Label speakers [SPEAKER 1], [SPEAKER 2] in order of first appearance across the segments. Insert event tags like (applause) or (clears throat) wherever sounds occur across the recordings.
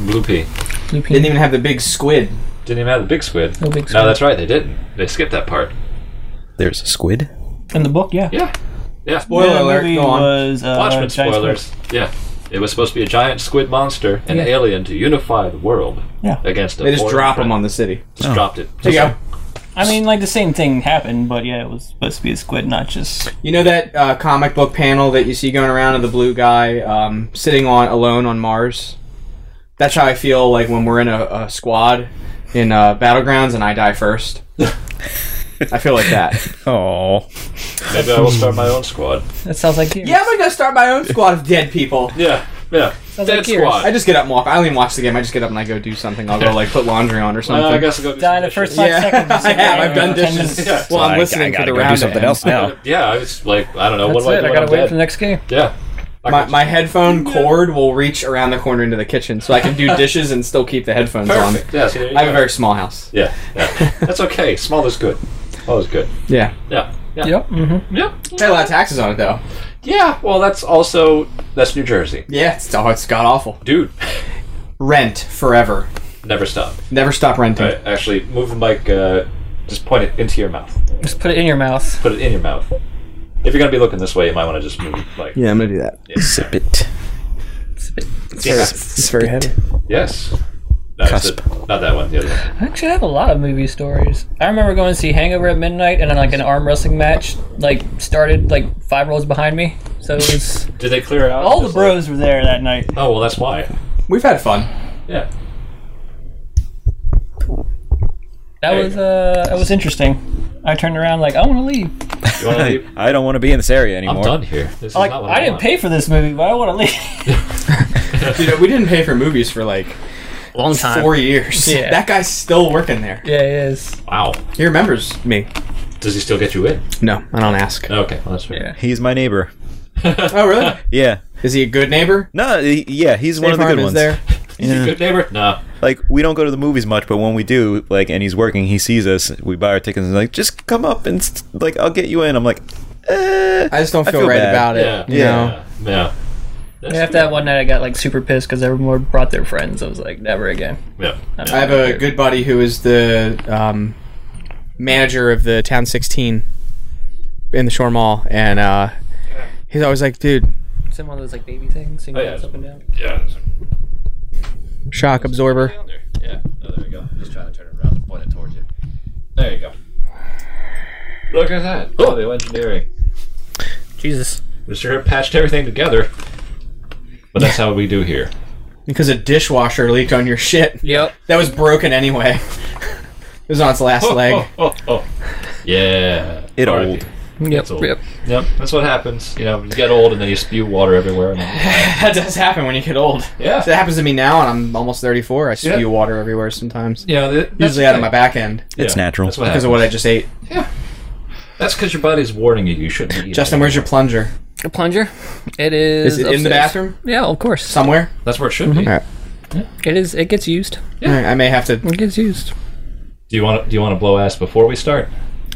[SPEAKER 1] Blue Pea.
[SPEAKER 2] Blue
[SPEAKER 3] Didn't
[SPEAKER 2] Pea.
[SPEAKER 3] even have the big squid.
[SPEAKER 1] Didn't even have the big squid.
[SPEAKER 2] No big
[SPEAKER 1] No,
[SPEAKER 2] squid.
[SPEAKER 1] that's right. They didn't. They skipped that part.
[SPEAKER 4] There's a squid.
[SPEAKER 2] In the book, yeah.
[SPEAKER 1] Yeah. Yeah.
[SPEAKER 3] Spoiler
[SPEAKER 2] The
[SPEAKER 3] alert,
[SPEAKER 2] movie
[SPEAKER 3] go on.
[SPEAKER 2] was, uh,
[SPEAKER 1] Watchmen
[SPEAKER 2] Giant Squid.
[SPEAKER 1] spoilers. Yeah. It was supposed to be a giant squid monster and
[SPEAKER 2] Yeah.
[SPEAKER 1] an alien to unify the world
[SPEAKER 2] Yeah.
[SPEAKER 1] against a
[SPEAKER 3] They just
[SPEAKER 1] foreign
[SPEAKER 3] drop them
[SPEAKER 1] threat.
[SPEAKER 3] on the city.
[SPEAKER 1] Just dropped it.
[SPEAKER 3] There you go.
[SPEAKER 2] I mean, like the same thing happened, but yeah, it was supposed to be a squid, not just.
[SPEAKER 3] You know that uh, comic book panel that you see going around of the blue guy um, sitting on alone on Mars? That's how I feel like when we're in a, a squad in uh, battlegrounds and I die first. I feel like that.
[SPEAKER 4] Oh,
[SPEAKER 1] Maybe I will start my own squad.
[SPEAKER 2] That sounds like you.
[SPEAKER 3] Yeah, I'm gonna start my own squad of dead people.
[SPEAKER 1] Yeah. Yeah.
[SPEAKER 2] Sounds
[SPEAKER 1] Dead
[SPEAKER 2] like yours.
[SPEAKER 1] squad.
[SPEAKER 3] I just get up and walk. I don't even watch the game. I just get up and I go do something. I'll go like put laundry on or something.
[SPEAKER 1] Uh, I guess I'll go do
[SPEAKER 2] Die
[SPEAKER 1] some
[SPEAKER 2] the first
[SPEAKER 1] dishes.
[SPEAKER 2] five
[SPEAKER 3] Yeah, (laughs)
[SPEAKER 2] seconds.
[SPEAKER 3] I have. I've done
[SPEAKER 2] Ten
[SPEAKER 3] dishes.
[SPEAKER 2] minutes.
[SPEAKER 1] Yeah.
[SPEAKER 3] well,
[SPEAKER 4] I-
[SPEAKER 3] I'm
[SPEAKER 4] I
[SPEAKER 3] listening for
[SPEAKER 4] gotta
[SPEAKER 3] the
[SPEAKER 4] go do
[SPEAKER 3] round.
[SPEAKER 4] something
[SPEAKER 3] to
[SPEAKER 4] else
[SPEAKER 3] end.
[SPEAKER 4] now.
[SPEAKER 1] Yeah, it's like I don't know
[SPEAKER 2] That's
[SPEAKER 1] what do I
[SPEAKER 2] it.
[SPEAKER 1] do
[SPEAKER 2] I
[SPEAKER 1] when
[SPEAKER 2] gotta
[SPEAKER 1] I'm
[SPEAKER 2] wait
[SPEAKER 1] dead?
[SPEAKER 2] for the next game.
[SPEAKER 1] Yeah. I
[SPEAKER 3] My,
[SPEAKER 1] can-
[SPEAKER 3] my headphone cord will reach around the corner into the kitchen, so I
[SPEAKER 1] (laughs)
[SPEAKER 3] can do dishes and still keep the headphones
[SPEAKER 1] perfect. Yeah, see, there
[SPEAKER 3] on.
[SPEAKER 1] you
[SPEAKER 3] I have a
[SPEAKER 1] go.
[SPEAKER 3] very small house.
[SPEAKER 1] Yeah,
[SPEAKER 3] (laughs)
[SPEAKER 1] yeah. That's okay. Small is good. Small is good.
[SPEAKER 3] Yeah,
[SPEAKER 1] Yeah. Yeah.
[SPEAKER 2] Yep. hmm
[SPEAKER 1] Yeah.
[SPEAKER 3] pay a lot of taxes on it though.
[SPEAKER 1] Yeah. Well, that's also that's New Jersey,
[SPEAKER 3] Yeah, it's, oh, it's god awful.
[SPEAKER 1] dude.
[SPEAKER 3] Rent forever.
[SPEAKER 1] Never stop.
[SPEAKER 4] Hmm.
[SPEAKER 3] Never stop renting.
[SPEAKER 1] All right, actually, move the mic. Uh, just point it into your mouth.
[SPEAKER 2] Just put it in your mouth.
[SPEAKER 1] Put it in your mouth. If you're gonna be looking this way, you might want to just move it, like.
[SPEAKER 3] I'm gonna do that.
[SPEAKER 4] sip it.
[SPEAKER 1] Yes.
[SPEAKER 4] It's very heavy.
[SPEAKER 1] Yes. No, it's
[SPEAKER 4] Cusp.
[SPEAKER 1] the- not that one. The other one.
[SPEAKER 2] I actually have a lot of movie stories. I remember going to see Hangover at midnight, and then like an arm wrestling match like started like five rows behind me. So it was
[SPEAKER 1] Did they clear out?
[SPEAKER 2] (laughs) all the
[SPEAKER 1] Just like-
[SPEAKER 2] bros were there that night.
[SPEAKER 1] oh well, that's why.
[SPEAKER 3] We've had fun.
[SPEAKER 1] Yeah.
[SPEAKER 2] That
[SPEAKER 1] There
[SPEAKER 2] was
[SPEAKER 1] you
[SPEAKER 2] uh, that was interesting. I turned around like I want to leave.
[SPEAKER 1] You want to leave?
[SPEAKER 4] I don't want to be in this area
[SPEAKER 1] I'm
[SPEAKER 4] anymore.
[SPEAKER 1] done here. This is
[SPEAKER 2] Like
[SPEAKER 1] not what
[SPEAKER 2] I didn't
[SPEAKER 1] want.
[SPEAKER 2] pay for this movie, but I want to leave. (laughs)
[SPEAKER 3] Dude, we didn't pay for movies for like
[SPEAKER 2] Long time.
[SPEAKER 1] (laughs)
[SPEAKER 3] four years.
[SPEAKER 2] Yeah.
[SPEAKER 3] That guy's still working there.
[SPEAKER 2] Yeah, it is.
[SPEAKER 1] (laughs) Wow.
[SPEAKER 3] He remembers me.
[SPEAKER 1] Does he still get you in?
[SPEAKER 3] No, I don't ask.
[SPEAKER 1] Okay, well, that's fair.
[SPEAKER 2] Yeah.
[SPEAKER 4] He's my neighbor.
[SPEAKER 3] Oh, really?
[SPEAKER 4] Yeah.
[SPEAKER 3] Is he a good neighbor?
[SPEAKER 4] No. he- Yeah. He's
[SPEAKER 3] State
[SPEAKER 4] one of the
[SPEAKER 3] Farm
[SPEAKER 4] good
[SPEAKER 3] is
[SPEAKER 4] ones.
[SPEAKER 3] there.
[SPEAKER 1] (laughs)
[SPEAKER 4] Yeah.
[SPEAKER 1] Good neighbor? No.
[SPEAKER 4] Like we don't go to the movies much, but when we do, like, and he's working, he sees us. We buy our tickets and like, just come up and s- like, I'll get you in. I'm like, eh,
[SPEAKER 3] I just don't
[SPEAKER 4] I
[SPEAKER 3] feel,
[SPEAKER 4] feel
[SPEAKER 3] right
[SPEAKER 4] bad.
[SPEAKER 3] about it.
[SPEAKER 1] Yeah.
[SPEAKER 3] you
[SPEAKER 4] Yeah.
[SPEAKER 3] know?
[SPEAKER 1] Yeah. yeah. That's
[SPEAKER 2] Yeah, after that one night, I got like super pissed because everyone brought their friends. I was like, never again.
[SPEAKER 1] Yeah.
[SPEAKER 3] I have a good buddy who is the um, manager of the Town 16 in the Shore Mall, and uh, he's always like, "Dude,
[SPEAKER 2] It's in one of those like baby things,
[SPEAKER 1] Oh, yeah. hands
[SPEAKER 2] up
[SPEAKER 1] up
[SPEAKER 2] and down.
[SPEAKER 1] Yeah.
[SPEAKER 3] shock absorber."
[SPEAKER 1] Yeah. Oh, there we go. Just trying to turn it around and point it towards you. There you go. Look at that. Oh, the engineering.
[SPEAKER 2] Jesus.
[SPEAKER 1] We sure patched everything together. But that's how we do
[SPEAKER 3] (laughs)
[SPEAKER 1] here.
[SPEAKER 3] Because a dishwasher leaked on your shit
[SPEAKER 2] Yep.
[SPEAKER 3] that was broken anyway. (laughs) it was on
[SPEAKER 1] (laughs)
[SPEAKER 3] its last leg.
[SPEAKER 1] Oh, oh, oh. Yeah.
[SPEAKER 4] It
[SPEAKER 1] R.I.P.
[SPEAKER 4] old.
[SPEAKER 2] Yep.
[SPEAKER 1] old. Yep. That's what happens. You know, you get old and then you spew water everywhere. And
[SPEAKER 3] (laughs) that does happen when you get old.
[SPEAKER 1] yeah.
[SPEAKER 3] So that happens to me now, and I'm almost 34. I spew
[SPEAKER 1] Yeah.
[SPEAKER 3] water everywhere sometimes,
[SPEAKER 1] Yeah. th- that's
[SPEAKER 3] usually out
[SPEAKER 1] the
[SPEAKER 3] of my
[SPEAKER 1] thing.
[SPEAKER 3] back end
[SPEAKER 4] It's natural.
[SPEAKER 1] That's what
[SPEAKER 3] because
[SPEAKER 1] happens.
[SPEAKER 3] of what I just ate.
[SPEAKER 1] That's because your body's warning you. You shouldn't. be eating
[SPEAKER 3] Justin,
[SPEAKER 1] that.
[SPEAKER 3] where's your plunger?
[SPEAKER 2] A plunger. It
[SPEAKER 3] Is
[SPEAKER 2] is.
[SPEAKER 3] it in the
[SPEAKER 2] upstairs.
[SPEAKER 3] bathroom
[SPEAKER 2] Yeah, of course.
[SPEAKER 3] somewhere?
[SPEAKER 1] That's where it should be.
[SPEAKER 3] Alright.
[SPEAKER 2] it is. It gets used.
[SPEAKER 3] All right, I may have to.
[SPEAKER 2] It gets used.
[SPEAKER 1] Do you want? Do you want to blow ass before we start?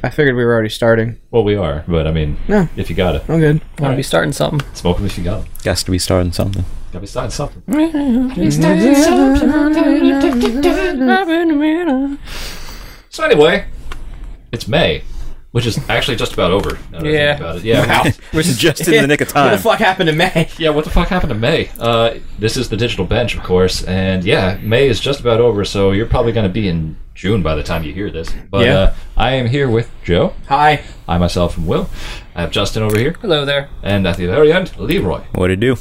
[SPEAKER 3] I figured we were already starting.
[SPEAKER 1] Well, we are, but I mean,
[SPEAKER 3] No.
[SPEAKER 1] if you got it,
[SPEAKER 3] I'm good.
[SPEAKER 2] I'm gonna be starting something.
[SPEAKER 1] smoke them if you got it.
[SPEAKER 4] Has to be starting something.
[SPEAKER 1] Gotta be starting something. So anyway, it's May, which is actually just about over. now that I
[SPEAKER 2] Yeah.
[SPEAKER 1] think About it. Yeah.
[SPEAKER 3] Wow.
[SPEAKER 4] (laughs) We're just in the nick of
[SPEAKER 3] (laughs) What the
[SPEAKER 4] time.
[SPEAKER 3] fuck happened to May?
[SPEAKER 1] (laughs) Yeah, what the fuck happened to May? Uh, this is the digital bench, of course, and yeah, May is just about over, so you're probably going to be in June by the time you hear this. But
[SPEAKER 3] Yeah.
[SPEAKER 1] uh, I am here with Joe,
[SPEAKER 3] Hi.
[SPEAKER 1] I myself am Will, I have Justin over here,
[SPEAKER 2] Hello there.
[SPEAKER 1] and at the very end, Leroy.
[SPEAKER 4] What it do?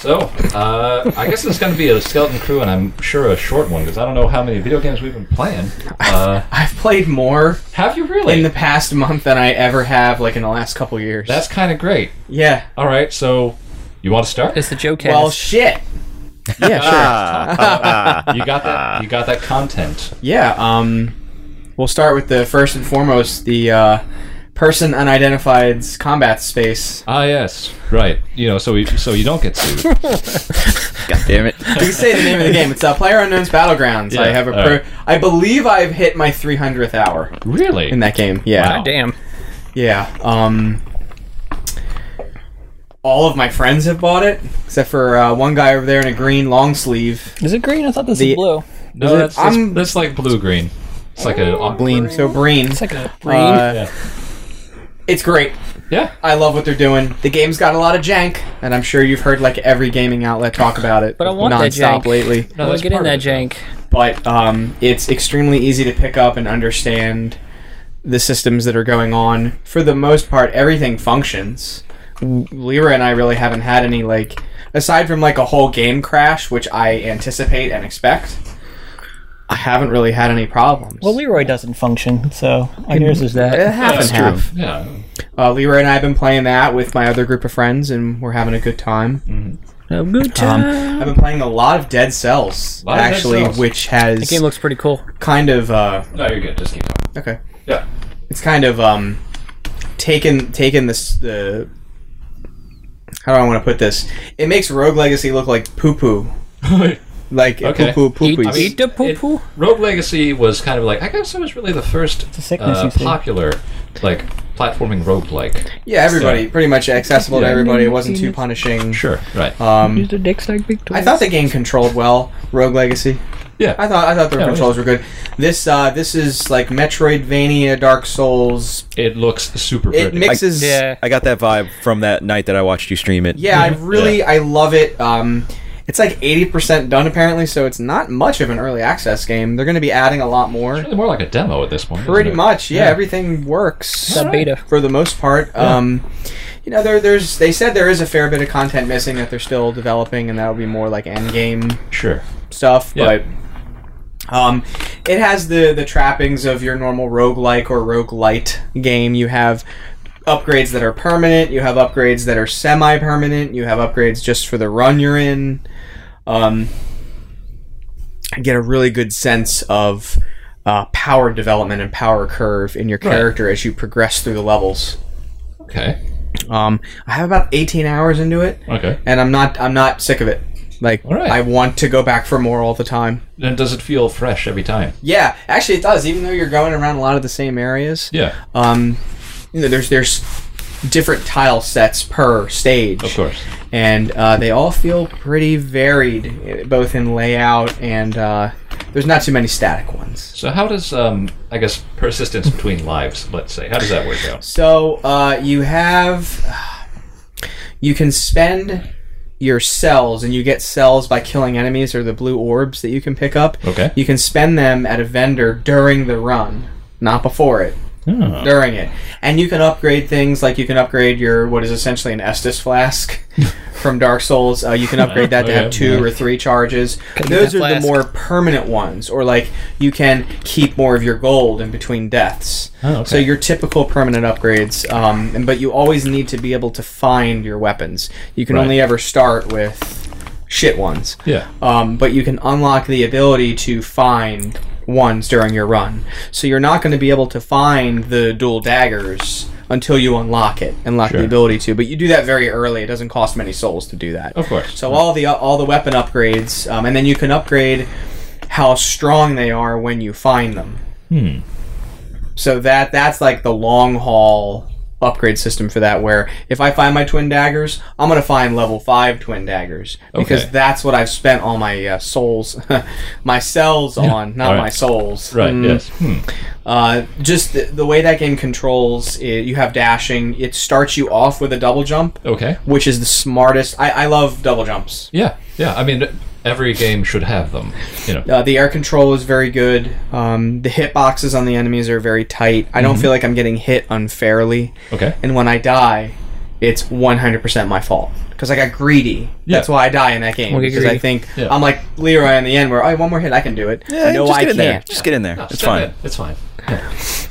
[SPEAKER 1] So, uh, I guess it's going to be a skeleton crew, and I'm sure a short one because I don't know how many video games we've been playing. Uh,
[SPEAKER 3] I've played more
[SPEAKER 1] have you really?
[SPEAKER 3] in the past month than I ever have, like in the last couple years.
[SPEAKER 1] That's kind of great.
[SPEAKER 3] yeah.
[SPEAKER 1] All right, so you want to start?
[SPEAKER 2] It's the Joe cast.
[SPEAKER 3] Well, shit. Yeah, (laughs) sure.
[SPEAKER 4] Ah, (laughs)
[SPEAKER 1] You got that? You got that content?
[SPEAKER 3] Yeah. Um, we'll start with the first and foremost the uh, person unidentified's combat space.
[SPEAKER 1] Ah, yes, right. You know, so we, so you don't get sued.
[SPEAKER 4] God damn it!
[SPEAKER 3] You can say the name of the game. It's uh, Player Unknown's Battlegrounds. I
[SPEAKER 1] Yeah,
[SPEAKER 3] have a pro-
[SPEAKER 1] alright.
[SPEAKER 3] I believe I've hit my 300th hour
[SPEAKER 1] really?
[SPEAKER 3] in that game. Yeah.
[SPEAKER 1] Wow.
[SPEAKER 2] damn.
[SPEAKER 3] Yeah. Um all of my friends have bought it, except for uh, one guy over there in a green long sleeve.
[SPEAKER 2] Is it green? I thought this
[SPEAKER 3] The-
[SPEAKER 2] was blue.
[SPEAKER 1] No, that's, that's,
[SPEAKER 3] I'm-
[SPEAKER 1] that's like blue green. It's like a green.
[SPEAKER 3] So Breen,
[SPEAKER 2] It's like a
[SPEAKER 3] Breen,
[SPEAKER 1] Yeah.
[SPEAKER 3] it's great.
[SPEAKER 1] Yeah.
[SPEAKER 3] I love what they're doing. The game's got a lot of jank, and I'm sure you've heard like every gaming outlet talk about it
[SPEAKER 2] But I want that
[SPEAKER 3] nonstop
[SPEAKER 2] jank.
[SPEAKER 3] lately.
[SPEAKER 1] No,
[SPEAKER 2] I wanna
[SPEAKER 1] that's
[SPEAKER 2] get in
[SPEAKER 1] part
[SPEAKER 2] that
[SPEAKER 1] of it.
[SPEAKER 2] jank.
[SPEAKER 3] But um, it's extremely easy to pick up and understand the systems that are going on. For the most part, everything functions. W- Lyra and I really haven't had any like, aside from like a whole game crash, which I anticipate and expect. I haven't really had any problems.
[SPEAKER 2] Well, Leroy doesn't function, so I guess there's
[SPEAKER 3] Uh,
[SPEAKER 2] that.
[SPEAKER 3] half
[SPEAKER 1] That's
[SPEAKER 3] and half.
[SPEAKER 1] true. Yeah.
[SPEAKER 3] Uh, Lyra and I have been playing that with my other group of friends, and we're having a good time.
[SPEAKER 2] A good
[SPEAKER 3] Um,
[SPEAKER 2] time.
[SPEAKER 3] I've been playing a lot of Dead Cells,
[SPEAKER 1] Lot of Dead
[SPEAKER 3] actually,
[SPEAKER 1] Cells.
[SPEAKER 3] which
[SPEAKER 2] the
[SPEAKER 3] has
[SPEAKER 2] game looks pretty cool.
[SPEAKER 3] kind of uh,
[SPEAKER 1] No, you're good. Just keep talking.
[SPEAKER 3] okay.
[SPEAKER 1] Yeah. (laughs)
[SPEAKER 3] It's kind of um, taken taken this the. How do I want to put this? It makes Rogue Legacy look like poo poo, like
[SPEAKER 1] Okay.
[SPEAKER 3] poo poo poo
[SPEAKER 2] Eat, eat the poo
[SPEAKER 1] It-
[SPEAKER 2] poo.
[SPEAKER 1] Rogue Legacy was kind of like I guess it was really the first uh,
[SPEAKER 2] a sickness, you see.
[SPEAKER 1] popular like platforming roguelike.
[SPEAKER 3] Yeah, everybody
[SPEAKER 1] So-
[SPEAKER 3] pretty much accessible to
[SPEAKER 1] Yeah.
[SPEAKER 3] everybody. It wasn't too punishing.
[SPEAKER 1] Sure. Right.
[SPEAKER 3] Um,
[SPEAKER 2] the dicks like big
[SPEAKER 3] I thought the game controlled well. Rogue Legacy.
[SPEAKER 1] yeah.
[SPEAKER 3] I thought I thought the
[SPEAKER 1] Yeah, it
[SPEAKER 3] controls were good. This uh, this is like Metroidvania, Dark Souls.
[SPEAKER 1] it looks super
[SPEAKER 3] It
[SPEAKER 1] pretty.
[SPEAKER 3] mixes.
[SPEAKER 2] Yeah.
[SPEAKER 4] I got that vibe from that night that I watched you stream it.
[SPEAKER 3] Mm-hmm. Yeah, I really I love it. Um, it's like eighty percent done apparently, so it's not much of an early access game. They're going to be adding a lot more.
[SPEAKER 1] really more like a demo at this point. isn't
[SPEAKER 3] Pretty
[SPEAKER 1] it?
[SPEAKER 3] much, yeah, Everything works
[SPEAKER 2] Sub beta.
[SPEAKER 3] for the most part. Um, you know, there, there's they said there is a fair bit of content missing that they're still developing, and that'll be more like end game
[SPEAKER 1] Sure.
[SPEAKER 3] stuff,
[SPEAKER 1] Yeah.
[SPEAKER 3] but um, it has the the trappings of your normal roguelike or roguelite game. You have upgrades that are permanent, you have upgrades that are semi-permanent, you have upgrades just for the run you're in. Um, I get a really good sense of uh, power development and power curve in your character as you progress through the levels.
[SPEAKER 1] Okay.
[SPEAKER 3] Um, I have about 18 hours into it,
[SPEAKER 1] Okay.
[SPEAKER 3] and I'm not I'm not sick of it. Like
[SPEAKER 1] All right.
[SPEAKER 3] I want to go back for more all the time.
[SPEAKER 1] Then does it feel fresh every time?
[SPEAKER 3] Yeah, actually, it does. Even though you're going around a lot of the same areas,
[SPEAKER 1] Yeah.
[SPEAKER 3] um, you know, there's there's different tile sets per stage,
[SPEAKER 1] Of course.
[SPEAKER 3] and uh, they all feel pretty varied, eh, both in layout and uh, there's not too many static ones.
[SPEAKER 1] So how does um I guess persistence between lives, let's say, how does that work out?
[SPEAKER 3] So uh, you have (sighs) you can spend your cells, and you get cells by killing enemies or the blue orbs that you can pick up.
[SPEAKER 1] Okay.
[SPEAKER 3] You can spend them at a vendor during the run, not before it.
[SPEAKER 1] Oh.
[SPEAKER 3] during it. And you can upgrade things like you can upgrade your what is essentially an Estus
[SPEAKER 1] (laughs)
[SPEAKER 3] flask from Dark Souls. Uh, you can upgrade that to have
[SPEAKER 1] Okay,
[SPEAKER 3] two
[SPEAKER 1] yeah.
[SPEAKER 3] or three charges.
[SPEAKER 2] Gotta get
[SPEAKER 3] Those
[SPEAKER 2] that
[SPEAKER 3] are the
[SPEAKER 2] flask.
[SPEAKER 3] more permanent ones, or like you can keep more of your gold in between deaths.
[SPEAKER 1] Oh, okay.
[SPEAKER 3] So your typical permanent upgrades, um, and, but you always need to be able to find your weapons. You can
[SPEAKER 1] Right.
[SPEAKER 3] only ever start with shit ones.
[SPEAKER 1] Yeah.
[SPEAKER 3] Um, but you can unlock the ability to find ones during your run. So you're not going to be able to find the dual daggers until you unlock it, unlock the
[SPEAKER 1] Sure.
[SPEAKER 3] ability to. But you do that very early. It doesn't cost many souls to do that.
[SPEAKER 1] Of course.
[SPEAKER 3] So all the all the weapon upgrades, um, and then you can upgrade how strong they are when you find them.
[SPEAKER 1] Hmm.
[SPEAKER 3] So that that's like the long haul upgrade system for that. Where if I find my twin daggers, I'm gonna find level five twin daggers because
[SPEAKER 1] Okay.
[SPEAKER 3] that's what I've spent all my uh, souls, (laughs) my cells on, not
[SPEAKER 1] Alright.
[SPEAKER 3] my souls.
[SPEAKER 1] Right,
[SPEAKER 3] Mm.
[SPEAKER 1] yes. Hmm.
[SPEAKER 3] Uh, just the, the way that game controls, it, you have dashing. It starts you off with a double jump,
[SPEAKER 1] Okay.
[SPEAKER 3] which is the smartest. I, I love double jumps.
[SPEAKER 1] Yeah. Yeah. I mean every game should have them. You know.
[SPEAKER 3] Uh, the air control is very good. Um, the hit boxes on the enemies are very tight. I
[SPEAKER 4] Mm-hmm.
[SPEAKER 3] don't feel like I'm getting hit unfairly.
[SPEAKER 1] Okay.
[SPEAKER 3] And when I die, it's 100% my fault because I got greedy. That's
[SPEAKER 1] Yeah.
[SPEAKER 3] why I die in that game
[SPEAKER 2] We'll get
[SPEAKER 3] because I
[SPEAKER 2] greedy.
[SPEAKER 3] think
[SPEAKER 1] Yeah.
[SPEAKER 3] I'm like Leroy in the end, where oh, one more hit, I can do it.
[SPEAKER 4] Yeah,
[SPEAKER 3] no,
[SPEAKER 4] just
[SPEAKER 3] I
[SPEAKER 4] get in there.
[SPEAKER 3] can't.
[SPEAKER 4] Just get in there.
[SPEAKER 1] No,
[SPEAKER 4] it's
[SPEAKER 1] step
[SPEAKER 4] fine.
[SPEAKER 1] in. It's fine.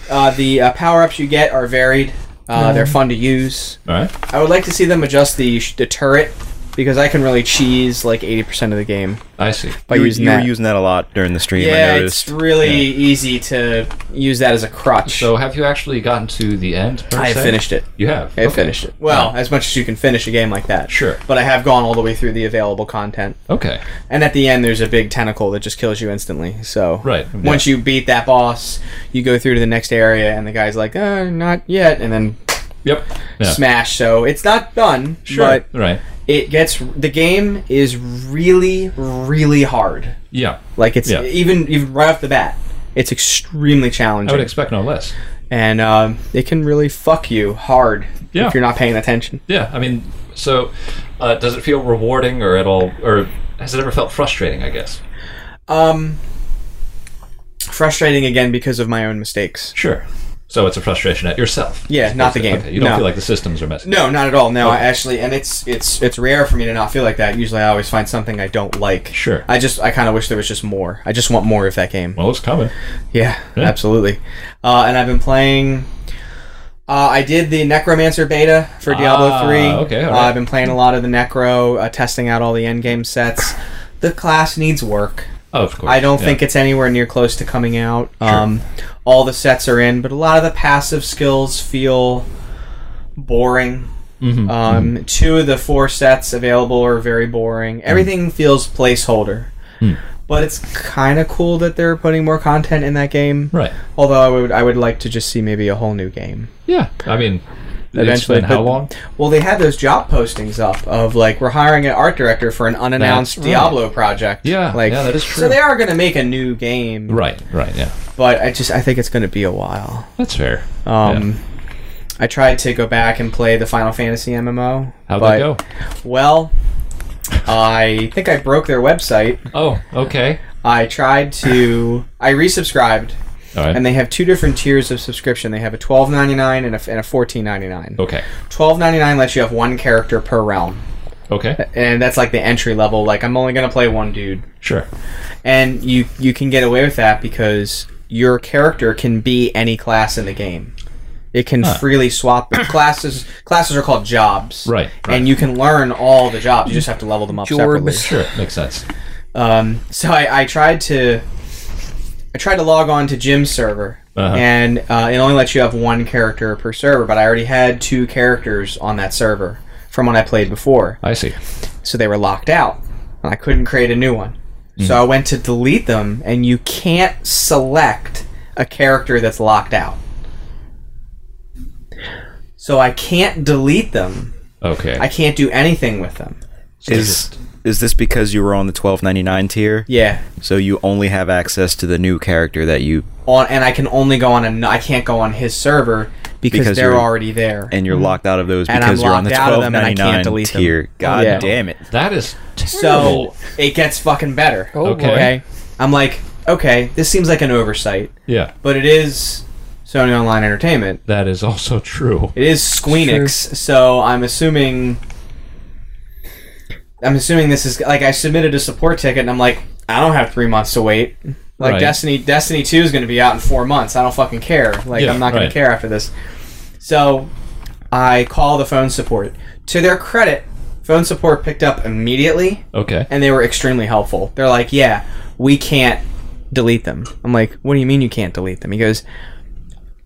[SPEAKER 3] Uh, the uh, power ups you get are varied. Uh, They're fun to use.
[SPEAKER 1] All right.
[SPEAKER 3] I would like to see them adjust the, sh- the turret because I can really cheese like 80% of the game
[SPEAKER 1] I see.
[SPEAKER 3] by
[SPEAKER 4] you,
[SPEAKER 3] using
[SPEAKER 4] you
[SPEAKER 3] that.
[SPEAKER 4] were using that a lot during the stream.
[SPEAKER 3] yeah,
[SPEAKER 4] I
[SPEAKER 3] it's
[SPEAKER 4] noticed.
[SPEAKER 3] really easy to use that as a crutch.
[SPEAKER 1] So have you actually gotten to the end? per
[SPEAKER 3] I have
[SPEAKER 1] se?
[SPEAKER 3] finished it.
[SPEAKER 1] You have.
[SPEAKER 3] I have
[SPEAKER 1] Okay.
[SPEAKER 3] finished it. Well, as much as you can finish a game like that.
[SPEAKER 1] Sure.
[SPEAKER 3] But I have gone all the way through the available content.
[SPEAKER 1] Okay.
[SPEAKER 3] And at the end, there's a big tentacle that just kills you instantly. So
[SPEAKER 1] Right,
[SPEAKER 3] once you beat that boss, you go through to the next area, and the guy's like, uh, not yet. And then
[SPEAKER 1] Yep. Yeah.
[SPEAKER 3] Smash. So it's not done,
[SPEAKER 1] Sure.
[SPEAKER 3] but
[SPEAKER 1] right.
[SPEAKER 3] it gets the game is really really hard.
[SPEAKER 1] Yeah.
[SPEAKER 3] Like it's
[SPEAKER 1] Yeah.
[SPEAKER 3] even even right off the bat, it's extremely
[SPEAKER 1] I would
[SPEAKER 3] challenging,
[SPEAKER 1] expect no less.
[SPEAKER 3] and um, it can really fuck you hard
[SPEAKER 1] Yeah.
[SPEAKER 3] if you're not paying attention.
[SPEAKER 1] Yeah. I mean, so uh, does it feel rewarding or at all, or has it ever felt frustrating? I guess.
[SPEAKER 3] Um, frustrating again because of my own mistakes.
[SPEAKER 1] Sure. So it's a frustration at yourself.
[SPEAKER 3] Yeah, not the game.
[SPEAKER 1] Okay, you don't
[SPEAKER 3] No.
[SPEAKER 1] feel like the systems are messing.
[SPEAKER 3] No, not at all.
[SPEAKER 1] Oh.
[SPEAKER 3] No, I actually, and it's it's it's rare for me to not feel like that. Usually, I always find something I don't like.
[SPEAKER 1] Sure.
[SPEAKER 3] I just I kind of wish there was just more. I just want more of that game.
[SPEAKER 1] Well, it's coming.
[SPEAKER 3] Yeah,
[SPEAKER 1] Yeah.
[SPEAKER 3] absolutely. Uh, and I've been playing. Uh, I did the Necromancer beta for Diablo
[SPEAKER 1] Ah,
[SPEAKER 3] three.
[SPEAKER 1] okay, all
[SPEAKER 3] uh,
[SPEAKER 1] right.
[SPEAKER 3] I've been playing a lot of the Necro, uh, testing out all the end game sets. The class needs work.
[SPEAKER 1] Oh, of course.
[SPEAKER 3] I don't
[SPEAKER 1] yeah.
[SPEAKER 3] think it's anywhere near close to coming out. Um, all the sets are in, but a lot of the passive skills feel boring.
[SPEAKER 1] Mhm.
[SPEAKER 3] Um, Two of the four sets available are very
[SPEAKER 1] Mm.
[SPEAKER 3] boring. Everything feels placeholder. But it's kind of cool that they're putting more content in that game.
[SPEAKER 1] Right.
[SPEAKER 3] Although I would, I would like to just see maybe a whole new game.
[SPEAKER 1] Yeah. I mean,
[SPEAKER 3] Eventually,
[SPEAKER 1] eventually. How
[SPEAKER 3] but-
[SPEAKER 1] long?
[SPEAKER 3] Well, they had those job postings up of like we're hiring an art director for an unannounced
[SPEAKER 1] That's right.
[SPEAKER 3] Diablo project.
[SPEAKER 1] Yeah,
[SPEAKER 3] like
[SPEAKER 1] yeah, that is true.
[SPEAKER 3] So they are going to make a new game,
[SPEAKER 1] Right. Right. Yeah.
[SPEAKER 3] but I just I think it's going to be a while.
[SPEAKER 1] That's fair.
[SPEAKER 3] Um, I tried to go back and play the Final Fantasy MMO.
[SPEAKER 1] How'd
[SPEAKER 3] but,
[SPEAKER 1] that go?
[SPEAKER 3] Well, I think I broke their website.
[SPEAKER 1] Oh, okay.
[SPEAKER 3] I tried to I resubscribed,
[SPEAKER 1] All right.
[SPEAKER 3] and they have two different tiers of subscription. They have a twelve ninety nine and a and a fourteen ninety nine.
[SPEAKER 1] okay.
[SPEAKER 3] Twelve ninety nine lets you have one character per realm,
[SPEAKER 1] Okay.
[SPEAKER 3] and that's like the entry level. Like I'm only gonna play one dude,
[SPEAKER 1] Sure.
[SPEAKER 3] and you you can get away with that because your character can be any class in the game. It can
[SPEAKER 1] (coughs)
[SPEAKER 3] freely swap classes. Classes are called jobs,
[SPEAKER 1] Right, right.
[SPEAKER 3] And you can learn all the jobs. You just have to level them up separately.
[SPEAKER 2] Jorbs.
[SPEAKER 1] Sure. Makes sense.
[SPEAKER 3] Um, so I, I tried to I tried to log on to Jim's server,
[SPEAKER 1] Uh-huh.
[SPEAKER 3] and uh, it only lets you have one character per server. But I already had two characters on that server from when I played before,
[SPEAKER 1] I see.
[SPEAKER 3] so they were locked out, and I couldn't create a new one. So
[SPEAKER 4] Hmm.
[SPEAKER 3] I went to delete them, and you can't select a character that's locked out. So I can't delete them.
[SPEAKER 1] Okay.
[SPEAKER 3] I can't do anything with them.
[SPEAKER 4] Is is this because you were on the twelve ninety nine tier?
[SPEAKER 3] Yeah.
[SPEAKER 4] So you only have access to the new character that you
[SPEAKER 3] on and I can only go on an I can't go on his server because,
[SPEAKER 4] Because
[SPEAKER 3] they're
[SPEAKER 4] you're-
[SPEAKER 3] already there.
[SPEAKER 4] and you're locked out of those
[SPEAKER 3] Mm-hmm. And
[SPEAKER 4] because
[SPEAKER 3] I'm
[SPEAKER 4] you're on the
[SPEAKER 3] locked out of
[SPEAKER 4] twelve
[SPEAKER 3] them and I
[SPEAKER 4] ninety
[SPEAKER 3] can't
[SPEAKER 4] nine
[SPEAKER 3] delete them.
[SPEAKER 4] tier. God
[SPEAKER 3] Yeah.
[SPEAKER 4] damn it!
[SPEAKER 1] that is
[SPEAKER 3] so
[SPEAKER 1] terrible.
[SPEAKER 3] it gets fucking better.
[SPEAKER 2] Oh,
[SPEAKER 1] Okay.
[SPEAKER 2] boy.
[SPEAKER 3] Okay. I'm like, okay, this seems like an oversight,
[SPEAKER 1] yeah.
[SPEAKER 3] but it is Sony Online Entertainment.
[SPEAKER 1] That is also true.
[SPEAKER 3] It is Squeenix, so I'm assuming I'm assuming this is like I submitted a support ticket and I'm like, I don't have 3 months to wait. Like
[SPEAKER 1] Right.
[SPEAKER 3] Destiny Destiny 2 is going to be out in 4 months. I don't fucking care. Like
[SPEAKER 1] Yeah,
[SPEAKER 3] I'm not going
[SPEAKER 1] right.
[SPEAKER 3] to care after this. So I call the phone support. To their credit, phone support picked up immediately
[SPEAKER 1] Okay.
[SPEAKER 3] and they were extremely helpful. They're like, "Yeah, we can't delete them." I'm like, "What do you mean you can't delete them?" He goes,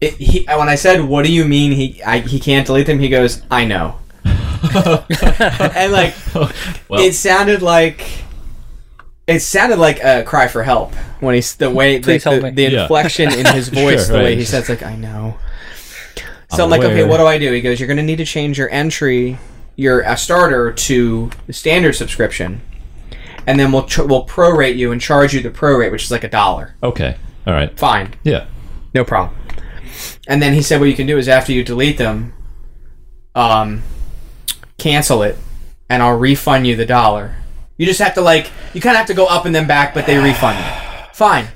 [SPEAKER 3] it, he, "When I said, what do you mean he I, he can't delete them?" He goes, "I know." (laughs) and like,
[SPEAKER 1] (laughs) well,
[SPEAKER 3] it sounded like it sounded like a cry for help when he's the way the,
[SPEAKER 2] Please help
[SPEAKER 3] the,
[SPEAKER 2] me.
[SPEAKER 3] the
[SPEAKER 1] Yeah.
[SPEAKER 3] inflection in
[SPEAKER 1] (laughs)
[SPEAKER 3] his voice,
[SPEAKER 1] Sure,
[SPEAKER 3] the way
[SPEAKER 1] right.
[SPEAKER 3] he says, like, "I know." So I'm, like,
[SPEAKER 1] aware.
[SPEAKER 3] okay, what do I do? He goes, "You're going to need to change your entry, your uh, starter to the standard subscription." and then we'll ch- we'll prorate you and charge you the prorate, which is like a dollar.
[SPEAKER 1] okay. All right.
[SPEAKER 3] Fine,
[SPEAKER 1] Yeah.
[SPEAKER 3] no problem. And then he said, what you can do is after you delete them, um, cancel it, and I'll refund you the dollar. You just have to like you kind of have to go up and then back, but they refund you. Fine,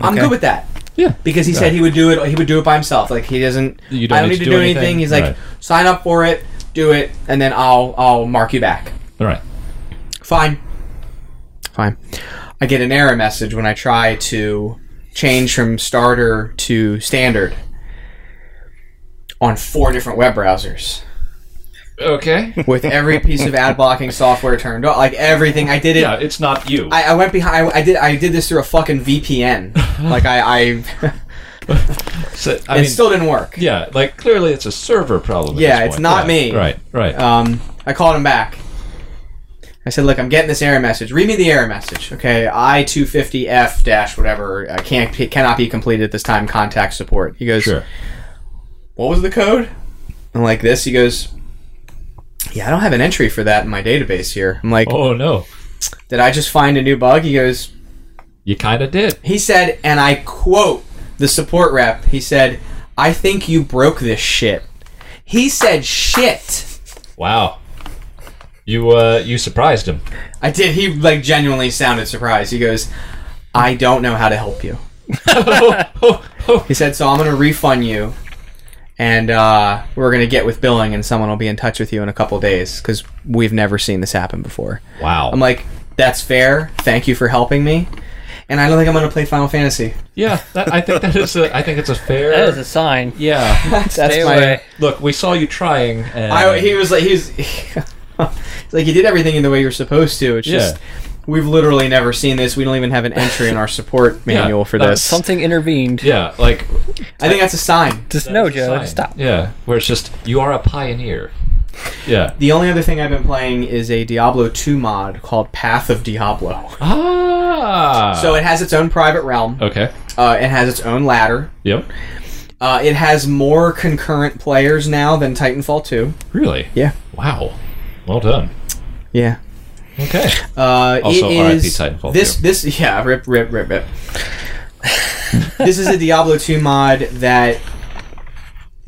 [SPEAKER 3] I'm
[SPEAKER 4] Okay.
[SPEAKER 3] good with that
[SPEAKER 1] Yeah.
[SPEAKER 3] because he said he would do it. He would do it by himself. Like he doesn't.
[SPEAKER 1] You don't
[SPEAKER 3] I don't need to, do anything. He's like,
[SPEAKER 1] Right.
[SPEAKER 3] sign up for it, do it, and then I'll I'll mark you back.
[SPEAKER 1] All right.
[SPEAKER 3] Fine. Fine. I get an error message when I try to change from starter to standard on four different web browsers
[SPEAKER 1] Okay.
[SPEAKER 3] with every piece of ad blocking software turned on. Like everything, I did it.
[SPEAKER 1] Yeah, it's not you.
[SPEAKER 3] I, I went behind. I, I did. I did this through a fucking
[SPEAKER 1] (laughs)
[SPEAKER 3] VPN. Like I, I
[SPEAKER 1] So, I
[SPEAKER 3] it
[SPEAKER 1] mean,
[SPEAKER 3] still didn't work.
[SPEAKER 1] yeah, like clearly it's a server problem. at
[SPEAKER 3] Yeah,
[SPEAKER 1] this
[SPEAKER 3] it's
[SPEAKER 1] point.
[SPEAKER 3] not
[SPEAKER 1] Right,
[SPEAKER 3] me.
[SPEAKER 1] Right, right.
[SPEAKER 3] um, I called him back. I said, "Look, I'm getting this error message. Read me the error message, okay? I 250F dash whatever uh, can't cannot be completed at this time. Contact support." He goes,
[SPEAKER 1] sure.
[SPEAKER 3] "What was the code?" And like this, he goes, "Yeah, I don't have an entry for that in my database here." I'm like,
[SPEAKER 1] Oh no,
[SPEAKER 3] "Did I just find a new bug?" He goes,
[SPEAKER 1] you kind of did.
[SPEAKER 3] "He said," and I quote the support rep. He said, "I think you broke this shit." He said, "Shit."
[SPEAKER 1] Wow. You uh, you surprised him.
[SPEAKER 3] I did. He like genuinely sounded surprised. He goes, "I don't know how to help you." Oh. He said, "So I'm gonna refund you, and uh, we're gonna get with billing, and someone will be in touch with you in a couple days because we've never seen this happen before."
[SPEAKER 1] Wow.
[SPEAKER 3] I'm like, "That's fair. Thank you for helping me." And I don't think I'm gonna play Final Fantasy.
[SPEAKER 1] yeah, that, I think that is a. I think it's a fair.
[SPEAKER 2] That was a sign.
[SPEAKER 1] yeah.
[SPEAKER 3] That's
[SPEAKER 2] Stay
[SPEAKER 3] my.
[SPEAKER 2] away.
[SPEAKER 1] Look, we saw you trying, and
[SPEAKER 3] I, he was (laughs) like, he's. it's like you did everything in the way you're supposed to. It's
[SPEAKER 1] Yeah.
[SPEAKER 3] just we've literally never seen this. We don't even have an entry in our support
[SPEAKER 1] Yeah,
[SPEAKER 3] manual for
[SPEAKER 1] that's
[SPEAKER 3] this.
[SPEAKER 2] Something intervened.
[SPEAKER 1] yeah, like
[SPEAKER 3] I think that's a sign.
[SPEAKER 2] Just no, Joe.
[SPEAKER 1] sign.
[SPEAKER 2] Stop.
[SPEAKER 1] Yeah, where it's just you are a pioneer. Yeah.
[SPEAKER 3] The only other thing I've been playing is a Diablo 2 mod called Path of Diablo.
[SPEAKER 1] Uh. Ah.
[SPEAKER 3] So it has its own private realm.
[SPEAKER 1] okay.
[SPEAKER 3] Uh, it has its own ladder.
[SPEAKER 1] Yep.
[SPEAKER 3] Uh, it has more concurrent players now than Titanfall 2.
[SPEAKER 1] Really.
[SPEAKER 3] Yeah.
[SPEAKER 1] Wow. Well done.
[SPEAKER 3] Yeah.
[SPEAKER 1] Okay.
[SPEAKER 3] Uh,
[SPEAKER 1] Also,
[SPEAKER 3] it
[SPEAKER 1] RIP
[SPEAKER 3] is-
[SPEAKER 1] Titanfall
[SPEAKER 3] This
[SPEAKER 1] 2.
[SPEAKER 3] this yeah rip rip rip (laughs) rip. this is a Diablo 2 mod that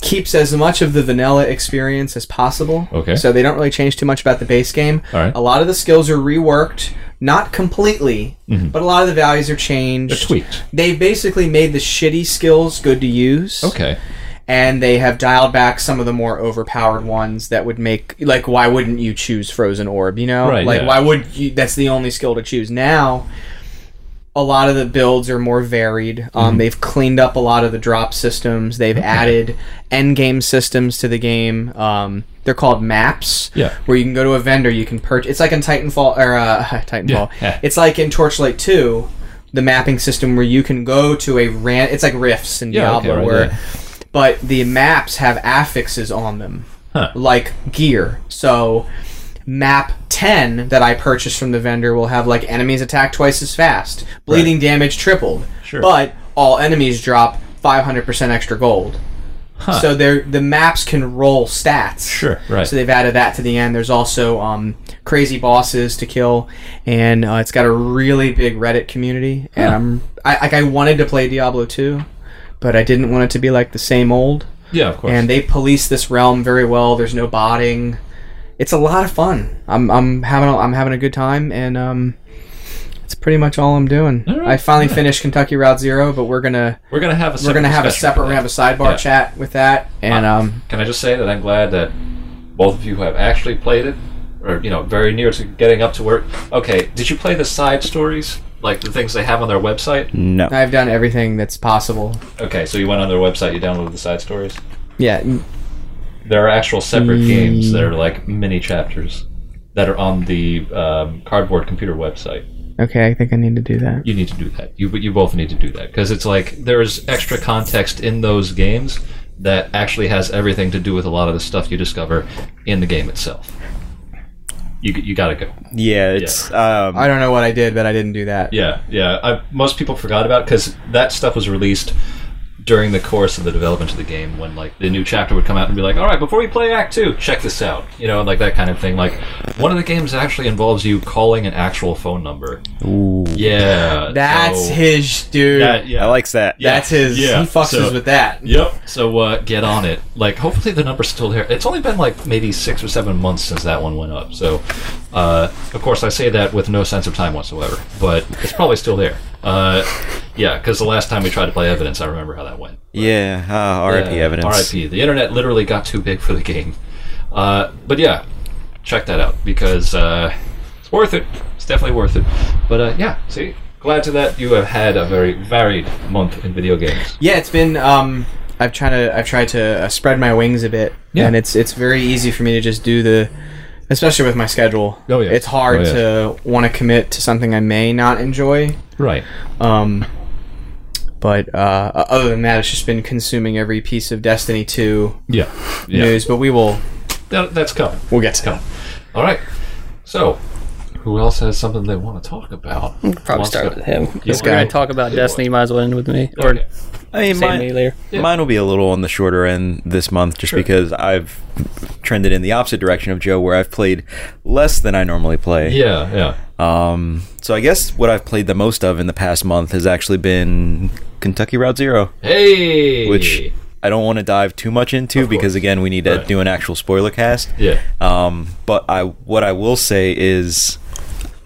[SPEAKER 3] keeps as much of the vanilla experience as possible.
[SPEAKER 1] Okay.
[SPEAKER 3] So they don't really change too much about the base game.
[SPEAKER 1] All right.
[SPEAKER 3] A lot of the skills are reworked, not completely, but a lot of the values are changed.
[SPEAKER 1] Mm-hmm. They're tweaked.
[SPEAKER 3] They basically made the shitty skills good to use.
[SPEAKER 1] Okay.
[SPEAKER 3] And they have dialed back some of the more overpowered ones that would make like why wouldn't you choose Frozen Orb, you know?
[SPEAKER 1] Right,
[SPEAKER 3] like
[SPEAKER 1] yeah.
[SPEAKER 3] why would you that's the only skill to choose. Now a lot of the builds are more varied. Um,
[SPEAKER 1] Mm-hmm.
[SPEAKER 3] They've cleaned up a lot of the drop systems. They've added end game systems to the game. Um, they're called maps,
[SPEAKER 1] Yeah.
[SPEAKER 3] where you can go to a vendor, you can purchase. It's like in Titanfall or uh, (laughs) Titanfall.
[SPEAKER 1] Yeah.
[SPEAKER 3] It's like in Torchlight Two, the mapping system where you can go to a ran. It's like rifts in
[SPEAKER 1] Yeah, okay,
[SPEAKER 3] Diablo,
[SPEAKER 1] right,
[SPEAKER 3] where
[SPEAKER 1] yeah.
[SPEAKER 3] but the maps have affixes on them,
[SPEAKER 1] Huh.
[SPEAKER 3] like gear. So map 10 that I purchased from the vendor will have like enemies attack twice as fast, bleeding damage tripled.
[SPEAKER 1] Sure.
[SPEAKER 3] But all enemies drop 500% extra gold. So they're, the maps can roll stats.
[SPEAKER 1] Sure, right.
[SPEAKER 3] So they've added that to the end. There's also um, crazy bosses to kill, and uh, it's got a really big Reddit community. And I'm I, like I wanted to play Diablo 2, but I didn't want it to be like the same old.
[SPEAKER 1] Yeah. Of course.
[SPEAKER 3] And they police this realm very well. There's no botting. It's a lot of fun. I'm I'm having a, I'm having a good time, and um, it's pretty much all I'm doing.
[SPEAKER 1] All right,
[SPEAKER 3] I finally finished Kentucky Route Zero, but we're gonna
[SPEAKER 1] we're gonna have a separate
[SPEAKER 3] we're gonna have a
[SPEAKER 1] discussion for
[SPEAKER 3] separate
[SPEAKER 1] that.
[SPEAKER 3] we're gonna have a sidebar
[SPEAKER 1] Yeah.
[SPEAKER 3] chat with that, and um,
[SPEAKER 1] Can I just say that I'm glad that both of you have actually played it, or you know, very near to getting up to where. Okay, did you play the side stories, like the things they have on their website?
[SPEAKER 4] No.
[SPEAKER 3] I've done everything that's possible.
[SPEAKER 1] Okay, so you went on their website, you downloaded the side stories.
[SPEAKER 3] Yeah,
[SPEAKER 1] There are actual separate
[SPEAKER 3] Hmm.
[SPEAKER 1] games that are like mini chapters that are on the um, cardboard computer website.
[SPEAKER 3] Okay, I think I need to do that.
[SPEAKER 1] You need to do that. You you both need to do that because it's like there is extra context in those games that actually has everything to do with a lot of the stuff you discover in the game itself. You you gotta go.
[SPEAKER 4] Yeah, it's um
[SPEAKER 3] I don't know what I did, but I didn't do that.
[SPEAKER 1] Yeah, yeah. I, most people forgot about because that stuff was released during the course of the development of the game when like the new chapter would come out and be like all right before we play act 2 check this out you know like that kind of thing like one of the games actually involves you calling an actual phone number
[SPEAKER 4] ooh,
[SPEAKER 1] yeah
[SPEAKER 3] That's
[SPEAKER 1] so-
[SPEAKER 3] his dude.
[SPEAKER 1] that, yeah
[SPEAKER 4] I likes that.
[SPEAKER 1] Yeah,
[SPEAKER 3] That's his.
[SPEAKER 1] yeah,
[SPEAKER 3] He fucks
[SPEAKER 1] so-
[SPEAKER 3] us with that.
[SPEAKER 1] yep so uh, get on it like hopefully the number's still there it's only been like maybe six or seven months since that one went up so uh, of course i say that with no sense of time whatsoever but it's probably still there uh, yeah because the last time we tried to play evidence i remember how that went
[SPEAKER 4] Yeah, ah, RIP
[SPEAKER 1] Yeah,
[SPEAKER 4] evidence.
[SPEAKER 1] rip the internet literally got too big for the game uh, but yeah check that out because uh, it's worth it it's definitely worth it but uh, yeah see glad to that you have had a very varied month in video games
[SPEAKER 3] Yeah, it's been. Um, I've tried to. I've tried to uh, spread my wings a bit,
[SPEAKER 1] Yeah.
[SPEAKER 3] and it's it's very easy for me to just do the, especially with my schedule.
[SPEAKER 1] Oh, yeah.
[SPEAKER 3] It's hard
[SPEAKER 1] Oh, yeah.
[SPEAKER 3] to want to commit to something I may not enjoy.
[SPEAKER 1] right
[SPEAKER 3] Um, but uh, o- other than that, it's just been consuming every piece of Destiny Two
[SPEAKER 1] yeah, yeah.
[SPEAKER 3] news. But we will.
[SPEAKER 1] That, that's coming.
[SPEAKER 3] We'll get to
[SPEAKER 1] Coming. All right. So, who else has something they want to talk about?
[SPEAKER 2] Probably
[SPEAKER 1] Wants
[SPEAKER 2] start
[SPEAKER 1] to-
[SPEAKER 2] with him.
[SPEAKER 1] You
[SPEAKER 2] If we're
[SPEAKER 1] wanna-
[SPEAKER 2] gonna talk about
[SPEAKER 1] Yeah,
[SPEAKER 2] Destiny, might as well end with me. Or
[SPEAKER 1] Okay.
[SPEAKER 4] I mean,
[SPEAKER 2] Save
[SPEAKER 4] mine,
[SPEAKER 2] me later.
[SPEAKER 4] mine will be a little on the shorter end this month just
[SPEAKER 1] Sure.
[SPEAKER 4] because I've trended in the opposite direction of Joe, where I've played less than I normally play.
[SPEAKER 1] Yeah, yeah.
[SPEAKER 4] Um, so I guess what I've played the most of in the past month has actually been Kentucky Route Zero,
[SPEAKER 1] Hey,
[SPEAKER 4] which I don't want to dive too much into
[SPEAKER 1] Of
[SPEAKER 4] because
[SPEAKER 1] course.
[SPEAKER 4] again we need to
[SPEAKER 1] Right.
[SPEAKER 4] do an actual spoiler cast.
[SPEAKER 1] yeah,
[SPEAKER 4] Um, but I what I will say is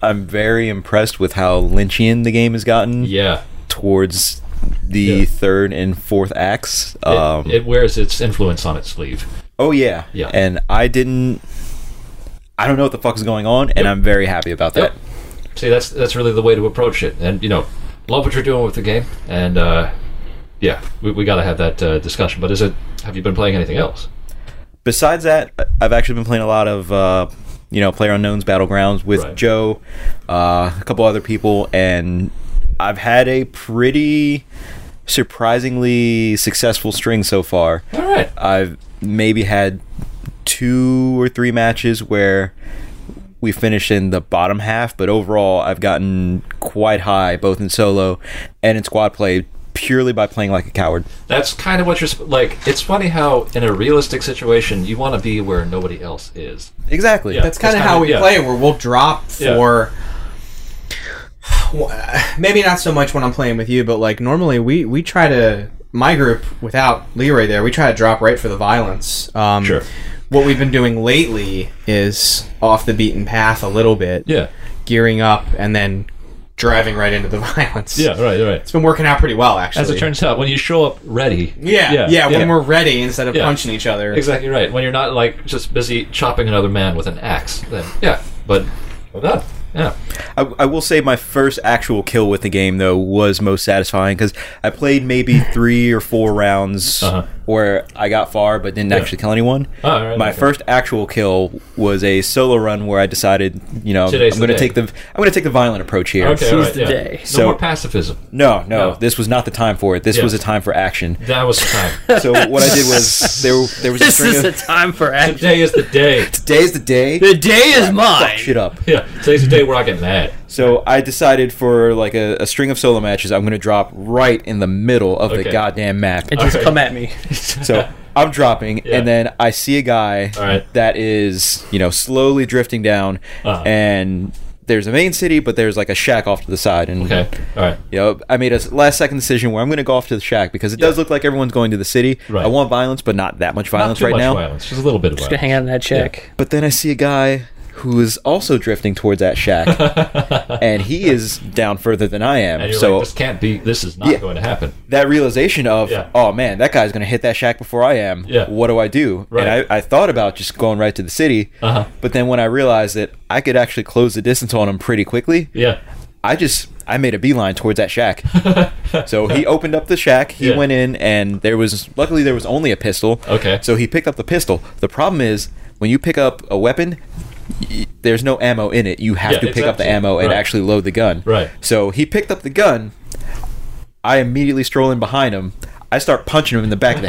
[SPEAKER 4] I'm very impressed with how Lynchian the game has gotten
[SPEAKER 1] yeah.
[SPEAKER 4] towards the
[SPEAKER 1] Yeah.
[SPEAKER 4] third and fourth acts.
[SPEAKER 1] It,
[SPEAKER 4] Um,
[SPEAKER 1] it wears its influence on its sleeve.
[SPEAKER 4] oh yeah,
[SPEAKER 1] Yeah.
[SPEAKER 4] And I didn't. I don't know what the fuck is going on, and
[SPEAKER 1] Yep.
[SPEAKER 4] I'm very happy about that.
[SPEAKER 1] See, that's that's really the way to approach it. And you know, love what you're doing with the game. And uh, yeah, we, we got to have that uh, discussion. But is it? Have you been playing anything else?
[SPEAKER 4] Besides that, I've actually been playing a lot of. Uh, you know, Player Unknown's Battlegrounds with
[SPEAKER 1] Right.
[SPEAKER 4] Joe, uh, a couple other people, and I've had a pretty surprisingly successful string so far.
[SPEAKER 1] All right.
[SPEAKER 4] I've maybe had two or three matches where we finished in the bottom half, but overall I've gotten quite high both in solo and in squad play purely by playing like a coward.
[SPEAKER 1] That's kind of what you're sp- like. It's funny how in a realistic situation you want to be where nobody else is.
[SPEAKER 4] Exactly.
[SPEAKER 1] Yeah.
[SPEAKER 4] That's
[SPEAKER 3] That's kind of
[SPEAKER 1] That's
[SPEAKER 3] how
[SPEAKER 1] kinda-
[SPEAKER 3] we
[SPEAKER 1] yeah.
[SPEAKER 3] play, where we'll drop
[SPEAKER 1] Yeah.
[SPEAKER 3] for. (sighs) Maybe not so much when I'm playing with you, but like normally we we try to my group without Leroy there, we try to drop right for the violence. Um,
[SPEAKER 1] Sure.
[SPEAKER 3] What we've been doing lately is off the beaten path a little bit,
[SPEAKER 1] Yeah.
[SPEAKER 3] gearing up and then driving right into the (laughs) violence.
[SPEAKER 1] Yeah. Right. Right.
[SPEAKER 3] it's been working out pretty well actually.
[SPEAKER 1] As it turns out, when you show up ready,
[SPEAKER 3] yeah, yeah, when we're ready instead of
[SPEAKER 1] Yeah.
[SPEAKER 3] punching each other.
[SPEAKER 1] Exactly right. When you're not like just busy chopping another man with an axe, then yeah. But well done. Yeah.
[SPEAKER 4] I, I will say my first actual kill with the game though was most satisfying because I
[SPEAKER 1] (laughs)
[SPEAKER 4] played maybe three or four rounds
[SPEAKER 1] Uh-huh.
[SPEAKER 4] where I got far but didn't actually kill anyone.
[SPEAKER 1] Oh, all right,
[SPEAKER 4] my
[SPEAKER 1] okay.
[SPEAKER 4] first actual kill was a solo run where I decided, you know,
[SPEAKER 1] Today's
[SPEAKER 4] I'm
[SPEAKER 1] the
[SPEAKER 4] going to
[SPEAKER 1] day.
[SPEAKER 4] take the I'm going to take the violent approach here.
[SPEAKER 1] Okay. all right,
[SPEAKER 2] the
[SPEAKER 1] yeah.
[SPEAKER 2] day.
[SPEAKER 1] No
[SPEAKER 4] So-
[SPEAKER 1] more pacifism.
[SPEAKER 4] No, no,
[SPEAKER 1] No.
[SPEAKER 4] this was not the time for it. This
[SPEAKER 1] Yeah.
[SPEAKER 4] was a time for
[SPEAKER 1] (laughs)
[SPEAKER 4] action.
[SPEAKER 1] That was the time. (laughs)
[SPEAKER 4] So what I did was there there was a
[SPEAKER 2] This
[SPEAKER 4] string
[SPEAKER 2] is
[SPEAKER 4] of
[SPEAKER 2] the time (laughs) for action.
[SPEAKER 1] Today is the day.
[SPEAKER 4] (laughs) today's the day.
[SPEAKER 2] The day is mine.
[SPEAKER 4] Fuck shit up.
[SPEAKER 1] Yeah. Today's the day where I get mad.
[SPEAKER 4] So I decided for like a, a string of solo matches, I'm going to drop right in the middle of the
[SPEAKER 1] Okay.
[SPEAKER 4] goddamn map.
[SPEAKER 2] And (laughs) just
[SPEAKER 1] Okay.
[SPEAKER 2] come at me.
[SPEAKER 1] (laughs)
[SPEAKER 4] So I'm dropping,
[SPEAKER 1] Yeah.
[SPEAKER 4] and then I see a guy
[SPEAKER 1] All right.
[SPEAKER 4] that is, you know, slowly drifting down,
[SPEAKER 1] Uh-huh.
[SPEAKER 4] and there's a main city, but there's like a shack off to the side, and
[SPEAKER 1] Okay. All right.
[SPEAKER 4] you know, I made a last second decision where I'm going to go off to the shack because it does
[SPEAKER 1] Yeah.
[SPEAKER 4] look like everyone's going to the city.
[SPEAKER 1] Right.
[SPEAKER 4] I want violence, but not that much
[SPEAKER 1] Not
[SPEAKER 4] violence
[SPEAKER 1] too
[SPEAKER 4] right
[SPEAKER 1] much
[SPEAKER 4] now.
[SPEAKER 1] violence. Just a little bit of
[SPEAKER 2] Just gonna
[SPEAKER 1] violence.
[SPEAKER 2] hang out in that check.
[SPEAKER 4] But then I see a guy who is also drifting towards that
[SPEAKER 1] (laughs)
[SPEAKER 4] shack, and he is down further than I am.
[SPEAKER 1] And you're
[SPEAKER 4] so
[SPEAKER 1] like, this can't be. This is not
[SPEAKER 4] Yeah.
[SPEAKER 1] going to happen.
[SPEAKER 4] that realization of,
[SPEAKER 1] Yeah.
[SPEAKER 4] oh man, that guy's going to hit that shack before I am.
[SPEAKER 1] Yeah.
[SPEAKER 4] What do I do?
[SPEAKER 1] Right.
[SPEAKER 4] And I, I thought about just going right to the city.
[SPEAKER 1] Uh-huh.
[SPEAKER 4] But then when I realized that I could actually close the distance on him pretty quickly,
[SPEAKER 1] Yeah.
[SPEAKER 4] I just I made a beeline towards that
[SPEAKER 1] (laughs)
[SPEAKER 4] shack. so he opened up the shack, he
[SPEAKER 1] Yeah.
[SPEAKER 4] went in and there was luckily there was only a pistol.
[SPEAKER 1] Okay.
[SPEAKER 4] So he picked up the pistol. The problem is when you pick up a weapon, y- there's no ammo in it. You have
[SPEAKER 1] Yeah,
[SPEAKER 4] to pick up the
[SPEAKER 1] exactly.
[SPEAKER 4] ammo and
[SPEAKER 1] Right.
[SPEAKER 4] actually load the gun.
[SPEAKER 1] Right.
[SPEAKER 4] So he picked up the gun. I immediately stroll in behind him. I start punching him in the back of the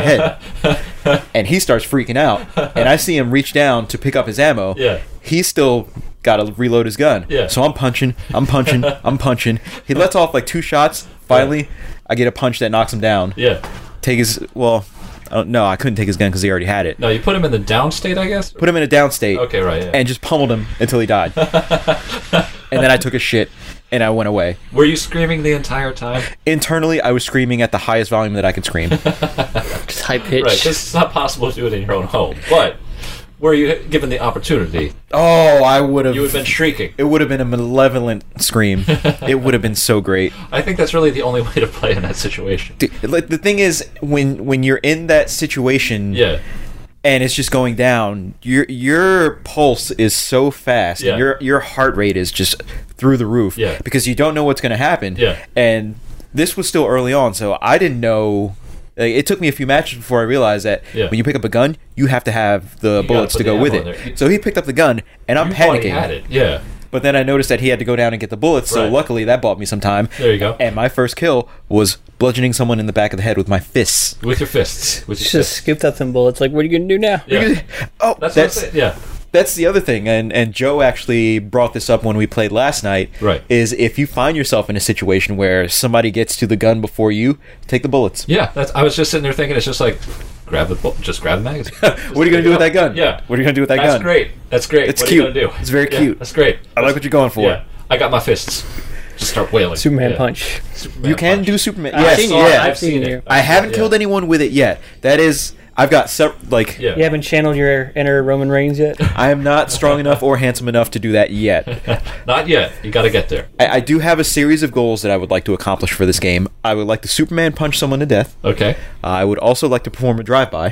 [SPEAKER 1] (laughs)
[SPEAKER 4] head, and he starts freaking out. And I see him reach down to pick up his ammo.
[SPEAKER 1] Yeah.
[SPEAKER 4] He's still got to reload his gun.
[SPEAKER 1] Yeah.
[SPEAKER 4] So I'm punching, I'm punching, I'm punching. He lets off like two shots. Finally, I get a punch that knocks him down.
[SPEAKER 1] Yeah.
[SPEAKER 4] Take his well, oh, no, I couldn't take his gun because he already had it.
[SPEAKER 1] No, you put him in the down state, I guess.
[SPEAKER 4] Put him in a down state.
[SPEAKER 1] Okay. Right. Yeah.
[SPEAKER 4] And just pummeled him until he
[SPEAKER 1] (laughs)
[SPEAKER 4] died. and then I took a shit and I went away.
[SPEAKER 1] Were you screaming the entire time?
[SPEAKER 4] Internally, I was screaming at the highest volume that I could
[SPEAKER 1] (laughs)
[SPEAKER 4] scream.
[SPEAKER 2] Just high pitch.
[SPEAKER 1] Right. 'cause It's not possible to do it in your own home. But were you given the opportunity?
[SPEAKER 4] oh, I
[SPEAKER 1] You
[SPEAKER 4] would
[SPEAKER 1] would have
[SPEAKER 4] have.
[SPEAKER 1] been shrieking.
[SPEAKER 4] It would have been a malevolent
[SPEAKER 1] (laughs)
[SPEAKER 4] scream. it would have been so great.
[SPEAKER 1] I think that's really the only (laughs) way to play in that situation.
[SPEAKER 4] Dude, Like the thing is, when when you're in that situation,
[SPEAKER 1] Yeah.
[SPEAKER 4] and it's just going down, your your pulse is so fast,
[SPEAKER 1] Yeah.
[SPEAKER 4] and your your heart rate is just through the roof,
[SPEAKER 1] Yeah.
[SPEAKER 4] because you don't know what's going to happen,
[SPEAKER 1] Yeah.
[SPEAKER 4] And this was still early on, so I didn't know. like, It took me a few matches before I realized that
[SPEAKER 1] Yeah.
[SPEAKER 4] when you pick up a gun, you have to have the
[SPEAKER 1] gotta
[SPEAKER 4] bullets
[SPEAKER 1] put
[SPEAKER 4] to
[SPEAKER 1] the
[SPEAKER 4] go
[SPEAKER 1] ammo
[SPEAKER 4] with
[SPEAKER 1] in there.
[SPEAKER 4] it. So he picked up the gun, and I'm
[SPEAKER 1] You thought he
[SPEAKER 4] panicking.
[SPEAKER 1] had it. Yeah.
[SPEAKER 4] But then I noticed that he had to go down and get the bullets, so
[SPEAKER 1] Right.
[SPEAKER 4] luckily that bought me some time.
[SPEAKER 1] There you go.
[SPEAKER 4] And my first kill was bludgeoning someone in the back of the head with my fists.
[SPEAKER 1] With your fists. With your
[SPEAKER 2] Just scooped up some bullets. Like, what are you gonna do now?
[SPEAKER 1] fists. Yeah.
[SPEAKER 4] Oh,
[SPEAKER 1] That's,
[SPEAKER 4] that's
[SPEAKER 1] what I'm saying. Yeah.
[SPEAKER 4] that's the other thing, and and Joe actually brought this up when we played last night.
[SPEAKER 1] Right.
[SPEAKER 4] Is if you find yourself in a situation where somebody gets to the gun before you, take the bullets.
[SPEAKER 1] Yeah, that's. I was just sitting there thinking, it's just like grab the bu- just grab the magazine.
[SPEAKER 4] (laughs) What are you gonna do with that gun?
[SPEAKER 1] Yeah,
[SPEAKER 4] What are you gonna do with that
[SPEAKER 1] that's
[SPEAKER 4] gun?
[SPEAKER 1] great. That's great.
[SPEAKER 4] It's
[SPEAKER 1] what Are
[SPEAKER 4] cute.
[SPEAKER 1] you gonna do?
[SPEAKER 4] It's very
[SPEAKER 1] Yeah,
[SPEAKER 4] cute.
[SPEAKER 1] That's great.
[SPEAKER 4] I like what you're going for.
[SPEAKER 1] Yeah, I got my fists. Just start wailing.
[SPEAKER 2] Superman
[SPEAKER 1] Yeah.
[SPEAKER 2] punch.
[SPEAKER 1] Superman
[SPEAKER 4] You can
[SPEAKER 1] punch.
[SPEAKER 4] do Superman.
[SPEAKER 2] I've
[SPEAKER 4] yes.
[SPEAKER 2] seen it.
[SPEAKER 4] yeah.
[SPEAKER 2] I've seen it.
[SPEAKER 4] I haven't killed
[SPEAKER 1] any.
[SPEAKER 4] anyone with it yet. That is, I've got several. Like,
[SPEAKER 1] Yeah.
[SPEAKER 2] You haven't channeled your inner Roman Reigns yet.
[SPEAKER 4] I am not strong enough or handsome enough to do that yet.
[SPEAKER 1] (laughs) Not yet. You got to get there.
[SPEAKER 4] I, I do have a series of goals that I would like to accomplish for this game. I would like to Superman punch someone to death. Uh,
[SPEAKER 1] Okay.
[SPEAKER 4] I would also like to perform a drive-by.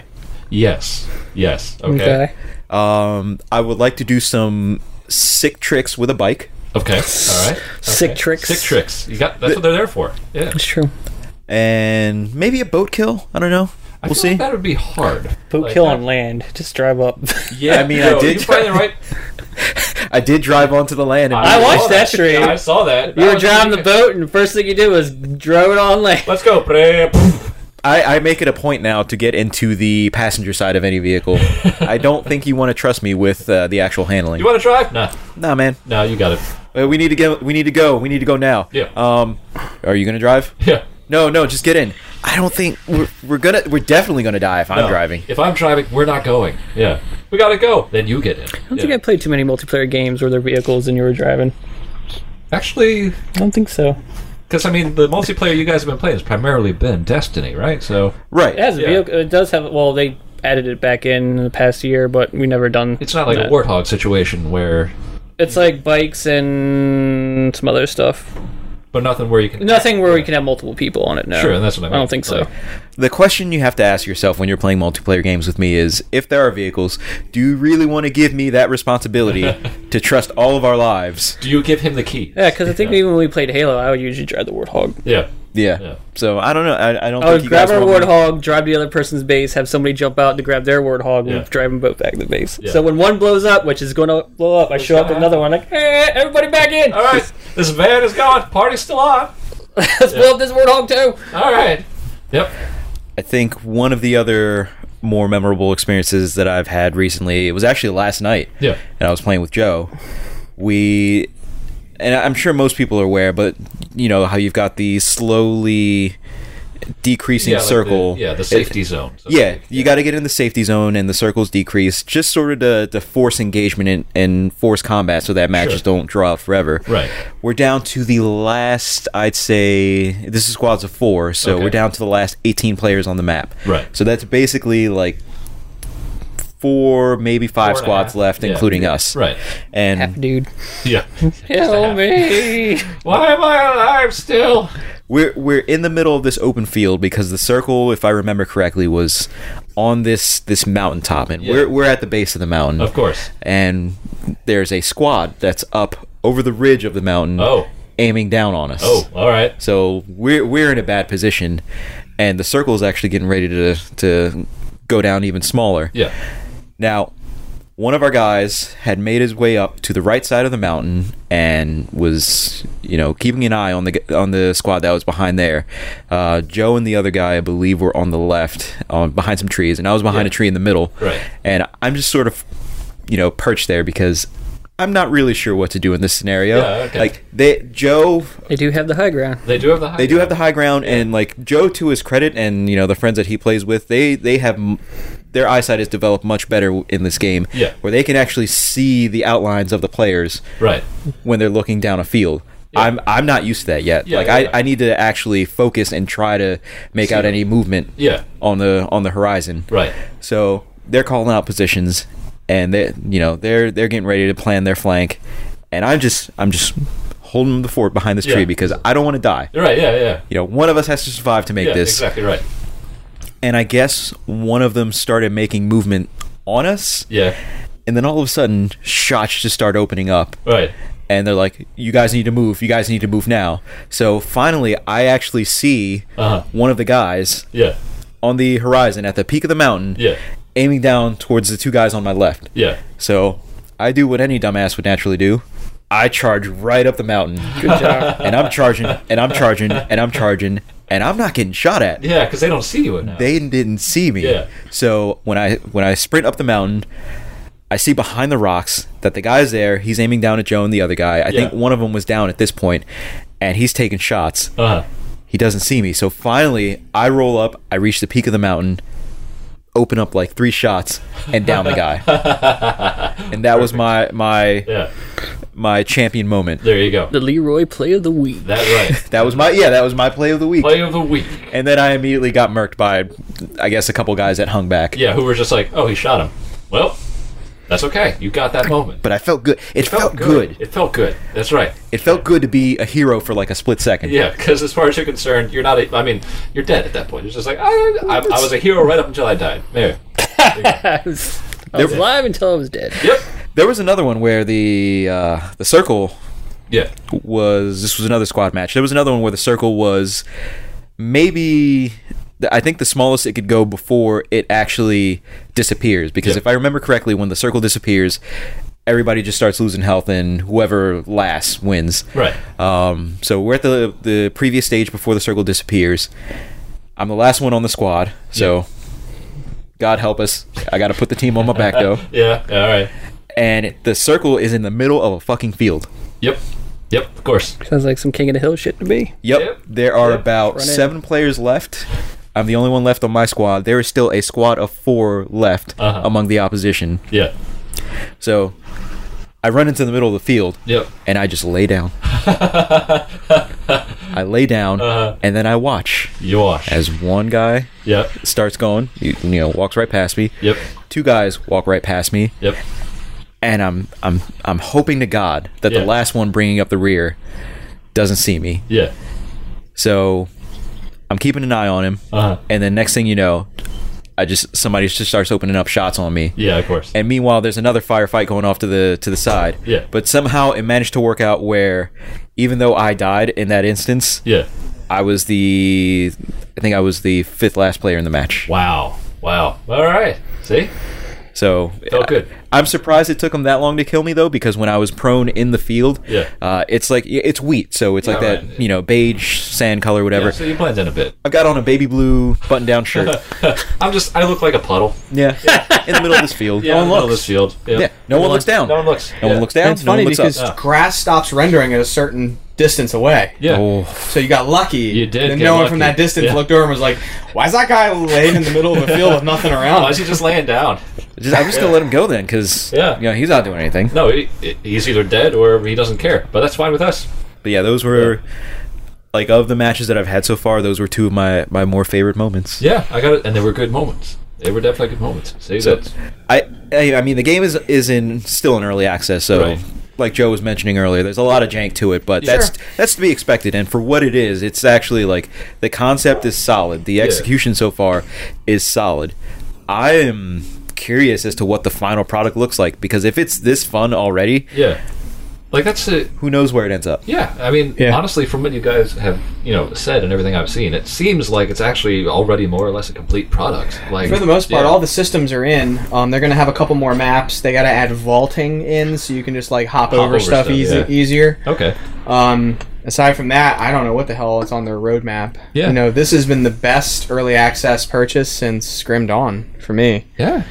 [SPEAKER 1] Yes. Yes. Okay.
[SPEAKER 2] Okay.
[SPEAKER 4] Um, I would like to do some sick tricks with a bike,
[SPEAKER 1] Okay. All right.
[SPEAKER 2] Sick
[SPEAKER 1] Okay.
[SPEAKER 2] tricks.
[SPEAKER 1] Sick tricks. You got. That's what they're there for. Yeah.
[SPEAKER 2] That's true.
[SPEAKER 4] and maybe a boat kill. I don't know.
[SPEAKER 1] I
[SPEAKER 4] We'll
[SPEAKER 1] feel like
[SPEAKER 4] see.
[SPEAKER 1] that would be hard.
[SPEAKER 2] Boot
[SPEAKER 1] Like,
[SPEAKER 2] kill
[SPEAKER 1] I-
[SPEAKER 2] on land. Just drive up. (laughs)
[SPEAKER 1] Yeah.
[SPEAKER 4] I mean, I
[SPEAKER 1] no,
[SPEAKER 4] did-
[SPEAKER 1] You're probably right.
[SPEAKER 4] I did drive onto the land. And
[SPEAKER 2] I
[SPEAKER 1] saw
[SPEAKER 2] watched that stream.
[SPEAKER 1] I saw that.
[SPEAKER 2] you
[SPEAKER 1] That
[SPEAKER 2] were
[SPEAKER 1] was
[SPEAKER 2] driving the
[SPEAKER 1] really-
[SPEAKER 2] boat, and first thing you did was drove it on land.
[SPEAKER 1] Let's go.
[SPEAKER 4] (laughs) I, I make it a point now to get into the passenger side of any
[SPEAKER 1] (laughs)
[SPEAKER 4] vehicle. I don't think you want to trust me with uh, the actual handling.
[SPEAKER 1] You want to drive? Nah.
[SPEAKER 4] nah, man.
[SPEAKER 1] No, you got it. (laughs)
[SPEAKER 4] Uh, We need to get. We need to go. We need to go now.
[SPEAKER 1] Yeah.
[SPEAKER 4] Um, are you gonna drive?
[SPEAKER 1] Yeah.
[SPEAKER 4] No, no. Just get in. I don't think we're, we're gonna. We're definitely gonna die if I'm
[SPEAKER 1] No.
[SPEAKER 4] driving.
[SPEAKER 1] If I'm driving, we're not going. Yeah. We gotta go. Then you get in.
[SPEAKER 2] I don't think I played too many multiplayer games where there were vehicles and you were driving.
[SPEAKER 1] Actually,
[SPEAKER 2] I don't think so.
[SPEAKER 1] because I mean, the multiplayer you guys have been playing has primarily been Destiny, right? So
[SPEAKER 4] Right.
[SPEAKER 2] It has a
[SPEAKER 1] Yeah.
[SPEAKER 2] vehicle. It does have. Well, they added it back in, in the past year, but we never done.
[SPEAKER 1] it's not like
[SPEAKER 2] that.
[SPEAKER 1] a warthog situation where,
[SPEAKER 2] It's like bikes and some other stuff.
[SPEAKER 1] but nothing where you can.
[SPEAKER 2] Nothing where we can have multiple people on it. No,
[SPEAKER 1] Sure, that's what I mean.
[SPEAKER 2] I don't think so.
[SPEAKER 1] Like-
[SPEAKER 4] The question you have to ask yourself when you're playing multiplayer games with me is: If there are vehicles, do you really want to give me
[SPEAKER 1] (laughs)
[SPEAKER 4] that responsibility to trust all of our lives?
[SPEAKER 1] Do you give him the key?
[SPEAKER 2] yeah, because I think even when we played Halo, I would usually drive the Warthog.
[SPEAKER 1] Yeah.
[SPEAKER 4] Yeah.
[SPEAKER 1] Yeah.
[SPEAKER 4] So I don't know. I, I don't
[SPEAKER 2] I
[SPEAKER 4] think
[SPEAKER 2] would
[SPEAKER 4] you
[SPEAKER 2] grab
[SPEAKER 4] guys
[SPEAKER 2] our
[SPEAKER 4] want me-
[SPEAKER 2] Warthog, drive to the other person's base, have somebody jump out to grab their Warthog,
[SPEAKER 1] Yeah.
[SPEAKER 2] and drive them both back to the base.
[SPEAKER 1] Yeah.
[SPEAKER 2] So when one blows up, which is going to blow up, I show up with another one, like, hey, everybody back in!
[SPEAKER 1] All right. This van is gone. Party's still on.
[SPEAKER 2] (laughs) Let's blow up this Warthog too!
[SPEAKER 1] All right. Yep.
[SPEAKER 4] I think one of the other more memorable experiences that I've had recently it was actually last night.
[SPEAKER 1] Yeah.
[SPEAKER 4] and I was playing with Joe, we, and I'm sure most people are aware, but you know how you've got the slowly decreasing
[SPEAKER 1] Yeah, like the-
[SPEAKER 4] circle.
[SPEAKER 1] yeah, the
[SPEAKER 4] It-
[SPEAKER 1] safety zone. So
[SPEAKER 4] yeah, you got to get in the safety zone, and the circles decrease just sort of to, to force engagement and, and force combat, so that matches
[SPEAKER 1] Sure.
[SPEAKER 4] don't draw out forever.
[SPEAKER 1] Right.
[SPEAKER 4] We're down to the last. I'd say this is squads of four, so
[SPEAKER 1] Okay.
[SPEAKER 4] we're down to the last 18 players on the map.
[SPEAKER 1] Right.
[SPEAKER 4] So that's basically like four, maybe five
[SPEAKER 1] Four and a
[SPEAKER 4] squads
[SPEAKER 1] half.
[SPEAKER 4] left,
[SPEAKER 1] Yeah.
[SPEAKER 4] including us.
[SPEAKER 1] Right.
[SPEAKER 4] And
[SPEAKER 2] Dude,
[SPEAKER 1] Yeah.
[SPEAKER 2] kill
[SPEAKER 1] (laughs)
[SPEAKER 2] me!
[SPEAKER 1] Why am I alive still?
[SPEAKER 4] we're we're in the middle of this open field because the circle, if I remember correctly, was on this this mountaintop, and
[SPEAKER 1] Yeah.
[SPEAKER 4] we're we're at the base of the mountain.
[SPEAKER 1] Of course.
[SPEAKER 4] And there's a squad that's up over the ridge of the mountain,
[SPEAKER 1] Oh.
[SPEAKER 4] aiming down on us.
[SPEAKER 1] Oh. All right.
[SPEAKER 4] So we're we're in a bad position, and the circle is actually getting ready to to go down even smaller.
[SPEAKER 1] Yeah.
[SPEAKER 4] Now, one of our guys had made his way up to the right side of the mountain and was, you know, keeping an eye on the g- on the squad that was behind there. Uh, Joe and the other guy, I believe, were on the left, on behind some trees, and I was behind
[SPEAKER 1] Yeah.
[SPEAKER 4] a tree in the middle.
[SPEAKER 1] Right.
[SPEAKER 4] And I'm just sort of, you know, perched there because. I'm not really sure what to do in this scenario.
[SPEAKER 1] Yeah, okay.
[SPEAKER 4] Like they, Joe
[SPEAKER 2] They do have the
[SPEAKER 1] (laughs)
[SPEAKER 2] high ground.
[SPEAKER 1] They do have the. High
[SPEAKER 4] they do have the high ground and like joe to his credit and you know the friends that he plays with they they have m- their eyesight is developed much better w- in this game
[SPEAKER 1] Yeah.
[SPEAKER 4] where they can actually see the outlines of the players
[SPEAKER 1] Right.
[SPEAKER 4] when they're looking down a field I'm, I'm not used to that yet.
[SPEAKER 1] Yeah,
[SPEAKER 4] like
[SPEAKER 1] yeah,
[SPEAKER 4] I,
[SPEAKER 1] yeah.
[SPEAKER 4] I need to actually focus and try to make out
[SPEAKER 1] them.
[SPEAKER 4] any movement
[SPEAKER 1] Yeah.
[SPEAKER 4] on the on the horizon.
[SPEAKER 1] Right.
[SPEAKER 4] So they're calling out positions, and they you know they're they're getting ready to plan their flank, and I'm just I'm just holding the fort behind this
[SPEAKER 1] Yeah.
[SPEAKER 4] tree because I don't want to die
[SPEAKER 1] You're right. Yeah. Yeah.
[SPEAKER 4] you know, one of us has to survive to make
[SPEAKER 1] Yeah.
[SPEAKER 4] this.
[SPEAKER 1] Exactly right.
[SPEAKER 4] And I guess one of them started making movement on us,
[SPEAKER 1] Yeah.
[SPEAKER 4] and then all of a sudden, shots just start opening up.
[SPEAKER 1] Right.
[SPEAKER 4] And they're like, "You guys need to move. You guys need to move now." So finally, I actually see
[SPEAKER 1] Uh-huh.
[SPEAKER 4] one of the guys
[SPEAKER 1] Yeah.
[SPEAKER 4] on the horizon at the peak of the mountain,
[SPEAKER 1] Yeah.
[SPEAKER 4] aiming down towards the two guys on my left.
[SPEAKER 1] Yeah.
[SPEAKER 4] So I do what any dumbass would naturally do. I charge right up
[SPEAKER 1] (laughs)
[SPEAKER 4] the mountain,
[SPEAKER 2] Good job.
[SPEAKER 4] and I'm charging, and I'm charging, and I'm charging, and I'm not getting shot at.
[SPEAKER 1] Yeah. Because they don't see you now.
[SPEAKER 4] they didn't see me.
[SPEAKER 1] Yeah.
[SPEAKER 4] So when I when I sprint up the mountain, I see behind the rocks that the guy's there. He's aiming down at Joe and the other guy. I think
[SPEAKER 1] Yeah.
[SPEAKER 4] one of them was down at this point, and he's taking shots.
[SPEAKER 1] Uh,
[SPEAKER 4] He doesn't see me. So finally, I roll up. I reach the peak of the mountain, open up like three shots, and down
[SPEAKER 1] (laughs)
[SPEAKER 4] the guy. and that was my my
[SPEAKER 1] yeah,
[SPEAKER 4] my champion moment.
[SPEAKER 1] there you go.
[SPEAKER 2] The Leroy play of the
[SPEAKER 1] (laughs)
[SPEAKER 2] week.
[SPEAKER 1] That right.
[SPEAKER 4] That was my yeah. That was my play of the week.
[SPEAKER 1] Play of the week.
[SPEAKER 4] And then I immediately got murked by, I guess, a couple guys that hung back.
[SPEAKER 1] Yeah, who were just like, oh, he shot him. Well, that's okay. You got that moment.
[SPEAKER 4] But I felt good. It felt, good.
[SPEAKER 1] It felt good. That's right.
[SPEAKER 4] It felt good to be a hero for like a split second.
[SPEAKER 1] Yeah, because as far as you're concerned, you're not. A, I mean, you're dead at that point. You're just like, I, I, I was a hero right up until I died. There.
[SPEAKER 2] I was, I was alive until I was dead.
[SPEAKER 1] Yep.
[SPEAKER 4] There was another one where the uh, the circle
[SPEAKER 1] Yeah.
[SPEAKER 4] was this was another squad match. There was another one where the circle was maybe I think the smallest it could go before it actually disappears. Because
[SPEAKER 1] Yeah.
[SPEAKER 4] if I remember correctly, when the circle disappears, everybody just starts losing health, and whoever last wins.
[SPEAKER 1] Right.
[SPEAKER 4] Um, so we're at the the previous stage before the circle disappears. I'm the last one on the squad, so God help us. I got to put the team on my
[SPEAKER 1] (laughs)
[SPEAKER 4] back though.
[SPEAKER 1] Yeah. All right.
[SPEAKER 4] And the circle is in the middle of a fucking field.
[SPEAKER 1] Yep. Yep. Of course.
[SPEAKER 2] Sounds like some King of the Hill shit to me.
[SPEAKER 4] Yep,
[SPEAKER 1] Yep.
[SPEAKER 4] there are
[SPEAKER 1] Yep.
[SPEAKER 4] about
[SPEAKER 2] Run in.
[SPEAKER 4] seven players left. I'm the only one left on my squad. There is still a squad of four left
[SPEAKER 1] Uh-huh.
[SPEAKER 4] among the opposition.
[SPEAKER 1] Yeah.
[SPEAKER 4] So I run into the middle of the field.
[SPEAKER 1] Yep.
[SPEAKER 4] and I just
[SPEAKER 1] (laughs)
[SPEAKER 4] lay down. I lay down,
[SPEAKER 1] Uh-huh.
[SPEAKER 4] and then I watch
[SPEAKER 1] You wash.
[SPEAKER 4] as one guy
[SPEAKER 1] Yep.
[SPEAKER 4] starts going. You, you know, walks right past me.
[SPEAKER 1] Yep.
[SPEAKER 4] Two guys walk right past me,
[SPEAKER 1] Yep.
[SPEAKER 4] and I'm I'm I'm hoping to God that
[SPEAKER 1] Yeah.
[SPEAKER 4] the last one bringing up the rear doesn't see me.
[SPEAKER 1] Yeah.
[SPEAKER 4] So I'm keeping an eye on him,
[SPEAKER 1] Uh huh.
[SPEAKER 4] and then next thing you know, I just somebody just starts opening up shots on me.
[SPEAKER 1] Yeah. Of course.
[SPEAKER 4] And meanwhile, there's another firefight going off to the to the side.
[SPEAKER 1] Yeah.
[SPEAKER 4] But somehow it managed to work out where, even though I died in that instance,
[SPEAKER 1] Yeah.
[SPEAKER 4] I was the, I think I was the fifth last player in the match.
[SPEAKER 1] Wow. Wow. All right. See.
[SPEAKER 4] So
[SPEAKER 1] Felt good.
[SPEAKER 4] I, am surprised it took them that long to kill me though, because when I was prone in the field,
[SPEAKER 1] Yeah.
[SPEAKER 4] uh, it's like it's wheat, so it's like
[SPEAKER 1] Yeah,
[SPEAKER 4] that
[SPEAKER 1] right.
[SPEAKER 4] you know beige sand color, whatever.
[SPEAKER 1] Yeah, so you blend in a bit.
[SPEAKER 4] I've got on a baby blue
[SPEAKER 1] (laughs)
[SPEAKER 4] button-down shirt.
[SPEAKER 1] I'm just. I look like a puddle.
[SPEAKER 4] yeah, in the middle of this field.
[SPEAKER 1] Yeah.
[SPEAKER 4] no
[SPEAKER 1] in the
[SPEAKER 4] one
[SPEAKER 1] middle of
[SPEAKER 4] looks.
[SPEAKER 1] this field.
[SPEAKER 4] Yeah, no, one looks down.
[SPEAKER 1] No one looks.
[SPEAKER 4] No
[SPEAKER 1] Yeah.
[SPEAKER 4] one looks down.
[SPEAKER 3] That's
[SPEAKER 4] no one
[SPEAKER 3] funny
[SPEAKER 4] looks up.
[SPEAKER 3] because grass stops rendering at a certain distance away.
[SPEAKER 1] Yeah.
[SPEAKER 4] Oh,
[SPEAKER 3] So you got lucky.
[SPEAKER 1] You did
[SPEAKER 3] And
[SPEAKER 1] get
[SPEAKER 3] no one
[SPEAKER 1] lucky.
[SPEAKER 3] from that distance
[SPEAKER 1] Yeah.
[SPEAKER 3] looked over and was like, "Why is that guy laying in the middle of a field with nothing
[SPEAKER 1] Why
[SPEAKER 3] around?"
[SPEAKER 1] is (laughs)
[SPEAKER 3] him?"
[SPEAKER 1] he Oh, just laying down?
[SPEAKER 4] just, I'm just gonna let him go then, because
[SPEAKER 1] Yeah.
[SPEAKER 4] you know he's not doing anything.
[SPEAKER 1] No, he, he's either dead or he doesn't care. But that's fine with us.
[SPEAKER 4] But yeah, those were like of the matches that I've had so far. Those were two of my my more favorite moments.
[SPEAKER 1] Yeah, I got it. And they were good moments. They were definitely good moments. See, that's
[SPEAKER 4] I I I mean the game is is in still in early access, so
[SPEAKER 1] Right.
[SPEAKER 4] like Joe was mentioning earlier, there's a lot of jank to it, but that's
[SPEAKER 1] Sure.
[SPEAKER 4] that's to be expected. And for what it is, it's actually like the concept is solid. The execution so far is solid. I am curious as to what the final product looks like because if it's this fun already,
[SPEAKER 1] yeah. Like that's it.
[SPEAKER 4] who knows where it ends up?
[SPEAKER 1] Yeah, I mean,
[SPEAKER 3] Yeah.
[SPEAKER 1] honestly, from what you guys have you know said and everything I've seen, it seems like it's actually already more or less a complete product. Like
[SPEAKER 3] For the most part,
[SPEAKER 1] yeah.
[SPEAKER 3] all the systems are in. Um, they're gonna have a couple more maps. They gotta add vaulting in so you can just like hop, over,
[SPEAKER 1] over
[SPEAKER 3] stuff,
[SPEAKER 1] stuff,
[SPEAKER 3] easy,
[SPEAKER 1] yeah.
[SPEAKER 3] easier.
[SPEAKER 1] okay.
[SPEAKER 3] Um, aside from that, I don't know what the hell is on their roadmap.
[SPEAKER 1] Yeah.
[SPEAKER 3] You know, this has been the best early access purchase since Grim Dawn for me.
[SPEAKER 1] Yeah.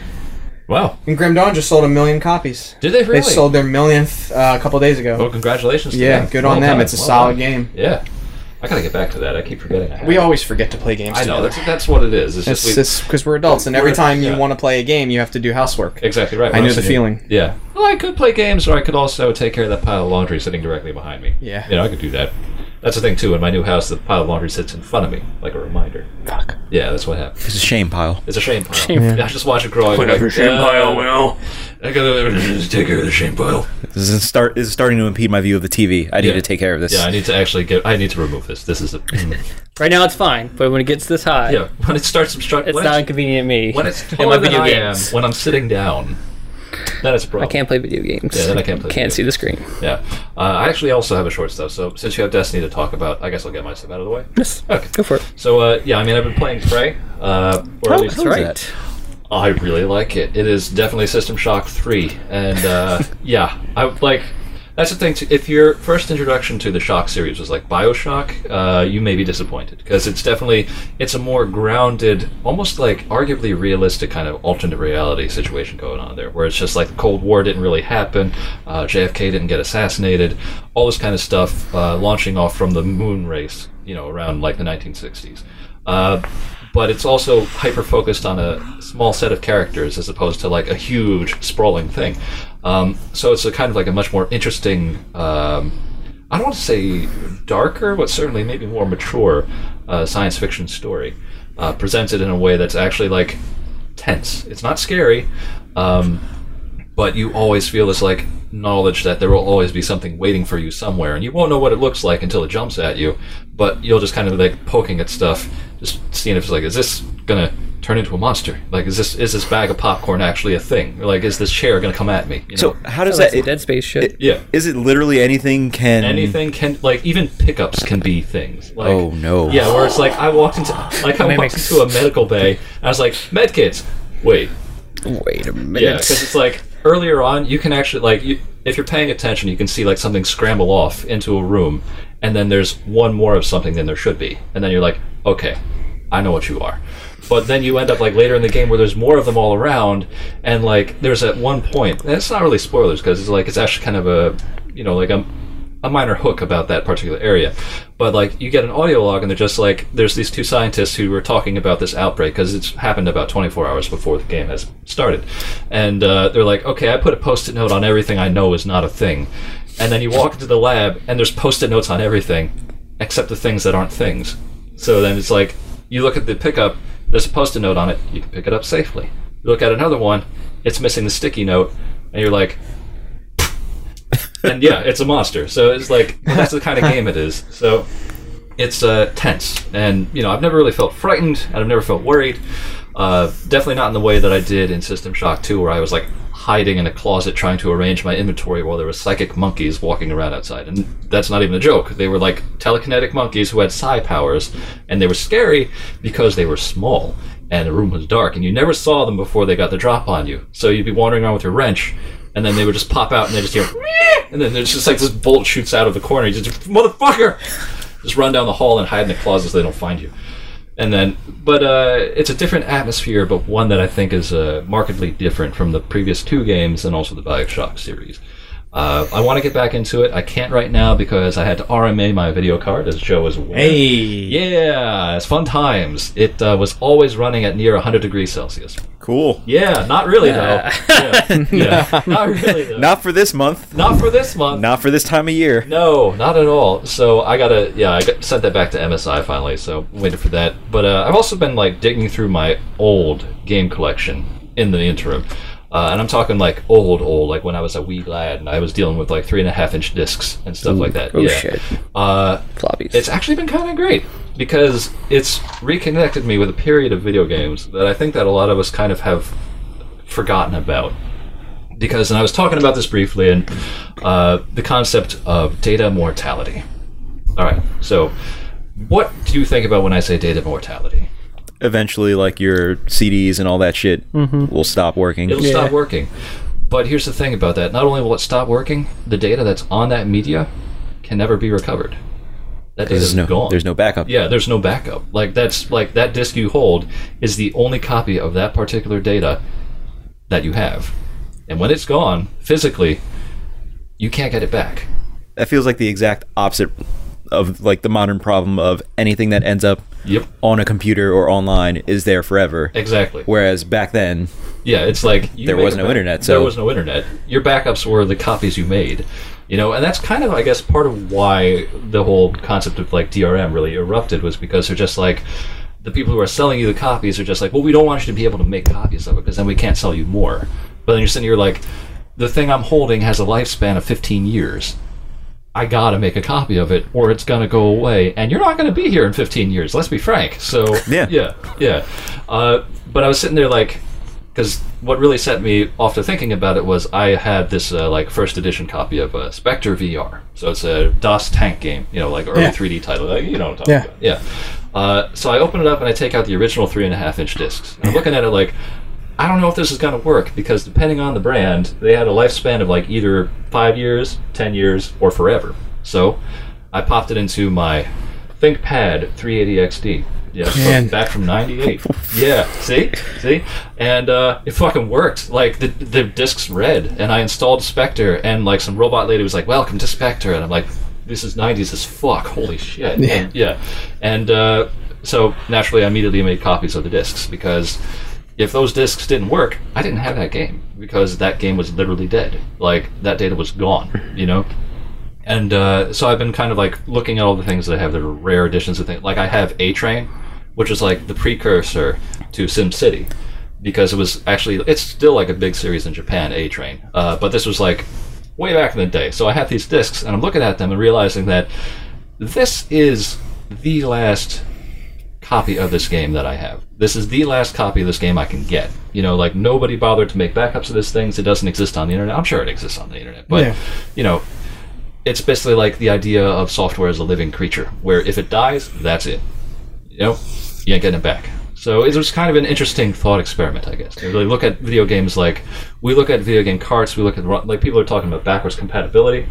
[SPEAKER 1] Wow.
[SPEAKER 3] And Grim Dawn just sold a million copies.
[SPEAKER 1] Did they really?
[SPEAKER 3] They sold their millionth uh, a couple days ago.
[SPEAKER 1] Well, congratulations. To
[SPEAKER 3] Yeah,
[SPEAKER 1] them.
[SPEAKER 3] good on
[SPEAKER 1] Well
[SPEAKER 3] them.
[SPEAKER 1] done.
[SPEAKER 3] It's a
[SPEAKER 1] Well
[SPEAKER 3] solid
[SPEAKER 1] done.
[SPEAKER 3] game.
[SPEAKER 1] Yeah. I gotta get back to that. I keep forgetting. I have
[SPEAKER 3] We
[SPEAKER 1] it.
[SPEAKER 3] always forget to play games.
[SPEAKER 1] I know.
[SPEAKER 3] together.
[SPEAKER 1] That's that's what it is. It's,
[SPEAKER 3] It's
[SPEAKER 1] just we,
[SPEAKER 3] just because we're adults, and every
[SPEAKER 1] We're-
[SPEAKER 3] time you
[SPEAKER 1] yeah.
[SPEAKER 3] want to play a game, you have to do housework.
[SPEAKER 1] exactly right.
[SPEAKER 3] I know
[SPEAKER 1] Honestly,
[SPEAKER 3] the feeling.
[SPEAKER 1] Yeah. Well, I could play games, or I could also take care of that pile of laundry sitting directly behind me.
[SPEAKER 3] Yeah.
[SPEAKER 1] You know, I could do that. That's the thing too. In my new house, the pile of laundry sits in front of me, like a reminder.
[SPEAKER 3] Fuck.
[SPEAKER 1] Yeah, that's what happened.
[SPEAKER 4] It's a shame pile.
[SPEAKER 1] It's a shame pile.
[SPEAKER 2] Shame
[SPEAKER 1] I just watch it grow. Put
[SPEAKER 5] Whatever, shame
[SPEAKER 1] uh,
[SPEAKER 5] pile, well.
[SPEAKER 1] I gotta (laughs) just take care of the shame pile.
[SPEAKER 4] This is start this is starting to impede my view of the TV. I need
[SPEAKER 1] Yeah.
[SPEAKER 4] to take care of this.
[SPEAKER 1] Yeah, I need to actually get. I need to remove this. This is a. mm.
[SPEAKER 2] Right now it's fine, but when it gets this high,
[SPEAKER 1] yeah, when it starts obstructing.
[SPEAKER 2] it's
[SPEAKER 1] When,
[SPEAKER 2] not
[SPEAKER 1] it's-
[SPEAKER 2] inconvenient to me.
[SPEAKER 1] when
[SPEAKER 2] (laughs)
[SPEAKER 1] it's
[SPEAKER 2] in my
[SPEAKER 1] taller than
[SPEAKER 2] video
[SPEAKER 1] I am,
[SPEAKER 2] games.
[SPEAKER 1] when I'm sitting down, that is a problem.
[SPEAKER 2] I can't play video games.
[SPEAKER 1] Yeah, then I can't play video
[SPEAKER 2] Can't see the screen.
[SPEAKER 1] Yeah, uh, I actually also have a short stuff. So since you have Destiny to talk about, I guess I'll get my stuff out of the way.
[SPEAKER 2] Yes.
[SPEAKER 1] Okay.
[SPEAKER 2] Go for it.
[SPEAKER 1] So uh, yeah, I mean, I've been playing Prey. Uh, or at least
[SPEAKER 4] What was Oh, that?
[SPEAKER 1] I really like it. It is definitely System Shock three, and uh, yeah, I like. That's the thing. Too, if your first introduction to the Shock series was like Bioshock, uh, you may be disappointed because it's definitely it's a more grounded, almost like arguably realistic kind of alternate reality situation going on there, where it's just like the Cold War didn't really happen, uh, JFK didn't get assassinated, all this kind of stuff uh, launching off from the moon race, you know, around like the 1960s. Uh, but it's also hyper focused on a small set of characters as opposed to like a huge sprawling thing. Um, so it's a kind of like a much more interesting. Um, I don't want to say darker, but certainly maybe more mature uh, science fiction story uh, presented in a way that's actually like tense. It's not scary, um, but you always feel this like knowledge that there will always be something waiting for you somewhere, and you won't know what it looks like until it jumps at you. But you'll just kind of like poking at stuff, just seeing if it's like, is this gonna turn into a monster? Like, is this is this bag of popcorn actually a thing? Or, like, is this chair gonna come at me? You
[SPEAKER 4] So
[SPEAKER 1] know? Oh,
[SPEAKER 4] how does
[SPEAKER 2] So that's
[SPEAKER 4] that?
[SPEAKER 2] the Dead Space shit.
[SPEAKER 4] it-
[SPEAKER 1] yeah.
[SPEAKER 4] Is it literally anything can
[SPEAKER 1] Anything can like even pickups can be things. Like,
[SPEAKER 4] Mm. Oh, no.
[SPEAKER 1] Yeah, where it's like I walked into like I walked
[SPEAKER 2] Mimics.
[SPEAKER 1] into a medical bay. And I was like med kits. Wait,
[SPEAKER 4] Wait a minute.
[SPEAKER 1] yeah, because it's like earlier on you can actually like you, if you're paying attention, you can see like something scramble off into a room, and then there's one more of something than there should be, and then you're like, okay, I know what you are. But then you end up like later in the game where there's more of them all around, and like there's at one point, and it's not really spoilers because it's like it's actually kind of a you know like um, a a minor hook about that particular area. But like you get an audio log and they're just like there's these two scientists who were talking about this outbreak because it's happened about 24 hours before the game has started, and uh, they're like, okay, I put a post-it note on everything I know is not a thing, and then you walk into the lab and there's post-it notes on everything except the things that aren't things. So then it's like you look at the pickup, there's a post-it note on it, you can pick it up safely. You look at another one, it's missing the sticky note, and you're like, and yeah, it's a monster. So it's like that's the kind of game it is. So it's uh, tense, and you know I've never really felt frightened, and I've never felt worried. Uh, definitely not in the way that I did in System Shock 2, where I was like hiding in a closet trying to arrange my inventory while there were psychic monkeys walking around outside. And that's not even a joke. They were like telekinetic monkeys who had psi powers, and they were scary because they were small and the room was dark, and you never saw them before they got the drop on you. So you'd be wandering around with your wrench, and then they would just pop out, and they just hear, "Meow," and then there's just like this bolt shoots out of the corner. You just motherfucker, just run down the hall and hide in the closet so they don't find you. And then, but uh, it's a different atmosphere, but one that I think is uh, markedly different from the previous two games and also the Bioshock series. Uh, I want to get back into it. I can't right now because I had to RMA my video card, as Joe is aware. Yeah, it's fun times. It uh, was always running at near 100 degrees Celsius.
[SPEAKER 4] Cool.
[SPEAKER 1] Yeah, not really though. Yeah, yeah. not really though.
[SPEAKER 4] Not for this month.
[SPEAKER 1] Not for this month.
[SPEAKER 4] Not for this time of year.
[SPEAKER 1] No, not at all. So I gotta, yeah, I got, sent that back to MSI finally. So waited for that. But uh, I've also been like digging through my old game collection in the interim, uh, and I'm talking like old, old, like when I was a wee lad and I was dealing with like three and a half inch discs and stuff like that.
[SPEAKER 2] oh
[SPEAKER 1] yeah.
[SPEAKER 2] shit.
[SPEAKER 1] Uh,
[SPEAKER 2] Floppies.
[SPEAKER 1] it's actually been kind of great because it's reconnected me with a period of video games that I think that a lot of us kind of have forgotten about. Because, and I was talking about this briefly, and uh, the concept of data mortality. All right, so what do you think about when I say data mortality?
[SPEAKER 4] Eventually, like your CDs and all that shit will stop working.
[SPEAKER 1] It'll stop working. But here's the thing about that: not only will it stop working, the data that's on that media can never be recovered. That data
[SPEAKER 4] There's
[SPEAKER 1] is
[SPEAKER 4] no,
[SPEAKER 1] gone.
[SPEAKER 4] there's no backup.
[SPEAKER 1] yeah there's no backup like that's like that disk you hold is the only copy of that particular data that you have and when it's gone physically you can't get it back
[SPEAKER 4] That feels like the exact opposite of like the modern problem of anything that ends up
[SPEAKER 1] yep
[SPEAKER 4] on a computer or online is there forever.
[SPEAKER 1] exactly
[SPEAKER 4] Whereas back then, (laughs)
[SPEAKER 1] yeah it's like you
[SPEAKER 4] There
[SPEAKER 1] make
[SPEAKER 4] was
[SPEAKER 1] a
[SPEAKER 4] no
[SPEAKER 1] back-
[SPEAKER 4] internet,
[SPEAKER 1] there
[SPEAKER 4] so-
[SPEAKER 1] was no internet your backups were the copies you made you know and that's kind of i guess part of why the whole concept of like drm really erupted was because they're just like the people who are selling you the copies are just like well we don't want you to be able to make copies of it because then we can't sell you more but then you're sitting here like the thing i'm holding has a lifespan of 15 years I gotta make a copy of it, or it's gonna go away, and you're not gonna be here in 15 years. Let's be frank. So
[SPEAKER 4] Yeah.
[SPEAKER 1] yeah, yeah. Uh, but I was sitting there like, because what really set me off to thinking about it was I had this uh, like first edition copy of uh, Spectre VR. So it's a DOS tank game, you know, like early
[SPEAKER 3] Yeah.
[SPEAKER 1] 3D title. Like, you know what I'm talking
[SPEAKER 3] Yeah.
[SPEAKER 1] about? Yeah. Uh, so I open it up and I take out the original three and a half inch discs. I'm looking at it like, I don't know if this is going to work because depending on the brand, they had a lifespan of like either five years, ten years, or forever. So I popped it into my ThinkPad 380XD. Yeah, so
[SPEAKER 4] Man.
[SPEAKER 1] back from '98. yeah, see, see, and uh, it fucking worked. Like the the discs read, and I installed Spectre, and like some robot lady was like, "Welcome to Spectre," and I'm like, "This is '90s as fuck. Holy shit!" Yeah, and, yeah. and uh, so naturally, I immediately made copies of the discs because if those discs didn't work, I didn't have that game because that game was literally dead. Like that data was gone, you know. And uh, so I've been kind of like looking at all the things that I have that are rare editions of things. Like I have A Train, which is like the precursor to Sim City, because it was actually it's still like a big series in Japan. A Train, uh, but this was like way back in the day. So I have these discs, and I'm looking at them and realizing that this is the last copy of this game that I have. This is the last copy of this game I can get. You know, like nobody bothered to make backups of this thing. so It doesn't exist on the internet. I'm sure it exists on the internet, but
[SPEAKER 3] Yeah.
[SPEAKER 1] you know, it's basically like the idea of software as a living creature, where if it dies, that's it. You know, you ain't getting it back. So it was kind of an interesting thought experiment, I guess. They really look at video games like we look at video game carts. We look at like people are talking about backwards compatibility,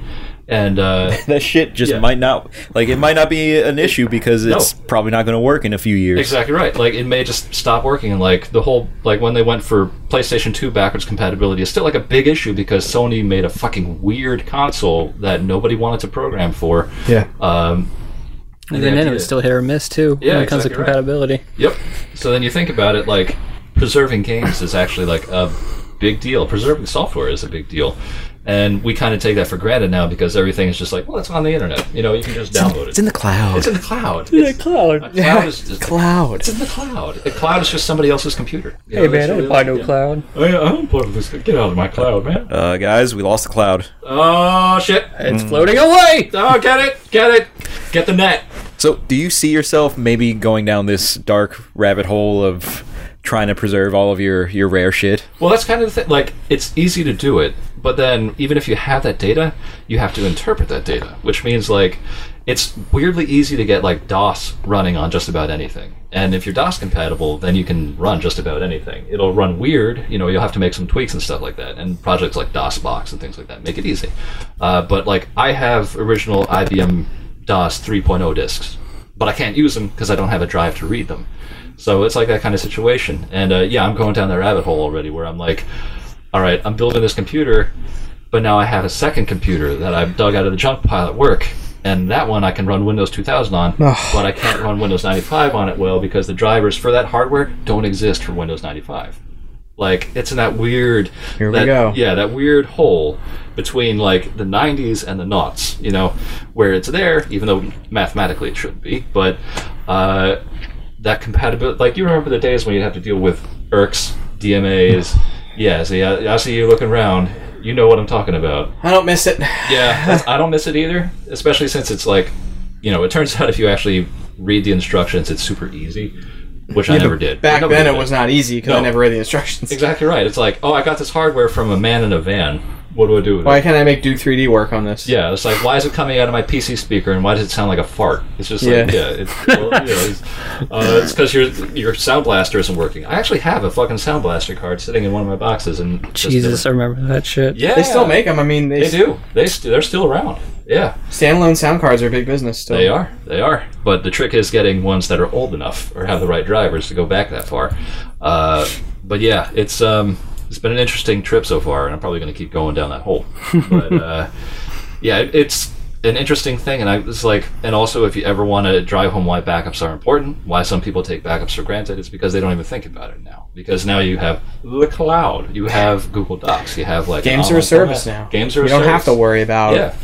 [SPEAKER 1] and uh,
[SPEAKER 4] that shit just
[SPEAKER 1] Yeah.
[SPEAKER 4] might not like it might not be an issue because it's probably not going to work in a few years.
[SPEAKER 1] Exactly right. Like it may just stop working, and like the whole like when they went for PlayStation Two backwards compatibility is still like a big issue because Sony made a fucking weird console that nobody wanted to program for.
[SPEAKER 3] Yeah.
[SPEAKER 1] Um,
[SPEAKER 2] And
[SPEAKER 1] the
[SPEAKER 2] then it
[SPEAKER 1] idea-
[SPEAKER 2] was still hit or miss too
[SPEAKER 1] Yeah,
[SPEAKER 2] when it comes
[SPEAKER 1] exactly
[SPEAKER 2] to
[SPEAKER 1] right.
[SPEAKER 2] compatibility.
[SPEAKER 1] Yep. So then you think about it, like preserving games is actually like a big deal. Preserving software is a big deal, and we kind of take that for granted now because everything is just like, well, it's on the internet. You know, you can just download it.
[SPEAKER 4] It's in the cloud.
[SPEAKER 1] It's (laughs) in the cloud. It's,
[SPEAKER 4] (laughs)
[SPEAKER 2] cloud.
[SPEAKER 1] a cloud is just,
[SPEAKER 4] cloud.
[SPEAKER 1] it's in the cloud. A cloud is just somebody else's computer. You
[SPEAKER 2] Hey
[SPEAKER 1] know, that's
[SPEAKER 2] man, I
[SPEAKER 1] really
[SPEAKER 2] don't buy
[SPEAKER 1] like-
[SPEAKER 2] no
[SPEAKER 1] yeah.
[SPEAKER 2] cloud.
[SPEAKER 1] Oh, yeah, I don't plug this. Get out of my cloud, man.
[SPEAKER 4] Uh, guys, we lost the cloud.
[SPEAKER 1] Oh shit!
[SPEAKER 2] It's floating away.
[SPEAKER 1] Oh, get it, get it, get the net.
[SPEAKER 4] So, do you see yourself maybe going down this dark rabbit hole of trying to preserve all of your your rare shit?
[SPEAKER 1] Well, that's kind of the thing. Like, it's easy to do it, but then even if you have that data, you have to interpret that data, which means like it's weirdly easy to get like DOS running on just about anything. And if you're DOS compatible, then you can run just about anything. It'll run weird, you know. You'll have to make some tweaks and stuff like that. And projects like DOSBox and things like that make it easy. Uh, but like, I have original IBM DOS 3.0 disks but I can't use them because I don't have a drive to read them. So it's like that kind of situation. And uh, yeah, I'm going down that rabbit hole already where I'm like, all right, I'm building this computer, but now I have a second computer that I've dug out of the junk pile at work. And that one I can run Windows 2000 on, but I can't run Windows 95 on it well because the drivers for that hardware don't exist for Windows 95. Like it's in that weird,
[SPEAKER 3] Here we
[SPEAKER 1] that-
[SPEAKER 3] go.
[SPEAKER 1] Yeah, that weird hole between like the '90s and the noughts. You know, where it's there, even though mathematically it should be, but uh, that compatibility. Like you remember the days when you'd have to deal with ERCs, DMAs. yeah, see, I, I see you looking around. You know what I'm talking about.
[SPEAKER 3] I don't miss it.
[SPEAKER 1] Yeah, that's- I don't miss it either, especially since it's like, you know, it turns out if you actually read the instructions, it's super easy, which I never did.
[SPEAKER 3] (laughs) Back
[SPEAKER 1] Nobody
[SPEAKER 3] then,
[SPEAKER 1] did.
[SPEAKER 3] it was not easy because
[SPEAKER 1] No.
[SPEAKER 3] I never read the instructions.
[SPEAKER 1] Exactly right. It's like, oh, I got this hardware from a man in a van. What do I do with
[SPEAKER 3] Why
[SPEAKER 1] it?
[SPEAKER 3] can't I make Duke 3D work on this?
[SPEAKER 1] Yeah, it's like, why is it coming out of my PC speaker and why does it sound like a fart? It's just like, yeah,
[SPEAKER 3] Yeah.
[SPEAKER 1] it's well, you know, it's uh, because your your sound blaster isn't working. I actually have a fucking sound blaster card sitting in one of my boxes, and it's just
[SPEAKER 2] Jesus, I
[SPEAKER 1] never-
[SPEAKER 2] remember that shit.
[SPEAKER 1] yeah,
[SPEAKER 3] They still make them. I mean, they,
[SPEAKER 1] They do. They st- they're still around. Yeah.
[SPEAKER 3] standalone sound cards are a big business still.
[SPEAKER 1] They are. They are. But the trick is getting ones that are old enough or have the right drivers to go back that far. Uh, but yeah, it's um, it's been an interesting trip so far, and I'm probably going to keep going down that
[SPEAKER 3] (laughs)
[SPEAKER 1] hole. But uh, yeah, it, it's an interesting thing, and I it's like, and also if you ever want to drive home why backups are important, why some people take backups for granted, it's because they don't even think about it now. Because now you have the cloud, you have Google Docs, you have like
[SPEAKER 3] Games
[SPEAKER 1] an
[SPEAKER 3] are a
[SPEAKER 1] online
[SPEAKER 3] service
[SPEAKER 1] format.
[SPEAKER 3] now.
[SPEAKER 1] Games are.
[SPEAKER 3] You
[SPEAKER 1] a
[SPEAKER 3] don't have
[SPEAKER 1] service.
[SPEAKER 3] to worry about
[SPEAKER 1] Yeah,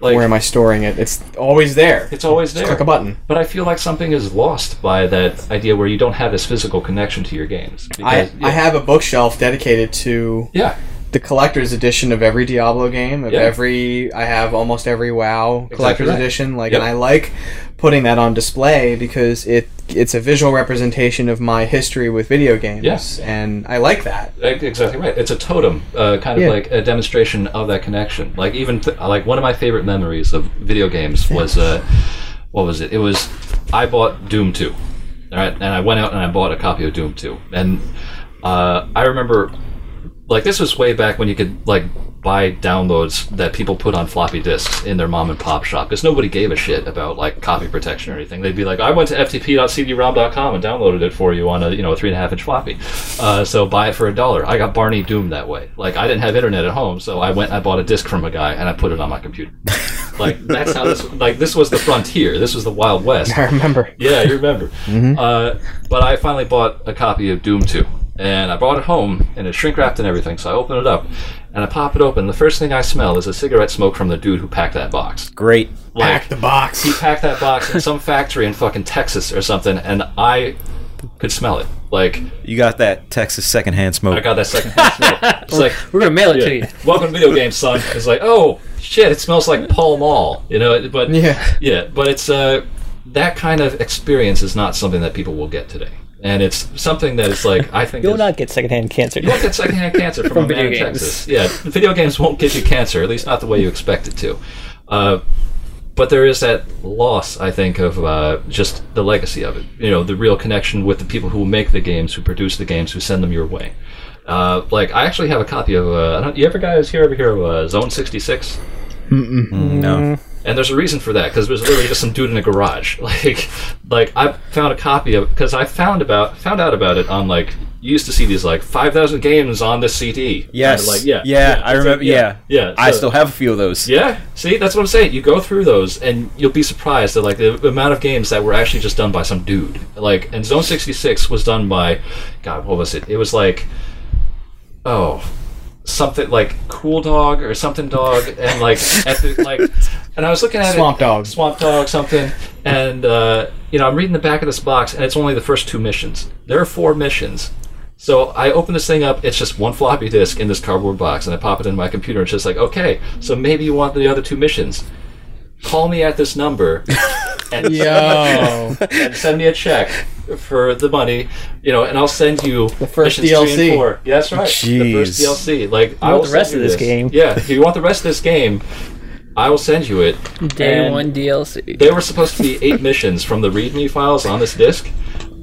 [SPEAKER 1] like
[SPEAKER 3] where am I storing it. It's always there.
[SPEAKER 1] it's always there.
[SPEAKER 3] Click a button.
[SPEAKER 1] But I feel like something is lost by that idea where you don't have this physical connection to your games.
[SPEAKER 3] I,
[SPEAKER 1] Because-
[SPEAKER 3] I have a bookshelf dedicated to
[SPEAKER 1] Yeah,
[SPEAKER 3] the collector's edition of every Diablo game, of
[SPEAKER 1] Yeah.
[SPEAKER 3] every I have almost every WoW collector's
[SPEAKER 1] right.
[SPEAKER 3] edition. Like,
[SPEAKER 1] Yep.
[SPEAKER 3] and I like putting that on display because it it's a visual representation of my history with video games.
[SPEAKER 1] Yes.
[SPEAKER 3] and I like that.
[SPEAKER 1] e- exactly right. It's a totem, uh, kind of
[SPEAKER 3] Yeah.
[SPEAKER 1] like a demonstration of that connection. Like even th- like one of my favorite memories of video games was uh, what was it? It was I bought Doom two, all right, and I went out and I bought a copy of Doom two, and Uh, I remember, like, this was way back when you could like buy downloads that people put on floppy disks in their mom and pop shop because nobody gave a shit about like copy protection or anything. They'd be like, "I went to ftp.cdrom.com and downloaded it for you on a you know a three and a half inch floppy, uh, so buy it for a dollar." I got Barney Doom that way. Like, I didn't have internet at home, so I went, I bought a disc from a guy, and I put it on my computer. like, that's how this like this was the frontier. This was the Wild West.
[SPEAKER 3] I remember.
[SPEAKER 1] Yeah, you remember.
[SPEAKER 3] Mm-hmm.
[SPEAKER 1] Uh, but I finally bought a copy of Doom 2. And I brought it home, and it's shrink wrapped and everything. So I open it up, and I pop it open. The first thing I smell is a cigarette smoke from the dude who packed that box.
[SPEAKER 4] Great.
[SPEAKER 1] Like,
[SPEAKER 3] Pack the box.
[SPEAKER 1] he packed that box in some factory in fucking Texas or something, and I could smell it. Like,
[SPEAKER 4] You got that Texas secondhand
[SPEAKER 1] I
[SPEAKER 4] smoke.
[SPEAKER 1] got that second smell. It's
[SPEAKER 3] (laughs)
[SPEAKER 1] like,
[SPEAKER 2] We're gonna mail it to you.
[SPEAKER 1] yeah, welcome to video games, son. It's like, oh, shit, it smells like Pall Mall. You know, but
[SPEAKER 3] Yeah.
[SPEAKER 1] yeah, but it's uh, that kind of experience is not something that people will get today, and it's something that is like I think
[SPEAKER 2] You'll
[SPEAKER 1] is-
[SPEAKER 2] not get secondhand cancer.
[SPEAKER 1] you won't get secondhand
[SPEAKER 2] (laughs)
[SPEAKER 1] cancer from, a
[SPEAKER 2] video
[SPEAKER 1] man in
[SPEAKER 2] games.
[SPEAKER 1] Texas. Yeah, video games won't give you cancer, at least not the way you expect it to. Uh, but there is that loss, I think, of uh, just the legacy of it. You know, the real connection with the people who make the games, who produce the games, who send them your way. Uh, like I actually have a copy of. Uh, I don't, you ever guys here ever hear of uh, Zone sixty six?
[SPEAKER 4] no.
[SPEAKER 1] And there's a reason for that because it was literally just some dude in a garage. (laughs) Like, like I found a copy of because I found about found out about it on like you used to see these like five thousand games on this CD. Kinda
[SPEAKER 4] Yes.
[SPEAKER 1] like yeah,
[SPEAKER 4] Yeah, I
[SPEAKER 1] it's like,
[SPEAKER 4] remember. yeah.
[SPEAKER 1] yeah.
[SPEAKER 4] I
[SPEAKER 1] so-
[SPEAKER 4] still have a few of those.
[SPEAKER 1] yeah. See, that's what I'm saying. You go through those, and you'll be surprised at like the amount of games that were actually just done by some dude. Like, and Zone 66 was done by, God, what was it? It was like, oh, something like Cool Dog or something Dog, and
[SPEAKER 3] (laughs)
[SPEAKER 1] like, epic, like, and I was looking at
[SPEAKER 3] Swamp
[SPEAKER 1] it,
[SPEAKER 3] Dog.
[SPEAKER 1] Swamp Dog, something, and uh, you know, I'm reading the back of this box, and it's only the first two missions. There are four missions. So I open this thing up. It's just one floppy disk in this cardboard box, and I pop it in my computer. And it's just like, okay, so maybe you want the other two missions. Call me at this
[SPEAKER 3] (laughs)
[SPEAKER 1] number and,
[SPEAKER 3] Yo.
[SPEAKER 1] and send me a check for the money, you know, and I'll send you the
[SPEAKER 3] first
[SPEAKER 1] Three
[SPEAKER 3] DLC.
[SPEAKER 1] and four. Yeah, that's right. The first
[SPEAKER 4] Jeez.
[SPEAKER 1] DLC. Like I
[SPEAKER 2] want
[SPEAKER 1] will
[SPEAKER 2] the rest
[SPEAKER 1] send
[SPEAKER 2] of
[SPEAKER 1] you
[SPEAKER 2] this game.
[SPEAKER 1] Yeah, if you want the rest of this game, I will send you it.
[SPEAKER 2] Day
[SPEAKER 1] And-
[SPEAKER 2] one DLC.
[SPEAKER 1] there were supposed to be
[SPEAKER 2] (laughs)
[SPEAKER 1] eight missions from the README files on this disc.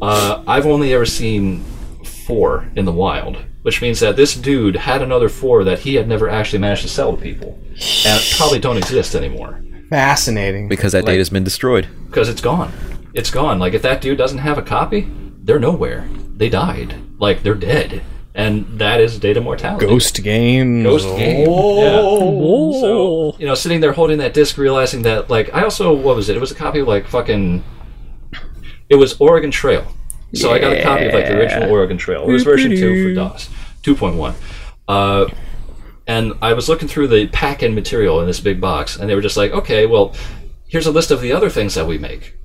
[SPEAKER 1] Uh, I've only ever seen four in the wild, which means that this dude had another four that he had never actually managed to sell to people, and probably don't exist anymore
[SPEAKER 3] (laughs) Fascinating.
[SPEAKER 4] Because that data's been destroyed.
[SPEAKER 1] because it's gone. It's gone. Like if that dude doesn't have a copy, they're nowhere. They died. Like they're dead, and that is data mortality.
[SPEAKER 3] game.
[SPEAKER 1] Ghost game.
[SPEAKER 3] Oh.
[SPEAKER 1] So, you know, sitting there holding that disc, realizing that, like, I also, what was it? It was a copy of, like, fucking. It was Oregon Trail. So I got a copy of, like, the original Oregon Trail. It was version 2 for DOS 2.1. Uh, and I was looking through the pack in material in this big box, and they were just like, okay, well, here's a list of the other things that we make.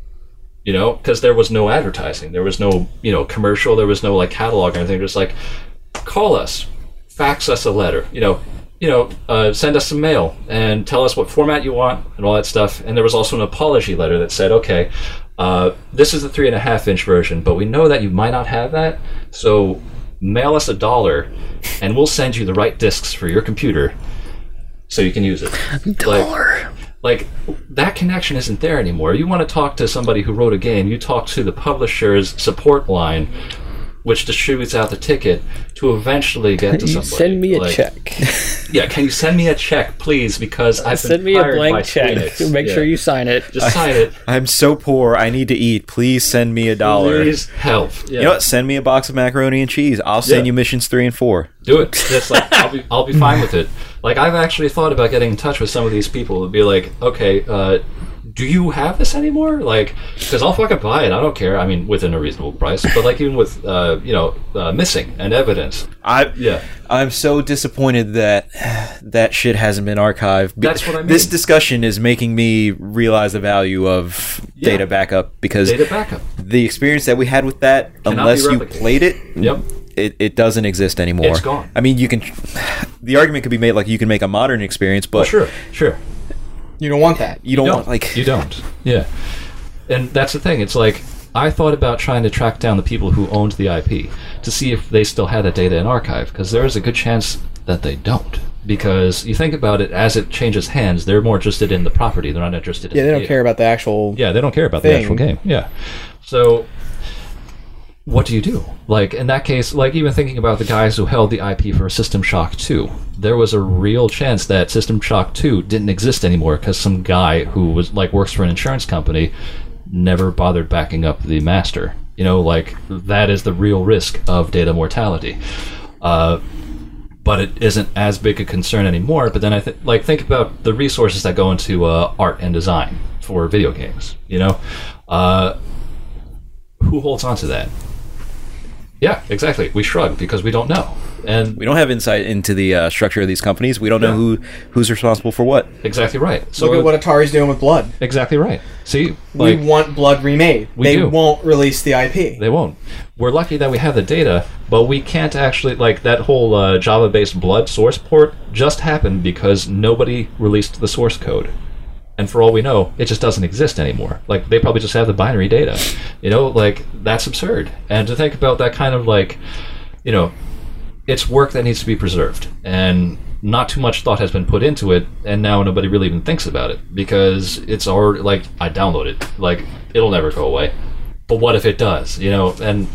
[SPEAKER 1] You know, because there was no advertising, there was no, you know, commercial, there was no, like, catalog or anything. Just like, call us, fax us a letter, you know, you know, uh, send us some mail and tell us what format you want and all that stuff. And there was also an apology letter that said, okay, uh, this is the three and a half inch version, but we know that you might not have that, so mail us a dollar, and we'll send you the right discs for your computer, so you can use it. Dollar. Like, like that connection isn't there anymore. You want to talk to somebody who wrote a game, you talk to the publisher's support line which distributes out the ticket to eventually get to
[SPEAKER 2] You
[SPEAKER 1] somebody.
[SPEAKER 2] send me a
[SPEAKER 1] Like,
[SPEAKER 2] check.
[SPEAKER 1] Yeah, can you send me a check, please? Because I've been
[SPEAKER 2] (laughs) send me a
[SPEAKER 1] fired by
[SPEAKER 2] blank check.
[SPEAKER 1] Phoenix.
[SPEAKER 2] Make
[SPEAKER 1] Yeah.
[SPEAKER 2] sure you sign it.
[SPEAKER 1] just sign it.
[SPEAKER 4] I'm so poor. I need to eat. Please send me a dollar.
[SPEAKER 1] Please help. Yeah,
[SPEAKER 4] You know what? Send me a box of macaroni and cheese. I'll send
[SPEAKER 1] Yeah.
[SPEAKER 4] you missions three and four.
[SPEAKER 1] do it. That's like I'll be I'll be fine with it. Like I've actually thought about getting in touch with some of these people and be like, okay. Uh, do you have this anymore? Like, because I'll fucking buy it. I don't care. I mean, within a reasonable price. But like, even with uh, you know, uh, missing and evidence.
[SPEAKER 4] I
[SPEAKER 1] Yeah.
[SPEAKER 4] I'm so disappointed that that shit hasn't been archived. Be-
[SPEAKER 1] That's what I mean.
[SPEAKER 4] This discussion is making me realize the value of
[SPEAKER 1] Yeah.
[SPEAKER 4] data backup because
[SPEAKER 1] Data backup.
[SPEAKER 4] the experience that we had with that,
[SPEAKER 1] be
[SPEAKER 4] unless you
[SPEAKER 1] replicated.
[SPEAKER 4] played it,
[SPEAKER 1] Yep.
[SPEAKER 4] it, it doesn't exist anymore.
[SPEAKER 1] It's gone.
[SPEAKER 4] I mean, you can. The argument could be made like you can make a modern experience, but
[SPEAKER 1] Sure. Sure.
[SPEAKER 3] You don't want that.
[SPEAKER 4] you don't want like
[SPEAKER 1] you don't. Yeah, and that's the thing. It's like I thought about trying to track down the people who owned the IP to see if they still had that data in archive because there is a good chance that they don't. Because you think about it, as it changes hands, they're more interested in the property. They're not interested. in
[SPEAKER 3] Yeah, they
[SPEAKER 1] the
[SPEAKER 3] don't
[SPEAKER 1] data.
[SPEAKER 3] care about the actual.
[SPEAKER 1] Yeah, they don't care about the
[SPEAKER 3] Thing.
[SPEAKER 1] actual game. Yeah, so what do you do? Like in that case, like even thinking about the guys who held the IP for System Shock 2, there was a real chance that System Shock 2 didn't exist anymore because some guy who was like works for an insurance company never bothered backing up the master. You know, like that is the real risk of data mortality. Uh, but it isn't as big a concern anymore. But then I think, like, think about the resources that go into uh, art and design for video games. You know, uh, who holds on to that? Yeah, exactly. We shrug because we don't know, and
[SPEAKER 4] We don't have insight into the uh, structure of these companies. We don't know who who's responsible for what.
[SPEAKER 1] exactly right. So
[SPEAKER 3] Look at what Atari's doing with Blood.
[SPEAKER 1] exactly right. See, like
[SPEAKER 3] we want Blood remade.
[SPEAKER 1] We
[SPEAKER 3] they
[SPEAKER 1] do.
[SPEAKER 3] won't release the IP.
[SPEAKER 1] they won't. We're lucky that we have the data, but we can't actually like that whole uh, Java-based blood source port just happened because nobody released the source code. and for all we know, it just doesn't exist anymore. Like they probably just have the binary data, you know. Like that's absurd. And to think about that kind of like, you know, it's work that needs to be preserved, and not too much thought has been put into it, and now nobody really even thinks about it because it's already like I downloaded, like it'll never go away. But what if it does? You know, and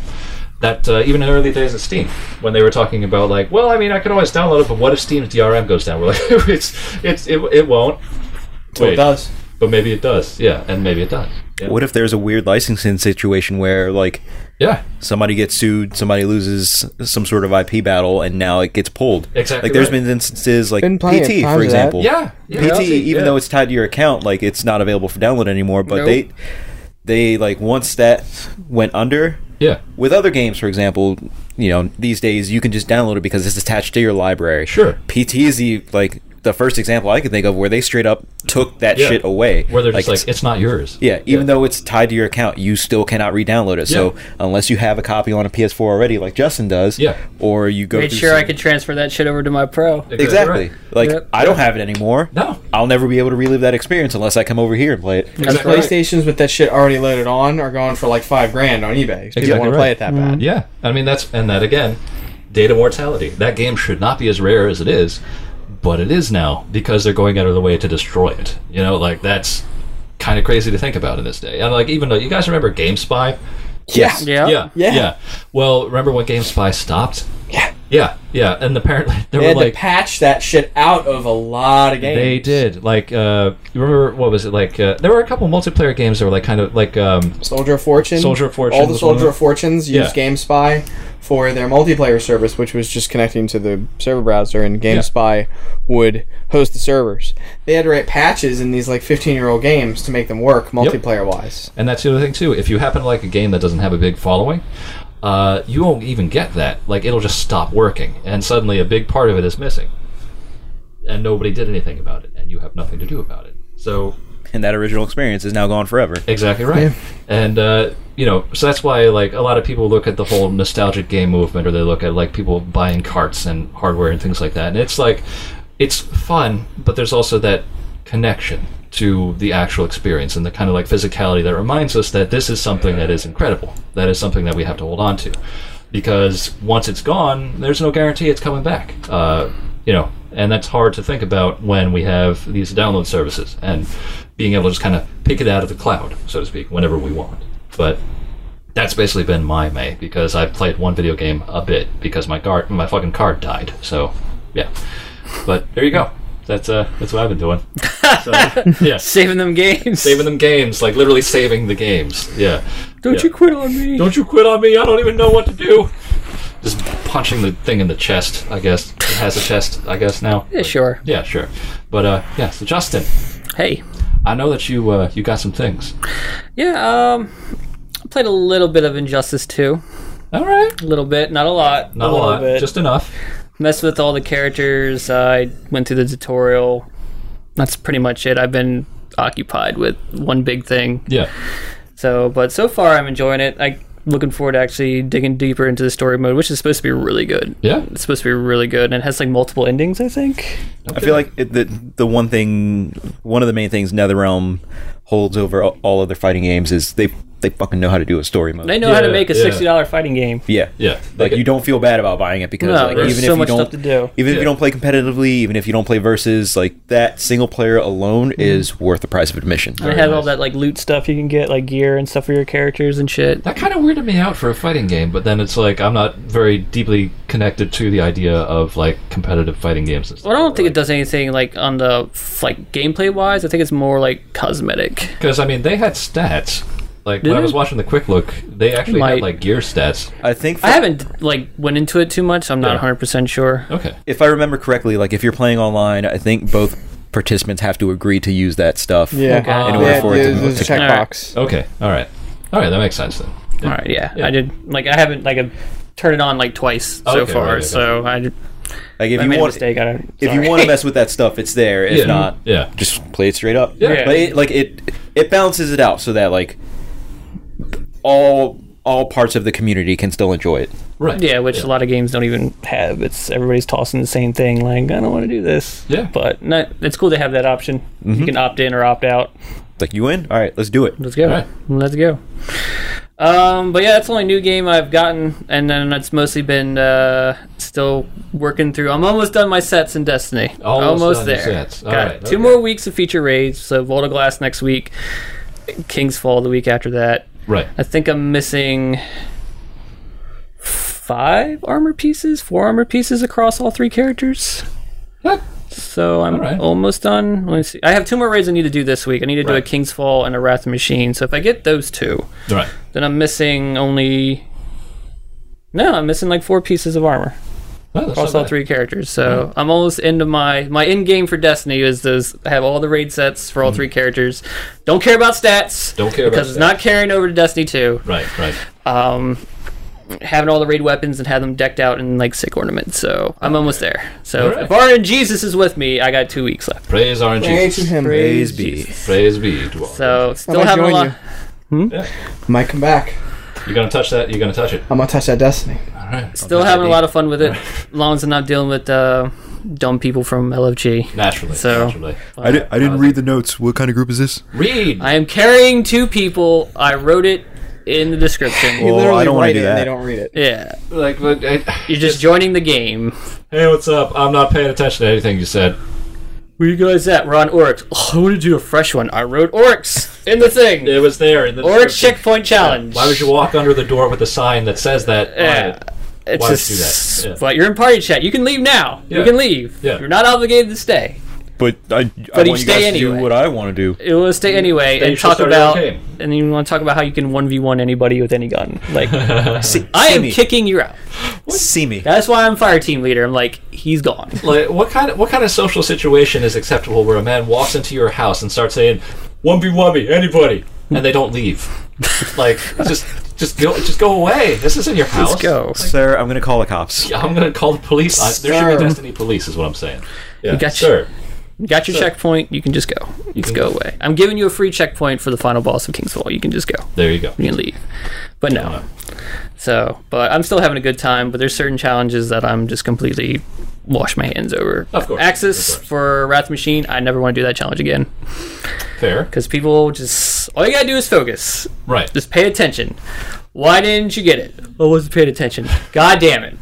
[SPEAKER 1] that uh, even in early days of Steam, when they were talking about like, well, I mean, I could always download it, but what if Steam's DRM goes down? (laughs) We're like, it's it's it, it won't.
[SPEAKER 3] So it
[SPEAKER 1] Wait.
[SPEAKER 3] does.
[SPEAKER 1] But maybe it does, yeah, and maybe it does. Yeah.
[SPEAKER 4] What if there's a weird licensing situation where like
[SPEAKER 1] yeah.
[SPEAKER 4] somebody gets sued, somebody loses some sort of IP battle, and now it gets pulled?
[SPEAKER 1] Exactly
[SPEAKER 4] Like there's
[SPEAKER 1] right.
[SPEAKER 4] been instances like
[SPEAKER 3] Been plenty of times
[SPEAKER 4] PT, for
[SPEAKER 3] of that.
[SPEAKER 4] example.
[SPEAKER 1] Yeah.
[SPEAKER 4] PT, even though it's tied to your account, like it's not available for download anymore. But
[SPEAKER 2] Nope.
[SPEAKER 4] they, they like once that went under
[SPEAKER 1] Yeah.
[SPEAKER 4] with other games, for example, you know these days you can just download it because it's attached to your library.
[SPEAKER 1] Sure.
[SPEAKER 4] PT is the like the first example I can think of where they straight up took that
[SPEAKER 1] Yeah.
[SPEAKER 4] shit away.
[SPEAKER 1] Where they're just like,
[SPEAKER 4] it's-
[SPEAKER 1] it's, not yours.
[SPEAKER 4] yeah, even though it's tied to your account, you still cannot re-download it. So
[SPEAKER 1] Yeah.
[SPEAKER 4] unless you have a copy on a PS4 already, like Justin does,
[SPEAKER 1] Yeah.
[SPEAKER 4] or you go
[SPEAKER 2] Made
[SPEAKER 4] through
[SPEAKER 2] Uh, sure
[SPEAKER 4] some-
[SPEAKER 2] I could transfer that shit over to my pro.
[SPEAKER 4] exactly
[SPEAKER 1] Right.
[SPEAKER 4] like
[SPEAKER 2] Yep.
[SPEAKER 4] I don't have it anymore.
[SPEAKER 1] No.
[SPEAKER 4] I'll never be able to relive that experience unless I come over here and play it.
[SPEAKER 3] And
[SPEAKER 1] Exactly right.
[SPEAKER 3] PlayStations with that shit already loaded on are going for like five grand on eBay. 'cause
[SPEAKER 1] Exactly
[SPEAKER 3] People want
[SPEAKER 1] right.
[SPEAKER 3] to play it that bad.
[SPEAKER 1] Yeah. I mean, that's, and that again, data mortality. That game should not be as rare as it is, but it is now because they're going out of the way to destroy it. You know, like that's kind of crazy to think about in this day. And like, even though you guys remember GameSpy?
[SPEAKER 4] Yes.
[SPEAKER 2] Yeah.
[SPEAKER 1] Yeah.
[SPEAKER 3] Oh, Yeah.
[SPEAKER 1] Yeah. Well, remember when GameSpy stopped?
[SPEAKER 3] Yeah.
[SPEAKER 1] Yeah. Yeah. And apparently, (laughs) they,
[SPEAKER 3] They
[SPEAKER 1] were
[SPEAKER 3] had
[SPEAKER 1] like,
[SPEAKER 3] to patch that shit out of a lot of games.
[SPEAKER 1] They did. Like, uh, you remember what was it like? Uh, there were a couple multiplayer games that were like kind of like, um,
[SPEAKER 3] Soldier of Fortune.
[SPEAKER 1] Soldier of Fortune
[SPEAKER 3] All the
[SPEAKER 1] was one of
[SPEAKER 3] Soldier
[SPEAKER 1] them.
[SPEAKER 3] of Fortunes used
[SPEAKER 1] Yeah.
[SPEAKER 3] GameSpy for their multiplayer service, which was just connecting to the server browser, and GameSpy would host the servers. They had to write patches in these like 15 year old games to make them work multiplayer wise.
[SPEAKER 1] and that's the other thing too. If you happen to like a game that doesn't have a big following, uh, you won't even get that. Like, it'll just stop working, and suddenly a big part of it is missing, and nobody did anything about it, and you have nothing to do about it. So
[SPEAKER 4] And that original experience is now gone forever.
[SPEAKER 1] Exactly right. And uh, you know, so that's why like a lot of people look at the whole nostalgic game movement, or they look at like people buying carts and hardware and things like that. And it's like, it's fun, but there's also that connection to the actual experience and the kind of like physicality that reminds us that this is something that is incredible. That is something that we have to hold on to, because once it's gone, there's no guarantee it's coming back. Uh, you know, and that's hard to think about when we have these download services and being able to just kind of pick it out of the cloud, so to speak, whenever we want. But that's basically been my May because I've played one video game a bit because my card, my fucking card died. So, yeah. But there you go. That's uh, that's what I've been doing. So, yeah,
[SPEAKER 2] Saving them games.
[SPEAKER 1] saving them games, like literally saving the games. Yeah.
[SPEAKER 2] Don't
[SPEAKER 1] Yeah.
[SPEAKER 2] you quit on me.
[SPEAKER 1] Don't you quit on me? I don't even know what to do. Just punching the thing in the chest, I guess. It has a chest, I guess now.
[SPEAKER 2] Yeah, sure.
[SPEAKER 1] Yeah, sure. But uh, yeah. So Justin,
[SPEAKER 2] Hey.
[SPEAKER 1] I know that you uh, you got some things.
[SPEAKER 2] Yeah, um I played a little bit of Injustice 2.
[SPEAKER 1] All right.
[SPEAKER 2] A little bit, not a lot.
[SPEAKER 1] Not a,
[SPEAKER 3] little
[SPEAKER 1] lot,
[SPEAKER 3] bit.
[SPEAKER 1] just enough.
[SPEAKER 2] Messed with all the characters. I went through the tutorial. That's pretty much it. I've been occupied with one big thing.
[SPEAKER 1] Yeah.
[SPEAKER 2] So, but so far I'm enjoying it. I looking forward to actually digging deeper into the story mode, which is supposed to be really good.
[SPEAKER 1] Yeah.
[SPEAKER 2] It's supposed to be really good and it has like multiple endings, I think.
[SPEAKER 4] I feel like it, the the one thing, one of the main things NetherRealm holds over all- all other fighting games is they they fucking know how to do a story mode.
[SPEAKER 2] They know how to
[SPEAKER 1] Yeah,
[SPEAKER 2] make a
[SPEAKER 1] yeah.
[SPEAKER 2] sixty dollar fighting game.
[SPEAKER 4] yeah,
[SPEAKER 1] Yeah,
[SPEAKER 4] Like you don't feel bad about buying it because
[SPEAKER 2] No,
[SPEAKER 4] like,
[SPEAKER 2] there's
[SPEAKER 4] even
[SPEAKER 2] so
[SPEAKER 4] if you
[SPEAKER 2] much
[SPEAKER 4] don't
[SPEAKER 2] stuff to do.
[SPEAKER 4] even if
[SPEAKER 1] Yeah.
[SPEAKER 4] you don't play competitively, even if you don't play versus, like that single player alone is worth the price of admission.
[SPEAKER 2] And
[SPEAKER 1] Very
[SPEAKER 2] it has all
[SPEAKER 1] nice.
[SPEAKER 2] that like loot stuff you can get, like gear and stuff for your characters and shit.
[SPEAKER 1] That kind of weirded me out for a fighting game, but then it's like I'm not very deeply connected to the idea of like competitive fighting games. and stuff.
[SPEAKER 2] Well, I don't think it does anything like on the f- like gameplay wise. I think it's more like cosmetic.
[SPEAKER 1] Because I mean, they had stats. Like when I
[SPEAKER 2] they?
[SPEAKER 1] was watching the quick look, they actually
[SPEAKER 2] Might.
[SPEAKER 1] had like gear stats.
[SPEAKER 4] I think for-
[SPEAKER 2] I haven't like went into it too much. so I'm not
[SPEAKER 1] Yeah.
[SPEAKER 2] 100 percent sure.
[SPEAKER 1] Okay.
[SPEAKER 4] if I remember correctly, like if you're playing online, I think both participants have to agree to use that stuff.
[SPEAKER 3] Yeah.
[SPEAKER 2] Okay.
[SPEAKER 3] Yeah,
[SPEAKER 1] In
[SPEAKER 4] order for it to-
[SPEAKER 3] there's, there's a
[SPEAKER 4] to-
[SPEAKER 3] checkbox.
[SPEAKER 1] Okay. All right. All right. That makes sense then.
[SPEAKER 2] All right, yeah,
[SPEAKER 1] Yeah.
[SPEAKER 2] I did. Like I haven't like I've turned it on like twice so
[SPEAKER 1] Okay,
[SPEAKER 2] far.
[SPEAKER 1] right, okay.
[SPEAKER 2] So I, did-
[SPEAKER 4] Like if
[SPEAKER 2] I
[SPEAKER 4] you
[SPEAKER 2] made a
[SPEAKER 4] want
[SPEAKER 2] mistake. I don't,
[SPEAKER 4] if you
[SPEAKER 2] sorry.
[SPEAKER 4] want to mess with that stuff, it's there. If
[SPEAKER 1] yeah.
[SPEAKER 4] not,
[SPEAKER 1] Yeah.
[SPEAKER 4] just play it straight up.
[SPEAKER 1] Yeah.
[SPEAKER 4] But it, like it it balances it out so that like all all parts of the community can still enjoy it.
[SPEAKER 1] Right.
[SPEAKER 2] yeah, which a lot of games don't even have. It's everybody's tossing the same thing. Like I don't want to do this.
[SPEAKER 1] Yeah.
[SPEAKER 2] but no, it's cool to have that option. You can opt in or opt out.
[SPEAKER 4] Like you win? All right, let's do it.
[SPEAKER 2] Let's go.
[SPEAKER 1] Alright.
[SPEAKER 2] Let's go. Um, but yeah, that's the only new game I've gotten, and then it's mostly been uh, still working through. I'm almost done my sets in Destiny.
[SPEAKER 1] Almost done your
[SPEAKER 2] there.
[SPEAKER 1] sets.
[SPEAKER 2] Got
[SPEAKER 1] Alright,
[SPEAKER 2] two
[SPEAKER 1] okay.
[SPEAKER 2] more weeks of feature raids. So Volta Glass next week, King's Fall the week after that.
[SPEAKER 1] Right.
[SPEAKER 2] I think I'm missing five armor pieces, four armor pieces across all three characters.
[SPEAKER 1] Huh.
[SPEAKER 2] So I'm
[SPEAKER 1] Alright.
[SPEAKER 2] almost done. Let me see. I have two more raids I need to do this week. I need to do a
[SPEAKER 1] Right.
[SPEAKER 2] King's Fall and a Wrath of Machine. So if I get those two,
[SPEAKER 1] Right. Oh,
[SPEAKER 2] then I'm missing only. No, I'm missing like four pieces of armor
[SPEAKER 1] Oh, that's
[SPEAKER 2] across
[SPEAKER 1] not
[SPEAKER 2] all
[SPEAKER 1] bad. Mm-hmm.
[SPEAKER 2] three characters. So I'm almost into my my end game for Destiny is those I have all the raid sets for all three characters. Don't care about stats.
[SPEAKER 1] Mm-hmm. Don't care about
[SPEAKER 2] because it's
[SPEAKER 1] stats.
[SPEAKER 2] not carrying over to Destiny two.
[SPEAKER 1] Right. Right.
[SPEAKER 2] Um, having all the raid weapons and have them decked out in like sick ornaments. So I'm almost there. So
[SPEAKER 1] Alright.
[SPEAKER 2] if RNGesus Jesus is with me, I got two weeks left.
[SPEAKER 1] Praise RNG.
[SPEAKER 3] Thanks to him.
[SPEAKER 4] Praise be.
[SPEAKER 1] Praise be to all.
[SPEAKER 2] So still
[SPEAKER 3] might
[SPEAKER 2] having a
[SPEAKER 3] join
[SPEAKER 2] lot.
[SPEAKER 3] you. Might come back.
[SPEAKER 1] you're gonna touch that. You're gonna touch it.
[SPEAKER 3] I'm gonna touch that Destiny.
[SPEAKER 1] All right.
[SPEAKER 2] Still having a lot of fun with it, long as I'm not dealing with uh, dumb people from LFG.
[SPEAKER 1] Naturally.
[SPEAKER 2] So-
[SPEAKER 1] Naturally.
[SPEAKER 4] I, did, I
[SPEAKER 1] didn't read
[SPEAKER 4] the notes. What kind of group is this?
[SPEAKER 1] Read.
[SPEAKER 2] I am carrying two people. I wrote it in the description.
[SPEAKER 4] Well,
[SPEAKER 3] literally
[SPEAKER 4] Oh, I don't wanna
[SPEAKER 3] write
[SPEAKER 4] do
[SPEAKER 3] it and
[SPEAKER 4] that.
[SPEAKER 3] They don't read it.
[SPEAKER 2] yeah,
[SPEAKER 1] like, but, I-
[SPEAKER 2] you're just joining the game.
[SPEAKER 1] hey, what's up? I'm not paying attention to anything you said.
[SPEAKER 2] Where you guys at? We're on Oryx. Oh, I want to do a fresh one. I wrote Oryx in the thing.
[SPEAKER 1] It was there in the
[SPEAKER 2] Oryx
[SPEAKER 1] description.
[SPEAKER 2] checkpoint challenge.
[SPEAKER 1] Why would you walk under the door with a sign that says that? on
[SPEAKER 2] Yeah.
[SPEAKER 1] it?
[SPEAKER 2] Uh, It's
[SPEAKER 1] Why would
[SPEAKER 2] just,
[SPEAKER 1] you do that? Yeah.
[SPEAKER 2] But you're in party chat. You can leave now. You
[SPEAKER 1] Yeah.
[SPEAKER 2] can leave.
[SPEAKER 1] Yeah.
[SPEAKER 2] You're not obligated to stay.
[SPEAKER 4] But I, I
[SPEAKER 2] But you
[SPEAKER 4] want you
[SPEAKER 2] stay
[SPEAKER 4] guys to
[SPEAKER 2] anyway.
[SPEAKER 4] do what I want to do.
[SPEAKER 2] It will stay anyway
[SPEAKER 1] Then you
[SPEAKER 2] and
[SPEAKER 1] should
[SPEAKER 2] talk
[SPEAKER 1] start your own
[SPEAKER 2] about
[SPEAKER 1] game.
[SPEAKER 2] and you want to talk about how you can one v one anybody with any gun.
[SPEAKER 1] (laughs)
[SPEAKER 2] Like
[SPEAKER 4] See,
[SPEAKER 2] I
[SPEAKER 4] see
[SPEAKER 2] am
[SPEAKER 4] me.
[SPEAKER 2] kicking you out.
[SPEAKER 4] See me.
[SPEAKER 2] That's why I'm fire team leader. I'm like he's gone.
[SPEAKER 1] Like, what kind of what kind of social situation is acceptable where a man walks into your house and starts saying, "One be one be anybody," and they don't leave?
[SPEAKER 2] (laughs)
[SPEAKER 1] like, just just go just go away. This isn't your house.
[SPEAKER 4] Sir, I'm going to call the cops.
[SPEAKER 1] Yeah, I'm gonna call the police. I, there should
[SPEAKER 3] Sir.
[SPEAKER 1] be Destiny police, is what I'm saying. Yeah,
[SPEAKER 2] got you.
[SPEAKER 1] sir.
[SPEAKER 2] You got your checkpoint. You can just go. You
[SPEAKER 1] can
[SPEAKER 2] go
[SPEAKER 1] go.
[SPEAKER 2] away. I'm giving you a free checkpoint for the final boss of King's Fall. You can just go.
[SPEAKER 1] There you go.
[SPEAKER 2] You can leave. But no. So, but I'm still having a good time. But there's certain challenges that I'm just completely wash my hands over.
[SPEAKER 1] Of course,
[SPEAKER 2] Axis
[SPEAKER 1] of course.
[SPEAKER 2] for Wrath Machine. I never want to do that challenge again
[SPEAKER 1] Fair.
[SPEAKER 2] because people just all you gotta do is focus.
[SPEAKER 1] Right.
[SPEAKER 2] Just pay attention. Why didn't you get it? I wasn't paying attention. God damn it.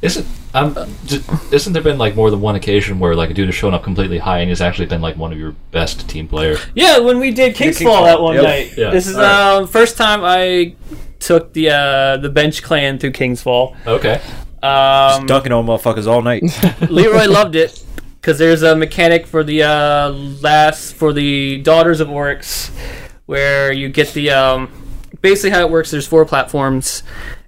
[SPEAKER 1] Isn't um, j- isn't there been like more than one occasion where like a dude has shown up completely high and he's actually been like one of your best team players?
[SPEAKER 2] Yeah, when we did King's
[SPEAKER 4] King's
[SPEAKER 2] Fall
[SPEAKER 4] Fall.
[SPEAKER 2] that one
[SPEAKER 4] Yep.
[SPEAKER 2] night.
[SPEAKER 1] Yeah.
[SPEAKER 2] This is
[SPEAKER 1] All right.
[SPEAKER 2] um, first time I took the uh, the bench clan through King's Fall.
[SPEAKER 1] Okay.
[SPEAKER 2] Um,
[SPEAKER 4] Dunking on motherfuckers all (laughs) night.
[SPEAKER 2] Leroy loved it because there's a mechanic for the uh, last for the Daughters of Oryx, where you get the um, basically how it works. There's four platforms,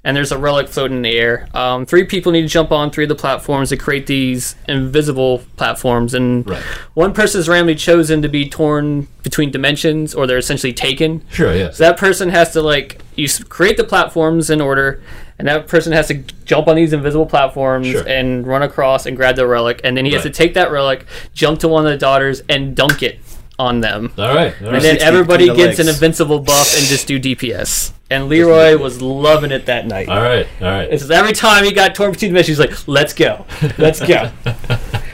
[SPEAKER 2] and there's a relic floating in the air. Um, three people need to jump on three of the platforms to create these invisible platforms, and
[SPEAKER 1] Right.
[SPEAKER 2] one person is randomly chosen to be torn between dimensions, or they're essentially taken.
[SPEAKER 1] Sure. Yeah.
[SPEAKER 2] So that person has to like you s- create the platforms in order, and that person has to jump on these invisible platforms
[SPEAKER 1] Sure.
[SPEAKER 2] and run across and grab the relic, and then he has to
[SPEAKER 1] Right.
[SPEAKER 2] take that relic, jump to one of the daughters, and dunk it on them.
[SPEAKER 1] All right. All
[SPEAKER 2] And
[SPEAKER 1] right.
[SPEAKER 2] then
[SPEAKER 4] 60
[SPEAKER 2] everybody
[SPEAKER 4] between the
[SPEAKER 2] gets an
[SPEAKER 4] legs.
[SPEAKER 2] invincible buff and just do DPS. And Leroy was loving it that night.
[SPEAKER 1] all right. All right.
[SPEAKER 2] It's just every time he got torn between dimensions, he's like, "Let's go, let's
[SPEAKER 1] (laughs)
[SPEAKER 2] go."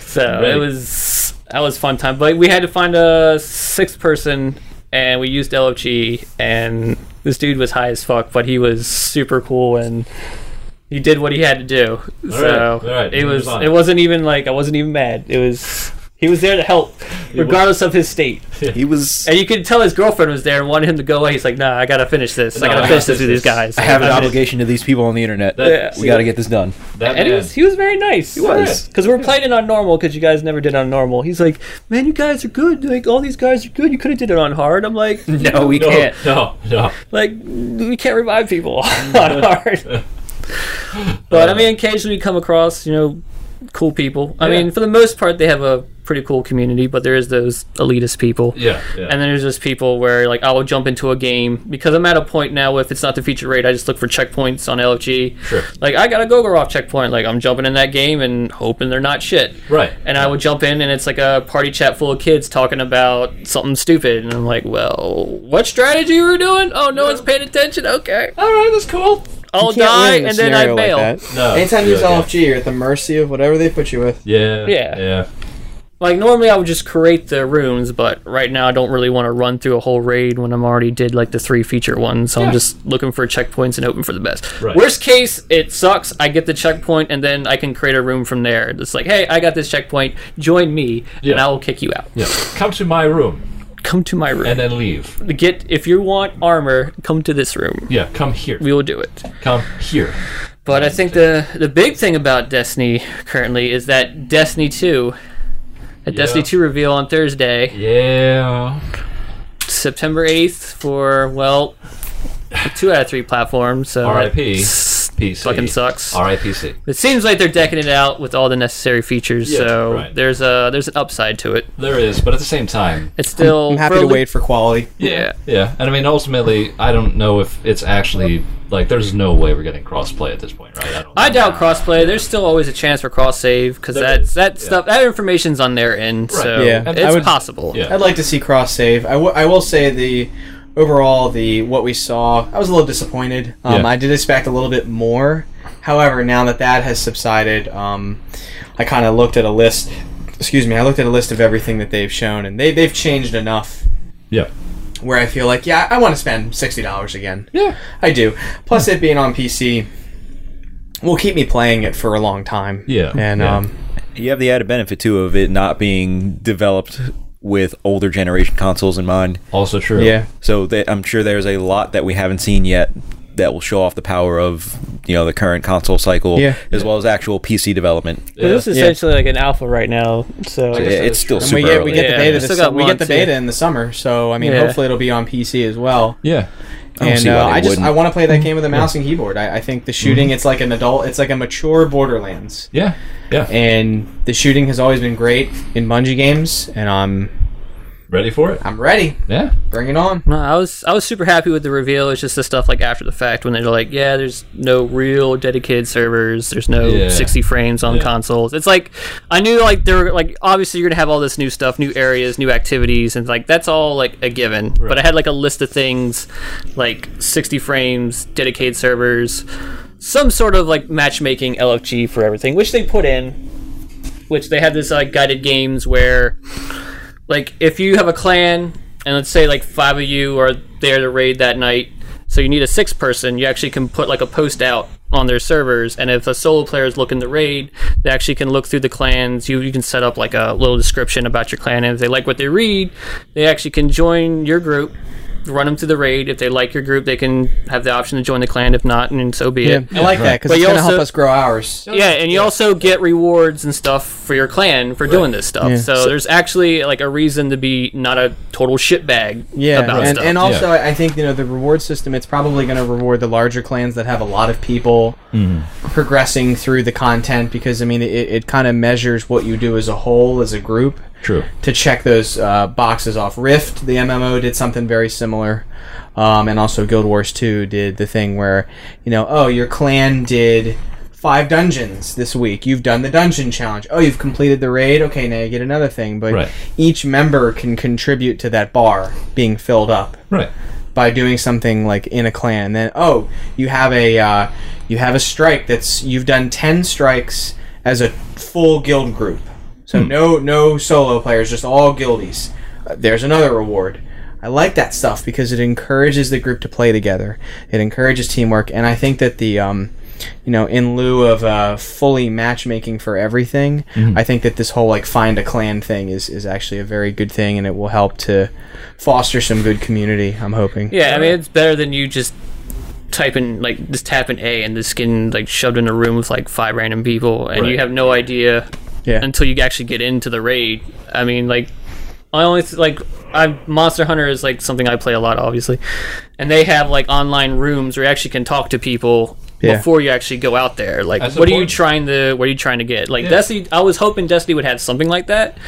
[SPEAKER 2] so
[SPEAKER 1] Right.
[SPEAKER 2] it was that was a fun time, but we had to find a sixth person, and we used LFG, and This dude was high as fuck, but he was super cool and he did what he had to do. so
[SPEAKER 1] all right,
[SPEAKER 2] it
[SPEAKER 1] move
[SPEAKER 2] was
[SPEAKER 1] on.
[SPEAKER 2] it wasn't even like I wasn't even mad. It was he was there to help, regardless of his state.
[SPEAKER 4] He was.
[SPEAKER 2] And you could tell his girlfriend was there and wanted him to go away. He's like, "Nah, I gotta finish this.
[SPEAKER 1] No, I
[SPEAKER 2] I gotta finish
[SPEAKER 1] gotta
[SPEAKER 2] this with these
[SPEAKER 1] finish
[SPEAKER 2] guys.
[SPEAKER 1] this.
[SPEAKER 4] I have an
[SPEAKER 2] gotta finish
[SPEAKER 4] obligation to these people on the internet.
[SPEAKER 1] That-
[SPEAKER 4] we got to get this done.
[SPEAKER 1] That
[SPEAKER 2] and he
[SPEAKER 1] man-
[SPEAKER 2] was he was very nice. He
[SPEAKER 1] was.
[SPEAKER 2] because we were playing it on normal because you guys never did on normal. He's like, man, you guys are good. Like all these guys are good. You could have did it on hard. I'm (laughs) like,
[SPEAKER 4] No, we
[SPEAKER 1] no,
[SPEAKER 4] can't.
[SPEAKER 1] no, no.
[SPEAKER 2] like we can't revive people (laughs) on hard. but I mean, occasionally you come across you know cool people. I
[SPEAKER 1] Yeah.
[SPEAKER 2] mean, for the most part, they have a pretty cool community, but there is those elitist people.
[SPEAKER 1] Yeah, yeah.
[SPEAKER 2] And then there's just people where like I'll jump into a game because I'm at a point now. If it's not the feature rate, I just look for checkpoints on LFG.
[SPEAKER 1] Sure.
[SPEAKER 2] Like I got a Gogoroth checkpoint. Like I'm jumping in that game and hoping they're not shit.
[SPEAKER 1] right.
[SPEAKER 2] And I would jump in and it's like a party chat full of kids talking about something stupid. And I'm like, well, what strategy were you doing? Oh, no one's paying attention. Okay,
[SPEAKER 1] All right, that's cool.
[SPEAKER 2] I'll
[SPEAKER 4] You can't
[SPEAKER 2] die
[SPEAKER 4] win in a
[SPEAKER 2] and then I
[SPEAKER 4] scenario like
[SPEAKER 2] bail.
[SPEAKER 4] that.
[SPEAKER 1] No.
[SPEAKER 3] Anytime you
[SPEAKER 1] you're
[SPEAKER 3] use
[SPEAKER 1] okay.
[SPEAKER 3] LFG, you're at the mercy of whatever they put you with.
[SPEAKER 1] Yeah.
[SPEAKER 2] Yeah.
[SPEAKER 1] Yeah.
[SPEAKER 2] like normally I would just create the rooms, but right now I don't really want to run through a whole raid when I'm already did like the three feature ones. So
[SPEAKER 1] Yeah.
[SPEAKER 2] I'm just looking for checkpoints and hoping for the best.
[SPEAKER 1] Right.
[SPEAKER 2] Worst case, it sucks. I get the checkpoint and then I can create a room from there. It's like, hey, I got this checkpoint. Join me, and
[SPEAKER 1] Yeah.
[SPEAKER 2] I will kick you out.
[SPEAKER 1] Yeah. Come to my room
[SPEAKER 2] Come to my room.
[SPEAKER 1] and then leave.
[SPEAKER 2] get if you want armor, come to this room.
[SPEAKER 1] Yeah. Come here.
[SPEAKER 2] We will do it.
[SPEAKER 1] Come here.
[SPEAKER 2] But I think the the big thing about Destiny currently is that Destiny 2 at Destiny 2 reveal on Thursday,
[SPEAKER 1] Yeah.
[SPEAKER 2] September 8th for well, a 2 out of 3 platforms, so
[SPEAKER 1] R.I.P..
[SPEAKER 2] it's-
[SPEAKER 1] PC.
[SPEAKER 2] Fucking sucks.
[SPEAKER 1] R.I.P.C.
[SPEAKER 2] It seems like they're decking it out with all the necessary features,
[SPEAKER 1] Yeah,
[SPEAKER 2] so
[SPEAKER 1] right.
[SPEAKER 2] there's a there's an upside to it.
[SPEAKER 1] There is, but at the same time,
[SPEAKER 2] It's still
[SPEAKER 3] I'm happy
[SPEAKER 2] for
[SPEAKER 3] to
[SPEAKER 2] a li-
[SPEAKER 3] wait for quality.
[SPEAKER 2] Yeah.
[SPEAKER 1] yeah. And I mean, ultimately, I don't know if it's actually like. There's no way we're getting crossplay at this point, right? I, don't
[SPEAKER 2] I doubt crossplay. There's still always a chance for cross save because
[SPEAKER 1] There
[SPEAKER 2] that's
[SPEAKER 1] is,
[SPEAKER 2] that
[SPEAKER 1] yeah.
[SPEAKER 2] stuff that information's on their end, so
[SPEAKER 3] Yeah.
[SPEAKER 2] it's
[SPEAKER 3] I would-
[SPEAKER 2] possible.
[SPEAKER 1] Yeah.
[SPEAKER 3] I'd like to see cross save. I, w- I will say the overall the what we saw. I was a little disappointed. Um,
[SPEAKER 1] Yeah.
[SPEAKER 3] I did expect a little bit more. However, now that that has subsided, um, I kind of looked at a list. Excuse me. I looked at a list of everything that they've shown, and they they've changed enough
[SPEAKER 1] Yeah.
[SPEAKER 3] where I feel like yeah, I want to spend sixty dollars again.
[SPEAKER 1] Yeah.
[SPEAKER 3] I do. Plus, it being on PC will keep me playing it for a long time.
[SPEAKER 1] Yeah,
[SPEAKER 3] and
[SPEAKER 1] yeah.
[SPEAKER 3] um,
[SPEAKER 4] You have the added benefit too of it not being developed with older generation consoles in mind.
[SPEAKER 1] Also true.
[SPEAKER 3] yeah.
[SPEAKER 4] So they, I'm sure there's a lot that we haven't seen yet that will show off the power of you know the current console cycle,
[SPEAKER 3] Yeah.
[SPEAKER 4] as well as actual PC development.
[SPEAKER 1] Yeah.
[SPEAKER 2] This is
[SPEAKER 3] Yeah.
[SPEAKER 2] essentially like an alpha right now, so
[SPEAKER 1] I guess that is
[SPEAKER 4] It's still
[SPEAKER 1] true.
[SPEAKER 3] And
[SPEAKER 4] super
[SPEAKER 3] we get, we
[SPEAKER 4] early.
[SPEAKER 3] get the
[SPEAKER 2] Yeah,
[SPEAKER 3] beta.
[SPEAKER 2] we
[SPEAKER 3] This,
[SPEAKER 2] still got
[SPEAKER 3] we get the
[SPEAKER 2] months, yeah.
[SPEAKER 3] beta in the summer, so I mean,
[SPEAKER 2] Yeah.
[SPEAKER 3] hopefully it'll be on PC as well.
[SPEAKER 1] Yeah.
[SPEAKER 4] I don't
[SPEAKER 3] and
[SPEAKER 4] see why
[SPEAKER 3] uh,
[SPEAKER 4] they
[SPEAKER 3] I just
[SPEAKER 4] wouldn't. Mm-hmm.
[SPEAKER 3] I want to play that game with a mouse and keyboard. I, I think the shooting it's like an adult, it's like a mature Borderlands,
[SPEAKER 1] Yeah. Yeah.
[SPEAKER 3] and the shooting has always been great in Bungie games, and I'm
[SPEAKER 1] Ready for it?
[SPEAKER 3] I'm ready.
[SPEAKER 1] Yeah.
[SPEAKER 3] Bring it on.
[SPEAKER 2] No, I was I was super happy with the reveal. It's just the stuff like after the fact when they're like, yeah, there's no real dedicated servers. There's no
[SPEAKER 1] Yeah.
[SPEAKER 2] 60 frames on
[SPEAKER 1] Yeah.
[SPEAKER 2] consoles. It's like I knew like there were like obviously you're gonna have all this new stuff, new areas, new activities, and like that's all like a given. But I had like a list of things like 60 frames, dedicated servers, some sort of like matchmaking LFG for everything, which they put in. Which they had this like guided games where like if you have a clan and let's say like five of you are there to raid that night so you need a six person you actually can put like a post out on their servers and if a solo player is looking to raid they actually can look through the clans you, you can set up like a little description about your clan and if they like what they read they actually can join your group run them through the raid if they like your group they can have the option to join the clan if not and so be it
[SPEAKER 3] I like that because
[SPEAKER 2] But
[SPEAKER 3] it's
[SPEAKER 2] you
[SPEAKER 3] gonna
[SPEAKER 2] also-
[SPEAKER 3] help us grow ours.
[SPEAKER 2] Oh, yeah, and you also get rewards and stuff for your clan for doing this stuff.
[SPEAKER 3] Yeah.
[SPEAKER 2] So, there's actually like a reason to be not a total shitbag
[SPEAKER 3] Yeah,
[SPEAKER 2] about
[SPEAKER 3] and,
[SPEAKER 2] stuff.
[SPEAKER 3] and also I I think you know the reward system. It's probably going to reward the larger clans that have a lot of people
[SPEAKER 2] Mm-hmm.
[SPEAKER 3] progressing through the content because I mean it, it kind of measures what you do as a whole as a group
[SPEAKER 1] True.
[SPEAKER 3] to check those uh, boxes off. Rift, the MMO, did something very similar, um, and also Guild Wars Two did the thing where you know oh your clan did. Five dungeons this week. You've done the dungeon challenge. Oh, you've completed the raid. Okay, now you get another thing. But
[SPEAKER 1] Right.
[SPEAKER 3] each member can contribute to that bar being filled up
[SPEAKER 1] Right.
[SPEAKER 3] by doing something like in a clan. Then oh, you have a uh, you have a strike that's you've done ten strikes as a full guild group. So no no solo players, just all guildies. Uh, there's another reward. I like that stuff because it encourages the group to play together. It encourages teamwork, and I think that the um, you know, in lieu of uh, fully matchmaking for everything, I think that this whole like find a clan thing is is actually a very good thing, and it will help to foster some good community. I'm hoping.
[SPEAKER 2] Yeah, I mean it's better than you just typing like just tapping A and just getting like shoved in a room with like five random people and you
[SPEAKER 1] Right.
[SPEAKER 2] have no idea
[SPEAKER 3] Yeah.
[SPEAKER 2] until you actually get into the raid. I mean like I only like I Monster Hunter is like something I play a lot obviously. And they have like online rooms where you actually can talk to people
[SPEAKER 3] Yeah.
[SPEAKER 2] before you actually go out there. Like
[SPEAKER 1] That's
[SPEAKER 2] what are you
[SPEAKER 1] important.
[SPEAKER 2] trying to what are you trying to get? Like
[SPEAKER 1] Yeah.
[SPEAKER 2] Destiny I was hoping Destiny would have something like that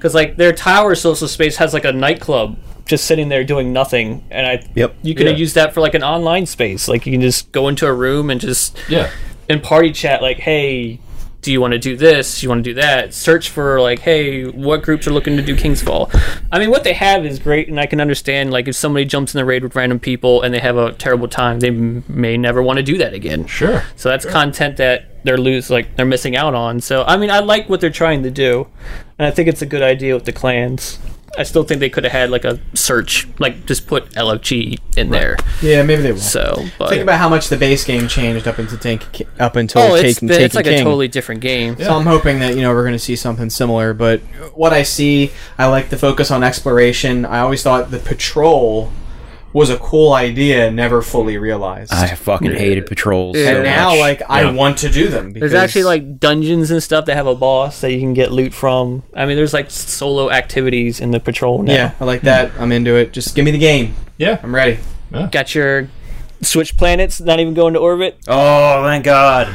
[SPEAKER 2] cuz like their tower social space has like a nightclub just sitting there doing nothing and I
[SPEAKER 4] Yep.
[SPEAKER 2] you could have
[SPEAKER 1] Yeah.
[SPEAKER 2] used that for like an online space. Like you can just go into a room and just
[SPEAKER 1] Yeah.
[SPEAKER 2] in party chat, like, hey, do you want to do this? Do you want to do that? Search for like, hey, what groups are looking to do King's Fall? I mean, what they have is great, and I can understand like if somebody jumps in the raid with random people and they have a terrible time, they m- may never want to do that again.
[SPEAKER 1] Sure.
[SPEAKER 2] So that's content that they're lose like they're missing out on. So I mean, I like what they're trying to do, and I think it's a good idea with the clans. I still think they could have had like a search, like just put LFG in there.
[SPEAKER 3] Yeah, maybe they will.
[SPEAKER 2] So, but
[SPEAKER 3] Think about how much the base game changed up into tank, up until
[SPEAKER 2] oh, it's,
[SPEAKER 3] taking,
[SPEAKER 2] been, it's
[SPEAKER 3] Taken
[SPEAKER 2] like
[SPEAKER 3] King.
[SPEAKER 2] a totally different game.
[SPEAKER 3] So I'm hoping that you know we're going to see something similar. But what I see, I like the focus on exploration. I always thought the patrol was a cool idea, never fully realized.
[SPEAKER 4] I fucking hated patrols.
[SPEAKER 3] and
[SPEAKER 4] so
[SPEAKER 3] now,
[SPEAKER 4] much.
[SPEAKER 3] like, I
[SPEAKER 1] Yeah.
[SPEAKER 3] want to do them.
[SPEAKER 2] There's
[SPEAKER 3] Because
[SPEAKER 2] actually like dungeons and stuff that have a boss that you can get loot from. I mean, there's like solo activities in the patrol now.
[SPEAKER 3] yeah, I like that. I'm into it. Just give me the game.
[SPEAKER 1] Yeah.
[SPEAKER 3] I'm ready.
[SPEAKER 2] Got your switch planets not even going to orbit.
[SPEAKER 4] oh, thank God.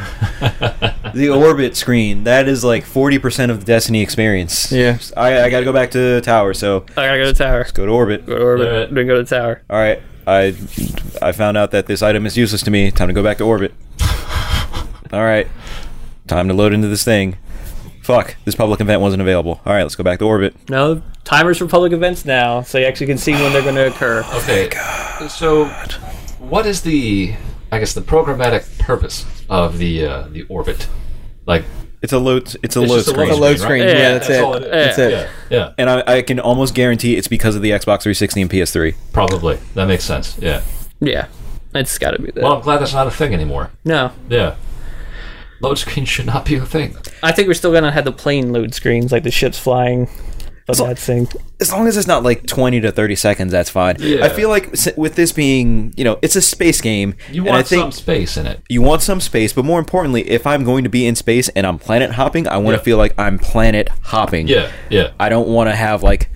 [SPEAKER 4] the orbit screen that is like forty percent of the Destiny experience.
[SPEAKER 3] Yeah.
[SPEAKER 4] I, I got to go back to the tower, so
[SPEAKER 2] I gotta go to the tower.
[SPEAKER 4] go to orbit.
[SPEAKER 2] Go to orbit.
[SPEAKER 1] Alright.
[SPEAKER 2] Then go to the tower.
[SPEAKER 4] All right, I I found out that this item is useless to me. Time to go back to orbit. All right, time to load into this thing. Fuck, this public event wasn't available. All right, let's go back to orbit.
[SPEAKER 2] No timers for public events now, so you actually can see when they're going to occur.
[SPEAKER 1] Okay. So, what is the, I guess, the programmatic purpose of the uh, the orbit? Like,
[SPEAKER 4] It's a load. It's a
[SPEAKER 1] It's
[SPEAKER 4] load
[SPEAKER 1] just a
[SPEAKER 4] screen.
[SPEAKER 3] The
[SPEAKER 1] load
[SPEAKER 3] load screen.
[SPEAKER 1] right?
[SPEAKER 3] Yeah,
[SPEAKER 2] Yeah,
[SPEAKER 3] that's,
[SPEAKER 1] that's all
[SPEAKER 3] it.
[SPEAKER 1] it is.
[SPEAKER 3] That's it.
[SPEAKER 1] yeah, yeah,
[SPEAKER 4] and I, I can almost guarantee it's because of the Xbox 360 and PS3.
[SPEAKER 1] probably that makes sense. Yeah.
[SPEAKER 2] Yeah, it's got to be that.
[SPEAKER 1] Well, I'm glad that's not a thing anymore.
[SPEAKER 2] no,
[SPEAKER 1] Yeah. Load screen should not be a thing.
[SPEAKER 2] I think we're still going to have the plane load screens, like the ships flying. But
[SPEAKER 4] So-
[SPEAKER 2] that thing.
[SPEAKER 4] as long as it's not like 20 to 30 seconds that's fine
[SPEAKER 1] Yeah.
[SPEAKER 4] i feel like s- with this being you know it's a space game
[SPEAKER 1] You
[SPEAKER 4] and
[SPEAKER 1] want
[SPEAKER 4] i think
[SPEAKER 1] some space in it.
[SPEAKER 4] you want some space but more importantly if i'm going to be in space and i'm planet hopping i want to
[SPEAKER 1] Yeah.
[SPEAKER 4] feel like i'm planet hopping
[SPEAKER 1] Yeah. Yeah.
[SPEAKER 4] i don't want to have like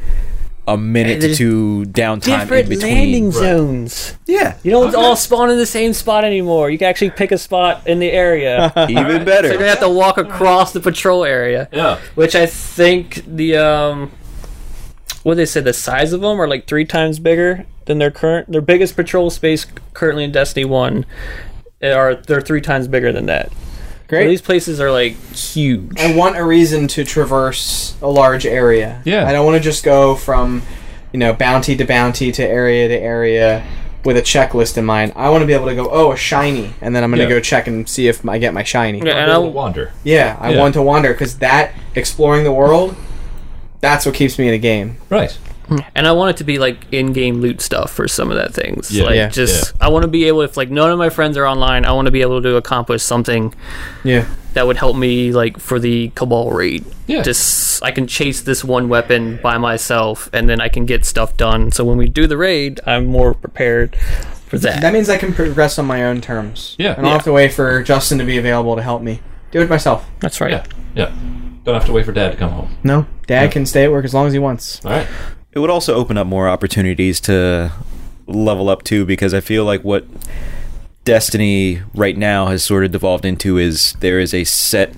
[SPEAKER 4] a minute
[SPEAKER 2] There's
[SPEAKER 4] to downtime in
[SPEAKER 2] Different
[SPEAKER 4] between
[SPEAKER 2] landing
[SPEAKER 1] Right.
[SPEAKER 2] zones.
[SPEAKER 4] yeah
[SPEAKER 2] You don't all spawn in the same spot anymore. You can actually pick a spot in the area. so
[SPEAKER 4] even
[SPEAKER 1] Alright.
[SPEAKER 4] better
[SPEAKER 2] you're gonna have to walk across the patrol area,
[SPEAKER 1] Yeah.
[SPEAKER 2] which I think the um, what they said the size of them are like three times bigger than their current their biggest patrol space currently in Destiny One. eh, Are they're three times bigger than that?
[SPEAKER 3] Great.
[SPEAKER 2] These places are like huge.
[SPEAKER 3] I want a reason to traverse a large area.
[SPEAKER 1] Yeah.
[SPEAKER 3] I don't want to just go from, you know, bounty to bounty to area to area with a checklist in mind. I want to be able to go, oh, a shiny, and then I'm going to
[SPEAKER 1] Yeah.
[SPEAKER 3] go check and see if I get my shiny.
[SPEAKER 2] Yeah,
[SPEAKER 3] Yeah,
[SPEAKER 2] and
[SPEAKER 1] Be able to
[SPEAKER 2] I,
[SPEAKER 1] wander.
[SPEAKER 3] I
[SPEAKER 1] Yeah.
[SPEAKER 3] want to wander because that exploring the world, that's what keeps me in a game.
[SPEAKER 1] Right.
[SPEAKER 2] and I want it to be like in-game loot stuff for some of that things.
[SPEAKER 1] Yeah.
[SPEAKER 2] like
[SPEAKER 1] Yeah.
[SPEAKER 2] just I want to be able if like none of my friends are online, I want to be able to accomplish something
[SPEAKER 3] Yeah.
[SPEAKER 2] that would help me like for the cabal raid
[SPEAKER 1] Yeah.
[SPEAKER 2] just i can chase this one weapon by myself and then i can get stuff done so when we do the raid i'm more prepared for that,
[SPEAKER 3] That means I can progress on my own terms.
[SPEAKER 1] Yeah.
[SPEAKER 3] I don't
[SPEAKER 1] Yeah.
[SPEAKER 3] have to wait for Justin to be available to help me. Do it myself.
[SPEAKER 2] that's right
[SPEAKER 1] Yeah. Yeah. Don't have to wait for dad to come home.
[SPEAKER 3] No, Dad can stay at work as long as he wants.
[SPEAKER 1] All right.
[SPEAKER 4] it would also open up more opportunities to level up too because i feel like what destiny right now has sort of devolved into is there is a set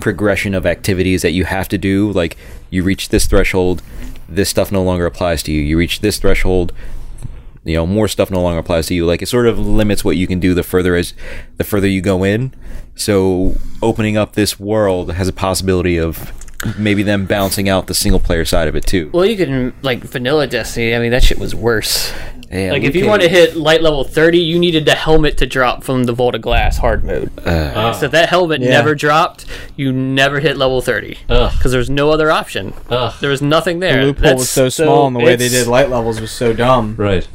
[SPEAKER 4] progression of activities that you have to do like you reach this threshold this stuff no longer applies to you you reach this threshold you know more stuff no longer applies to you like it sort of limits what you can do the further as the further you go in so opening up this world has a possibility of maybe them balancing out the single player side of it too.
[SPEAKER 2] Well, you can like vanilla Destiny. I mean, that shit was worse.
[SPEAKER 4] Yeah,
[SPEAKER 2] like,
[SPEAKER 4] we
[SPEAKER 2] if you
[SPEAKER 4] can't-
[SPEAKER 2] want to hit light level thirty, you needed the helmet to drop from the Volta Glass hard mode.
[SPEAKER 1] Ah.
[SPEAKER 2] so if that helmet
[SPEAKER 3] Uh, Yeah.
[SPEAKER 2] never dropped, you never hit level thirty
[SPEAKER 1] Ugh.
[SPEAKER 2] because there's no other option.
[SPEAKER 1] Ugh.
[SPEAKER 2] There was nothing there.
[SPEAKER 3] The loophole
[SPEAKER 2] That's
[SPEAKER 3] was so small, and the way they
[SPEAKER 2] it's-
[SPEAKER 3] did light levels was so dumb.
[SPEAKER 1] Right.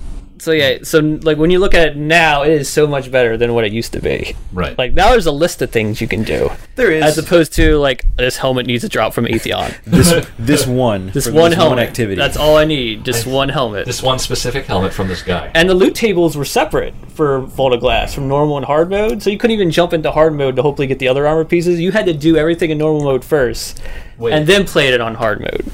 [SPEAKER 2] So yeah, so like when you look at it now, it is so much better than what it used to be.
[SPEAKER 1] Right.
[SPEAKER 2] Like now, there's a list of things you can do,
[SPEAKER 3] There is
[SPEAKER 2] as opposed to like this helmet needs a drop from Atheon.
[SPEAKER 4] (laughs) this this one
[SPEAKER 2] (laughs) This
[SPEAKER 4] for
[SPEAKER 2] one helmet
[SPEAKER 4] activity.
[SPEAKER 2] That's all I need. Just one helmet.
[SPEAKER 1] This one specific helmet from this guy.
[SPEAKER 2] and the loot tables were separate for Volta Glass from normal and hard mode, so you couldn't even jump into hard mode to hopefully get the other armor pieces. You had to do everything in normal mode first,
[SPEAKER 1] Wait.
[SPEAKER 2] and then played it on hard mode.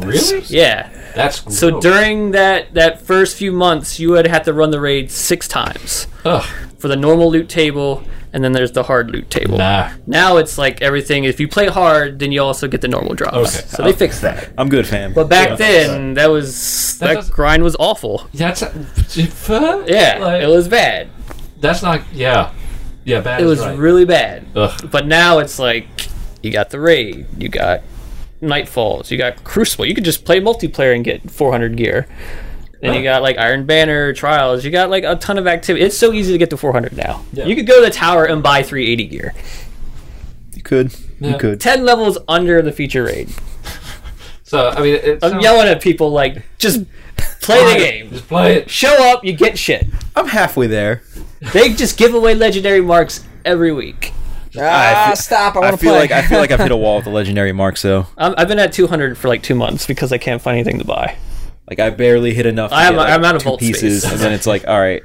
[SPEAKER 1] really?
[SPEAKER 2] Yeah.
[SPEAKER 1] That's
[SPEAKER 2] So
[SPEAKER 1] gross.
[SPEAKER 2] during that that first few months, you would have to run the raid six times
[SPEAKER 1] Ugh.
[SPEAKER 2] for the normal loot table, and then there's the hard loot table.
[SPEAKER 1] Nah.
[SPEAKER 2] Now it's like everything. If you play hard, then you also get the normal drops.
[SPEAKER 1] Okay.
[SPEAKER 2] So they fixed that.
[SPEAKER 4] I'm good, fam.
[SPEAKER 2] But back
[SPEAKER 1] Yeah.
[SPEAKER 2] then, that was
[SPEAKER 1] That
[SPEAKER 2] that,
[SPEAKER 1] doesn't-
[SPEAKER 2] grind was awful.
[SPEAKER 1] That's
[SPEAKER 2] Yeah,
[SPEAKER 1] yeah.
[SPEAKER 2] it was bad.
[SPEAKER 1] that's not yeah, yeah. Bad.
[SPEAKER 2] It
[SPEAKER 1] is
[SPEAKER 2] was
[SPEAKER 1] right.
[SPEAKER 2] really bad.
[SPEAKER 1] Ugh.
[SPEAKER 2] But now it's like you got the raid, you got Nightfalls, you got Crucible. You could just play multiplayer and get 400 gear. Then you
[SPEAKER 1] Huh.
[SPEAKER 2] got like Iron Banner trials. You got like a ton of activity. It's so easy to get to 400 now.
[SPEAKER 1] Yeah.
[SPEAKER 2] You could go to the tower and buy 380 gear.
[SPEAKER 4] you could,
[SPEAKER 1] Yeah.
[SPEAKER 4] you could.
[SPEAKER 2] 10 levels under the feature raid.
[SPEAKER 1] So I mean, it
[SPEAKER 2] I'm
[SPEAKER 1] sounds-
[SPEAKER 2] yelling at people like
[SPEAKER 1] (laughs)
[SPEAKER 2] just play the game.
[SPEAKER 1] Just play it.
[SPEAKER 2] Show up, you get shit.
[SPEAKER 4] I'm halfway there.
[SPEAKER 2] They just give away legendary marks every week.
[SPEAKER 4] I
[SPEAKER 3] Ah,
[SPEAKER 4] feel-
[SPEAKER 3] stop! I
[SPEAKER 4] I
[SPEAKER 3] want to
[SPEAKER 4] feel
[SPEAKER 3] play.
[SPEAKER 4] like I feel like I've hit a wall with the legendary marks though.
[SPEAKER 2] I'm, I've been at 200 for like two months because I can't find anything to buy.
[SPEAKER 4] Like I barely hit enough. to
[SPEAKER 2] I am-
[SPEAKER 4] get, like,
[SPEAKER 2] I'm out of
[SPEAKER 4] two
[SPEAKER 2] vault
[SPEAKER 4] pieces,
[SPEAKER 2] space.
[SPEAKER 4] and then it's like, all right,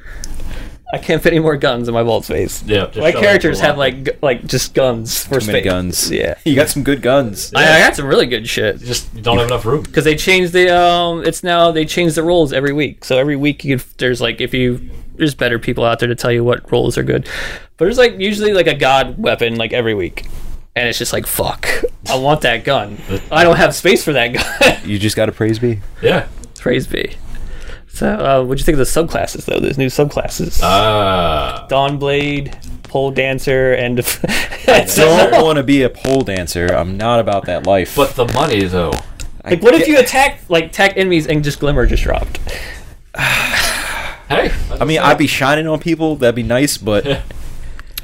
[SPEAKER 2] I can't fit any more guns in my vault space.
[SPEAKER 1] Yeah, just
[SPEAKER 2] my
[SPEAKER 1] shove it
[SPEAKER 2] characters
[SPEAKER 1] into the
[SPEAKER 2] have
[SPEAKER 1] locker.
[SPEAKER 2] like gu- like just guns for
[SPEAKER 4] too many
[SPEAKER 2] space.
[SPEAKER 4] guns.
[SPEAKER 2] Yeah.
[SPEAKER 4] you got some good guns.
[SPEAKER 2] I, I got some really good shit
[SPEAKER 1] You just don't have enough
[SPEAKER 2] (laughs)
[SPEAKER 1] room.
[SPEAKER 2] because they changed the um. It's now they change the roles every week. So every week you could, there's like if you there's better people out there to tell you what roles are good, but there's like usually like a god weapon like every week, and it's just like fuck. I want that gun. I don't have space for that gun. (laughs)
[SPEAKER 4] You just got to praise be.
[SPEAKER 1] Yeah.
[SPEAKER 2] Praise be. So uh, what'd you think of the subclasses though? There's new subclasses.
[SPEAKER 4] Uh,
[SPEAKER 1] Ah.
[SPEAKER 2] Dawnblade, pole dancer, and (laughs)
[SPEAKER 4] Don't want to be a pole dancer. I'm not about that life.
[SPEAKER 1] but the money though.
[SPEAKER 2] like, what if you attack like attack enemies and just glimmer just dropped?
[SPEAKER 1] Hey.
[SPEAKER 4] I mean, I'd be shining on people. That'd be nice, but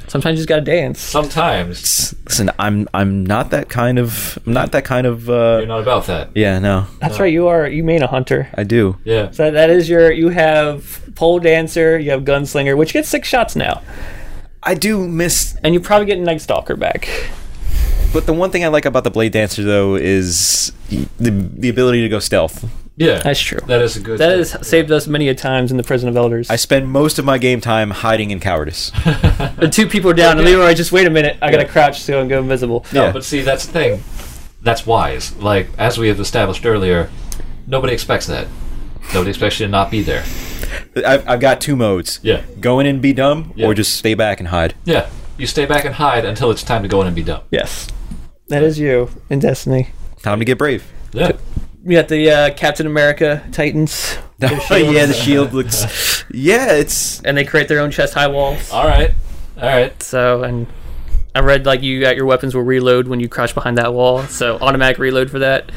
[SPEAKER 2] Sometimes you just gotta dance.
[SPEAKER 1] sometimes
[SPEAKER 4] listen, I'm I'm not that kind of I'm not that kind of uh
[SPEAKER 1] you're not about that.
[SPEAKER 4] yeah, no.
[SPEAKER 2] That's right. You are you main a hunter.
[SPEAKER 4] I do.
[SPEAKER 1] Yeah.
[SPEAKER 2] So that is your you have pole dancer, you have gunslinger, which gets six shots now,
[SPEAKER 4] I do miss
[SPEAKER 2] and you probably get night stalker back.
[SPEAKER 4] but the one thing I like about the blade dancer though is the the ability to go stealth.
[SPEAKER 1] Yeah.
[SPEAKER 2] That's true.
[SPEAKER 1] That is a good.
[SPEAKER 2] That has saved us many a times in the prison of elders.
[SPEAKER 4] I spend most of my game time hiding in cowardice.
[SPEAKER 2] the two people are down, and Leroy just wait a minute. I gotta crouch so I can go invisible.
[SPEAKER 1] No,
[SPEAKER 4] Yeah.
[SPEAKER 1] but see, that's the thing. That's wise. Like as we have established earlier, nobody expects that. Nobody expects you to not be there.
[SPEAKER 4] I've, I've got two modes.
[SPEAKER 1] Yeah.
[SPEAKER 4] Go in and be dumb
[SPEAKER 1] Yeah.
[SPEAKER 4] or just stay back and hide.
[SPEAKER 1] Yeah. You stay back and hide until it's time to go in and be dumb.
[SPEAKER 2] Yes, that is you in Destiny.
[SPEAKER 4] Time to get brave.
[SPEAKER 1] Yeah.
[SPEAKER 2] You got the uh, Captain America Titans,
[SPEAKER 4] (laughs) yeah, the shield looks Yeah, it's
[SPEAKER 2] and they create their own chest high walls.
[SPEAKER 1] All right. All right.
[SPEAKER 2] So, and I read like you got your weapons will reload when you crouch behind that wall, so automatic reload for that.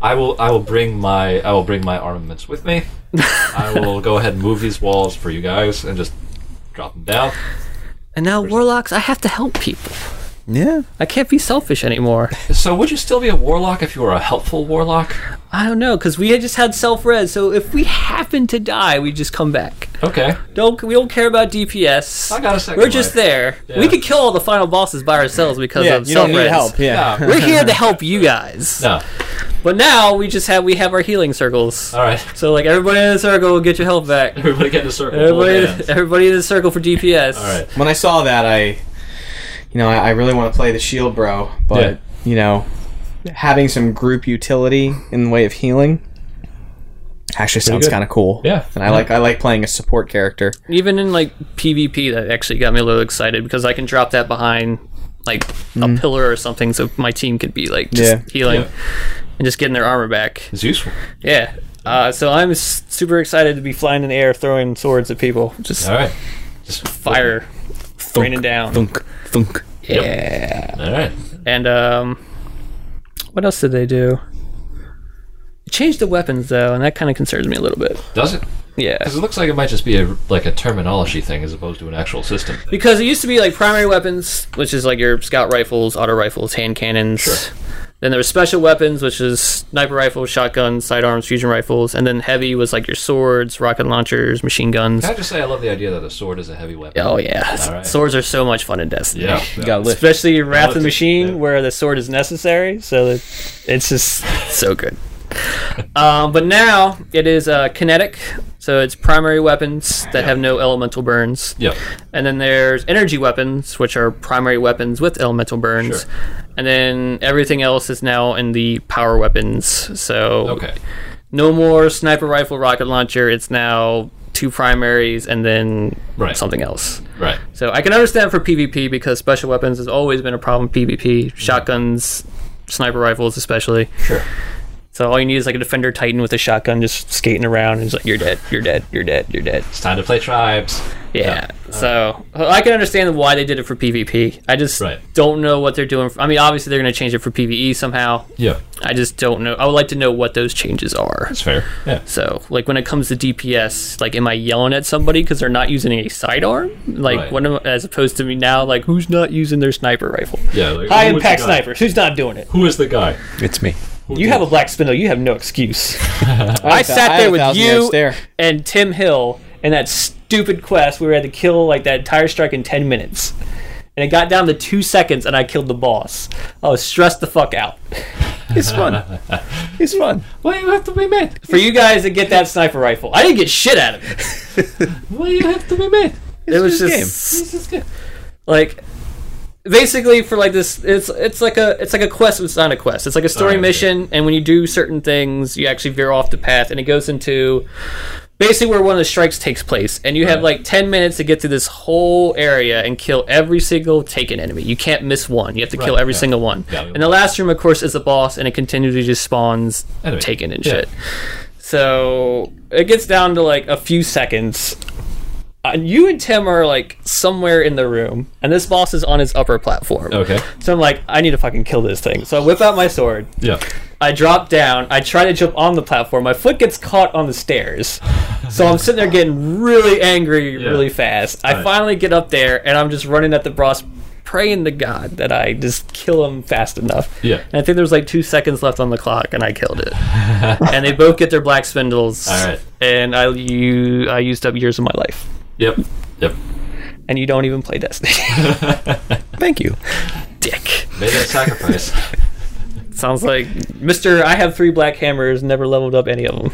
[SPEAKER 1] I will. I will bring my. I will bring my armaments with
[SPEAKER 2] (laughs)
[SPEAKER 1] me. I will go ahead and move these walls for you guys and just drop them down.
[SPEAKER 2] And now warlocks, I have to help people.
[SPEAKER 4] Yeah.
[SPEAKER 2] I can't be selfish anymore.
[SPEAKER 1] So, would you still be a warlock if you were a helpful warlock?
[SPEAKER 2] I don't know because we had just had self res, so if we happen to die, we just come back.
[SPEAKER 1] Okay.
[SPEAKER 2] Don't we don't care about DPS.
[SPEAKER 1] I got a second
[SPEAKER 2] We're just
[SPEAKER 1] life.
[SPEAKER 2] there.
[SPEAKER 1] Yeah.
[SPEAKER 2] We could kill all the final bosses by ourselves because
[SPEAKER 3] yeah,
[SPEAKER 2] of
[SPEAKER 3] you don't
[SPEAKER 2] self
[SPEAKER 3] need help. Yeah.
[SPEAKER 2] (laughs)
[SPEAKER 1] No.
[SPEAKER 2] We're
[SPEAKER 3] (laughs)
[SPEAKER 2] here to help you guys.
[SPEAKER 1] No.
[SPEAKER 2] But now we just have we have our healing circles.
[SPEAKER 1] All right. (laughs)
[SPEAKER 2] So like everybody in the circle will get your health back.
[SPEAKER 1] Everybody get in a circle. hold hands.
[SPEAKER 2] Everybody, everybody in the circle for DPS.
[SPEAKER 1] All right.
[SPEAKER 3] when I saw that, I, you know, I, I really want to play the shield, bro. But
[SPEAKER 1] Yeah.
[SPEAKER 3] you know, having some group utility in the way of healing actually sounds
[SPEAKER 1] good.
[SPEAKER 3] kind of cool.
[SPEAKER 1] Yeah.
[SPEAKER 3] and I like I like playing a support character.
[SPEAKER 2] Even in like PvP, that actually got me a little excited because I can drop that behind like a pillar or something, so my team could be like just
[SPEAKER 3] Mm. Yeah.
[SPEAKER 2] healing
[SPEAKER 1] Yeah.
[SPEAKER 2] and just getting their armor back.
[SPEAKER 1] It's useful.
[SPEAKER 2] Yeah. Uh, so I'm s- super excited to be flying in the air, throwing swords at people, just
[SPEAKER 1] All right. Just
[SPEAKER 2] fire raining down.
[SPEAKER 4] Thunk, thunk.
[SPEAKER 1] Yep. All right.
[SPEAKER 2] And um, What else did they do? It changed the weapons though, and that kind of concerns me a little bit.
[SPEAKER 1] Does it?
[SPEAKER 2] Yeah,
[SPEAKER 1] Because it looks like it might just be a like a terminology thing as opposed to an actual system. thing.
[SPEAKER 2] because it used to be like primary weapons, which is like your scout rifles, auto rifles, hand cannons.
[SPEAKER 1] Sure.
[SPEAKER 2] Then there was special weapons, which is sniper rifles, shotguns, sidearms, fusion rifles, and then heavy was like your swords, rocket launchers, machine guns.
[SPEAKER 1] Can I just say I love the idea that a sword is a heavy weapon?
[SPEAKER 2] Oh yeah,
[SPEAKER 1] All right.
[SPEAKER 2] swords are so much fun in Destiny. (laughs)
[SPEAKER 1] Yeah.
[SPEAKER 4] You got lift.
[SPEAKER 2] especially in Wrath of the
[SPEAKER 1] Relative,
[SPEAKER 2] Machine,
[SPEAKER 1] yeah.
[SPEAKER 2] where the sword is necessary. So that
[SPEAKER 1] (laughs)
[SPEAKER 2] it's just so good. Um, but now it is uh, kinetic, so it's primary weapons that have no elemental burns,
[SPEAKER 1] Yep.
[SPEAKER 2] and then there's energy weapons, which are primary weapons with elemental burns,
[SPEAKER 1] Sure.
[SPEAKER 2] and then everything else is now in the power weapons. So
[SPEAKER 1] Okay.
[SPEAKER 2] no more sniper rifle, rocket launcher. It's now two primaries and then
[SPEAKER 1] Right.
[SPEAKER 2] something else.
[SPEAKER 1] Right.
[SPEAKER 2] So I can understand for PvP because special weapons has always been a problem. PvP shotguns, sniper rifles especially.
[SPEAKER 1] Sure.
[SPEAKER 2] So all you need is like a defender titan with a shotgun just skating around and it's like you're dead, you're dead, you're dead, you're dead.
[SPEAKER 1] It's time to play tribes.
[SPEAKER 2] Yeah. So well, I can understand why they did it for PvP. I just
[SPEAKER 1] Right.
[SPEAKER 2] don't know what they're doing. For, I mean, obviously they're going to change it for PvE somehow.
[SPEAKER 1] Yeah.
[SPEAKER 2] I just don't know. I would like to know what those changes are.
[SPEAKER 1] That's fair. Yeah.
[SPEAKER 2] So, like when it comes to DPS, like am I yelling at somebody because they're not using a sidearm? Like
[SPEAKER 1] Right.
[SPEAKER 2] what am I- as opposed to me now, like who's not using their sniper rifle?
[SPEAKER 1] Yeah. Like,
[SPEAKER 2] High
[SPEAKER 1] who was the
[SPEAKER 2] impact
[SPEAKER 1] guy?
[SPEAKER 2] snipers, who's not doing it?
[SPEAKER 1] Who is the guy?
[SPEAKER 4] It's me.
[SPEAKER 1] Who
[SPEAKER 2] You
[SPEAKER 1] did-
[SPEAKER 2] have a black spindle, you have
[SPEAKER 1] (laughs)
[SPEAKER 2] no excuse.
[SPEAKER 3] I,
[SPEAKER 2] I sat
[SPEAKER 3] had
[SPEAKER 2] there
[SPEAKER 3] a
[SPEAKER 2] with
[SPEAKER 3] thousand
[SPEAKER 2] you
[SPEAKER 3] yards Stare.
[SPEAKER 2] and Tim Hill in that stupid quest where we had to kill like that entire strike in ten minutes. And it got down to two seconds and I killed the boss. I was stressed the fuck out.
[SPEAKER 4] It's fun. it's fun.
[SPEAKER 1] Why you have to be mad?
[SPEAKER 2] For you guys to get that sniper rifle. I didn't get shit out of it.
[SPEAKER 1] Why you have to be mad?
[SPEAKER 2] It was
[SPEAKER 4] his
[SPEAKER 2] just
[SPEAKER 1] This is good.
[SPEAKER 2] like basically for like this it's it's like a it's like a quest but it's not a quest it's like a story
[SPEAKER 1] Alright,
[SPEAKER 2] mission and when you do certain things you actually veer off the path and it goes into basically where one of the strikes takes place and you have
[SPEAKER 1] Right.
[SPEAKER 2] like 10 minutes to get through this whole area and kill every single taken enemy you can't miss one you have to kill
[SPEAKER 1] Right,
[SPEAKER 2] every
[SPEAKER 1] yeah.
[SPEAKER 2] single one
[SPEAKER 1] Yeah, we
[SPEAKER 2] and the last room of course is the boss and it continually just spawns
[SPEAKER 1] Enemy.
[SPEAKER 2] taken and
[SPEAKER 1] Yeah.
[SPEAKER 2] shit so it gets down to like a few seconds uh, you and Tim are like somewhere in the room, and this boss is on his upper platform.
[SPEAKER 1] Okay.
[SPEAKER 2] So I'm like, I need to fucking kill this thing. So I whip out my sword.
[SPEAKER 1] Yeah.
[SPEAKER 2] I drop down. I try to jump on the platform. My foot gets caught on
[SPEAKER 1] (laughs)
[SPEAKER 2] the stairs. So I'm sitting there getting really angry
[SPEAKER 1] Yeah.
[SPEAKER 2] really fast. I
[SPEAKER 1] Right.
[SPEAKER 2] finally get up there, and I'm just running at the boss, praying to God that I just kill him fast enough.
[SPEAKER 1] Yeah.
[SPEAKER 2] And I think there was like two seconds left on the clock, and I killed
[SPEAKER 1] (laughs)
[SPEAKER 2] it. and they both get their black spindles.
[SPEAKER 1] All right.
[SPEAKER 2] And I, you, I used up years of my life
[SPEAKER 1] Yep. Yep.
[SPEAKER 2] and you don't even play
[SPEAKER 1] (laughs)
[SPEAKER 2] Destiny.
[SPEAKER 4] Thank you.
[SPEAKER 2] Dick.
[SPEAKER 1] Made that
[SPEAKER 2] (laughs)
[SPEAKER 1] sacrifice.
[SPEAKER 2] Sounds like Mr. I have three black hammers, never leveled up any of them.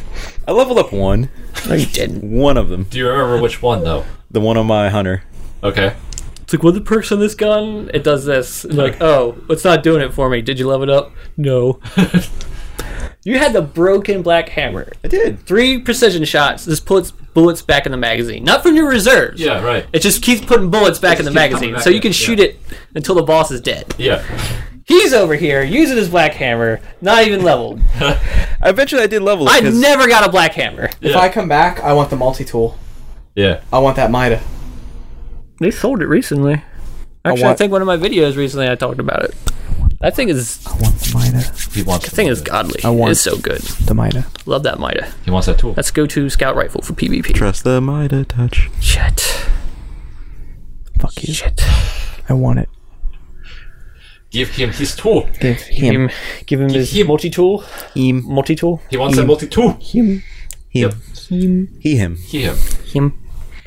[SPEAKER 4] I leveled up one.
[SPEAKER 2] No, you didn't.
[SPEAKER 4] One of them.
[SPEAKER 1] Do you remember which one though?
[SPEAKER 4] The one on my hunter.
[SPEAKER 1] Okay.
[SPEAKER 2] It's like, what the perks on this gun? It does this. And like, oh, it's not doing it for me. Did you level it up?
[SPEAKER 1] (laughs)
[SPEAKER 2] No. you had the broken black hammer.
[SPEAKER 4] I did.
[SPEAKER 2] Three precision shots. This puts bullets back in the magazine. Not from your reserves.
[SPEAKER 1] Yeah. Right.
[SPEAKER 2] It just keeps putting bullets back in the
[SPEAKER 1] just keeps coming
[SPEAKER 2] magazine,
[SPEAKER 1] back
[SPEAKER 2] so you
[SPEAKER 1] in,
[SPEAKER 2] can
[SPEAKER 1] yeah.
[SPEAKER 2] shoot it until the boss is dead.
[SPEAKER 1] Yeah.
[SPEAKER 2] He's over here using his black hammer, not even leveled.
[SPEAKER 4] Eventually, I did level it.
[SPEAKER 2] I
[SPEAKER 4] 'cause
[SPEAKER 2] never got a black hammer.
[SPEAKER 3] If
[SPEAKER 1] Yeah.
[SPEAKER 3] I come back, I want the multi tool.
[SPEAKER 1] Yeah.
[SPEAKER 3] I want that Mida.
[SPEAKER 2] They sold it recently. Actually, I,
[SPEAKER 4] want-
[SPEAKER 2] think one of my videos recently I talked about it. That thing is that
[SPEAKER 1] He wants.
[SPEAKER 2] thing is godly.
[SPEAKER 3] want-
[SPEAKER 2] It's so good.
[SPEAKER 3] The Mida.
[SPEAKER 2] Love that Mida.
[SPEAKER 1] He wants that tool.
[SPEAKER 2] That's go to scout rifle for PvP.
[SPEAKER 4] Trust the Mida touch.
[SPEAKER 2] Shit.
[SPEAKER 3] Fuck you.
[SPEAKER 2] Shit.
[SPEAKER 3] I want it.
[SPEAKER 1] Give him his tool.
[SPEAKER 3] Give him.
[SPEAKER 2] Him, give him his
[SPEAKER 1] him-
[SPEAKER 2] multi tool.
[SPEAKER 4] Him.
[SPEAKER 2] Multi tool.
[SPEAKER 1] He wants a multi tool.
[SPEAKER 4] Him. Him. He, him.
[SPEAKER 1] He him.
[SPEAKER 2] Him.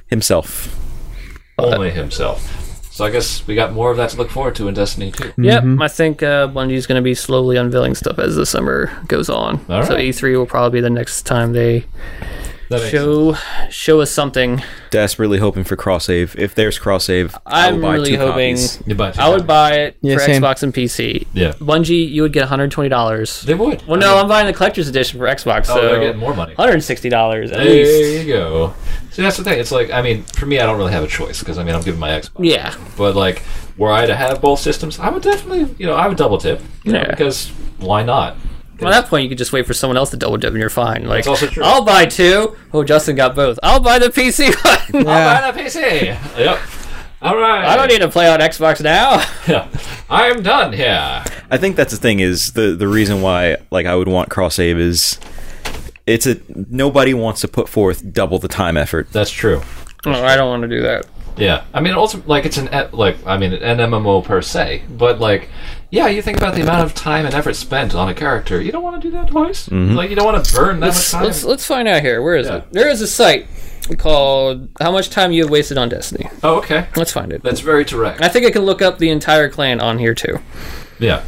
[SPEAKER 4] Himself.
[SPEAKER 2] Uh,
[SPEAKER 1] Only himself. So I guess we got more of that to look forward to in Destiny 2.
[SPEAKER 2] Yep. I think uh, Bungie's going to be slowly unveiling stuff as the summer goes on.
[SPEAKER 1] All
[SPEAKER 2] So
[SPEAKER 1] right.
[SPEAKER 2] E3 will probably be the next time they
[SPEAKER 1] That makes sense.
[SPEAKER 2] show show us something.
[SPEAKER 4] Desperately hoping for cross save. If there's cross save, I will
[SPEAKER 2] I'm
[SPEAKER 4] buy
[SPEAKER 2] really
[SPEAKER 4] two
[SPEAKER 2] hoping.
[SPEAKER 4] copies.
[SPEAKER 1] You buy two
[SPEAKER 2] I would
[SPEAKER 1] copies.
[SPEAKER 2] buy it
[SPEAKER 3] Yeah,
[SPEAKER 2] for
[SPEAKER 3] same.
[SPEAKER 2] Xbox and PC.
[SPEAKER 1] Yeah.
[SPEAKER 2] Bungie, you would get $120.
[SPEAKER 1] They would.
[SPEAKER 2] Well, no, I'm buying the collector's edition for Xbox.
[SPEAKER 1] Oh,
[SPEAKER 2] so
[SPEAKER 1] they're getting more money.
[SPEAKER 2] $160 at
[SPEAKER 1] There
[SPEAKER 2] least.
[SPEAKER 1] you go. See, that's the thing. It's like, I mean, for me, I don't really have a choice because, I mean, I'm giving my Xbox.
[SPEAKER 2] Yeah.
[SPEAKER 1] But, like, were I to have both systems, I would definitely, you know, I would double tip. You know,
[SPEAKER 2] Yeah.
[SPEAKER 1] because why not?
[SPEAKER 2] Well, at that point, you could just wait for someone else to double dip and you're fine. Like,
[SPEAKER 1] That's also true.
[SPEAKER 2] I'll buy two. Oh, Justin got both. I'll buy the PC (laughs) one.
[SPEAKER 1] I'll buy the PC. yep. All right. (laughs)
[SPEAKER 2] I don't need to play on Xbox now. (laughs)
[SPEAKER 1] Yeah. I'm done here.
[SPEAKER 4] I think that's the thing is the the reason why like I would want cross save is it's a nobody wants to put forth double the time effort.
[SPEAKER 1] That's true.
[SPEAKER 2] No, Oh, I don't want to do that.
[SPEAKER 1] Yeah, I mean, also like it's an e- like I mean an MMO per se, but like, yeah, you think about the amount of time and effort spent on a character. You don't want to do that twice.
[SPEAKER 2] Mm-hmm.
[SPEAKER 1] Like, you don't want to burn that
[SPEAKER 2] Let's,
[SPEAKER 1] much time.
[SPEAKER 2] let's let's find out here. Where is
[SPEAKER 1] Yeah.
[SPEAKER 2] it? There is a site called "How Much Time You Have Wasted on Destiny."
[SPEAKER 1] oh, okay,
[SPEAKER 2] Let's find it.
[SPEAKER 1] that's very direct.
[SPEAKER 2] I think I can look up the entire clan on here too.
[SPEAKER 1] yeah,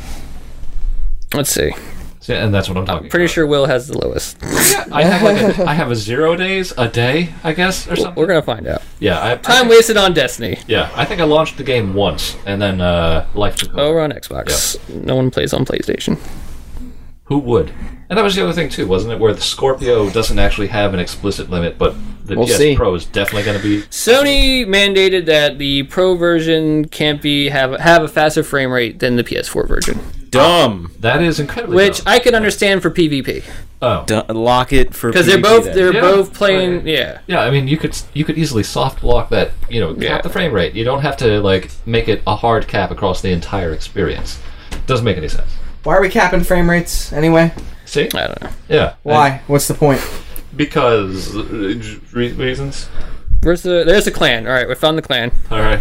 [SPEAKER 2] Let's see.
[SPEAKER 1] See, and that's what I'm talking.
[SPEAKER 2] Pretty
[SPEAKER 1] about.
[SPEAKER 2] sure Will has the lowest.
[SPEAKER 1] Yeah, I have like
[SPEAKER 2] (laughs)
[SPEAKER 1] a, I have a zero days a day, I guess, or something.
[SPEAKER 2] We're gonna find out.
[SPEAKER 1] yeah, I, I
[SPEAKER 2] Time
[SPEAKER 1] think-
[SPEAKER 2] wasted on Destiny.
[SPEAKER 1] Yeah, I think I launched the game once, and then uh, life took over.
[SPEAKER 2] Over on Xbox. No one plays on PlayStation.
[SPEAKER 1] Who would? And that was the other thing too, wasn't it? Where the Scorpio doesn't actually have an explicit limit, but the
[SPEAKER 3] We'll
[SPEAKER 1] PS
[SPEAKER 3] see.
[SPEAKER 1] Pro is definitely going to be.
[SPEAKER 2] Sony mandated that the Pro version can't be have have a faster frame rate than the PS4 version,
[SPEAKER 4] Dumb.
[SPEAKER 1] That is incredibly.
[SPEAKER 2] which
[SPEAKER 1] dumb.
[SPEAKER 2] I can understand for PvP
[SPEAKER 1] oh
[SPEAKER 4] Du- lock it for
[SPEAKER 2] because they're
[SPEAKER 4] PvP
[SPEAKER 2] both
[SPEAKER 4] then.
[SPEAKER 2] they're
[SPEAKER 1] Yeah.
[SPEAKER 2] both playing.
[SPEAKER 1] Right.
[SPEAKER 2] Yeah,
[SPEAKER 1] Yeah, I mean, you could you could easily soft lock that, you know, cap
[SPEAKER 2] Yeah.
[SPEAKER 1] the frame rate. You don't have to like make it a hard cap across the entire experience. Doesn't make any sense.
[SPEAKER 3] Why are we capping frame rates anyway?
[SPEAKER 1] See?
[SPEAKER 2] I don't know
[SPEAKER 1] Yeah.
[SPEAKER 3] Why? What's the point?
[SPEAKER 1] And because uh, re- reasons.
[SPEAKER 2] Where's the there's the clan. All right, we found the clan.
[SPEAKER 1] All right.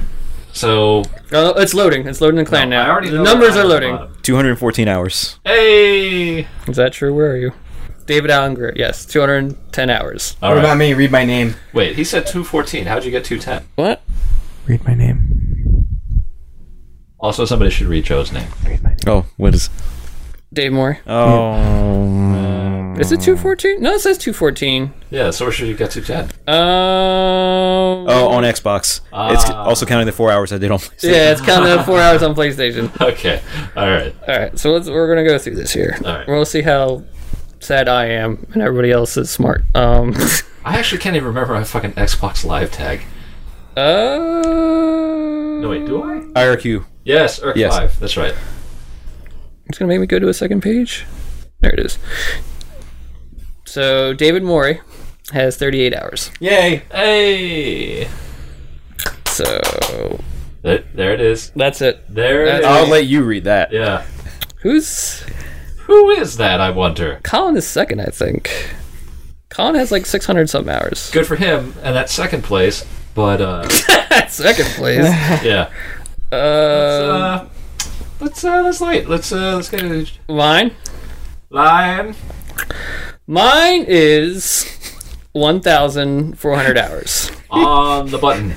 [SPEAKER 1] So
[SPEAKER 2] Oh, it's loading. It's loading the clan
[SPEAKER 1] I
[SPEAKER 2] now.
[SPEAKER 1] already
[SPEAKER 2] The
[SPEAKER 1] know
[SPEAKER 2] numbers
[SPEAKER 1] I'm
[SPEAKER 2] are
[SPEAKER 1] at the
[SPEAKER 2] loading.
[SPEAKER 1] bottom.
[SPEAKER 4] 214 hours.
[SPEAKER 1] Hey.
[SPEAKER 2] Is that true? Where are you? David Allen Greer. Yes, 210 hours.
[SPEAKER 1] All
[SPEAKER 3] What
[SPEAKER 1] right.
[SPEAKER 3] about me? Read my name.
[SPEAKER 1] Wait, he said 214. How'd you get 210?
[SPEAKER 2] What?
[SPEAKER 3] Read my name.
[SPEAKER 1] Also, somebody should read Joe's name.
[SPEAKER 3] Read my name.
[SPEAKER 4] Oh, what is? Hmm.
[SPEAKER 2] Dave Moore.
[SPEAKER 4] Um, Oh,
[SPEAKER 2] Is it 214? No, it says 214.
[SPEAKER 1] Yeah, so where should you get 210?
[SPEAKER 2] Um. Oh.
[SPEAKER 4] oh, on Xbox. it's
[SPEAKER 1] Ah.
[SPEAKER 4] also counting the four hours I did on. PlayStation.
[SPEAKER 2] Yeah, it's counting up four hours on PlayStation.
[SPEAKER 1] (laughs) Okay. All right.
[SPEAKER 2] All right, so let's, we're gonna go through this here.
[SPEAKER 1] All right.
[SPEAKER 2] We'll see how sad I am and everybody else is smart. Um. (laughs)
[SPEAKER 1] I actually can't even remember my fucking Xbox Live tag.
[SPEAKER 2] uh.
[SPEAKER 1] No, wait, do I?
[SPEAKER 4] IRQ.
[SPEAKER 1] Yes, Urk
[SPEAKER 4] Yes.
[SPEAKER 1] 5. That's right.
[SPEAKER 2] It's gonna make me go to a second page. There it is. So David Morey has 38 hours.
[SPEAKER 3] Yay!
[SPEAKER 1] Hey!
[SPEAKER 2] So
[SPEAKER 1] There, there it is.
[SPEAKER 2] that's it.
[SPEAKER 1] There it
[SPEAKER 2] That's
[SPEAKER 1] is.
[SPEAKER 2] all.
[SPEAKER 4] I'll let you read that.
[SPEAKER 1] Yeah.
[SPEAKER 2] Who's
[SPEAKER 1] Who is that, I wonder?
[SPEAKER 2] Colin is second, I think. Colin has like 600 some hours.
[SPEAKER 1] Good for him and that second place, but, uh,
[SPEAKER 2] second place.
[SPEAKER 1] (laughs) yeah.
[SPEAKER 2] Uh,
[SPEAKER 1] Uh, let's, uh, let's light. Let's, uh, let's get a
[SPEAKER 2] mine.
[SPEAKER 1] line.
[SPEAKER 2] Mine is 1,400 hours,
[SPEAKER 1] on the button.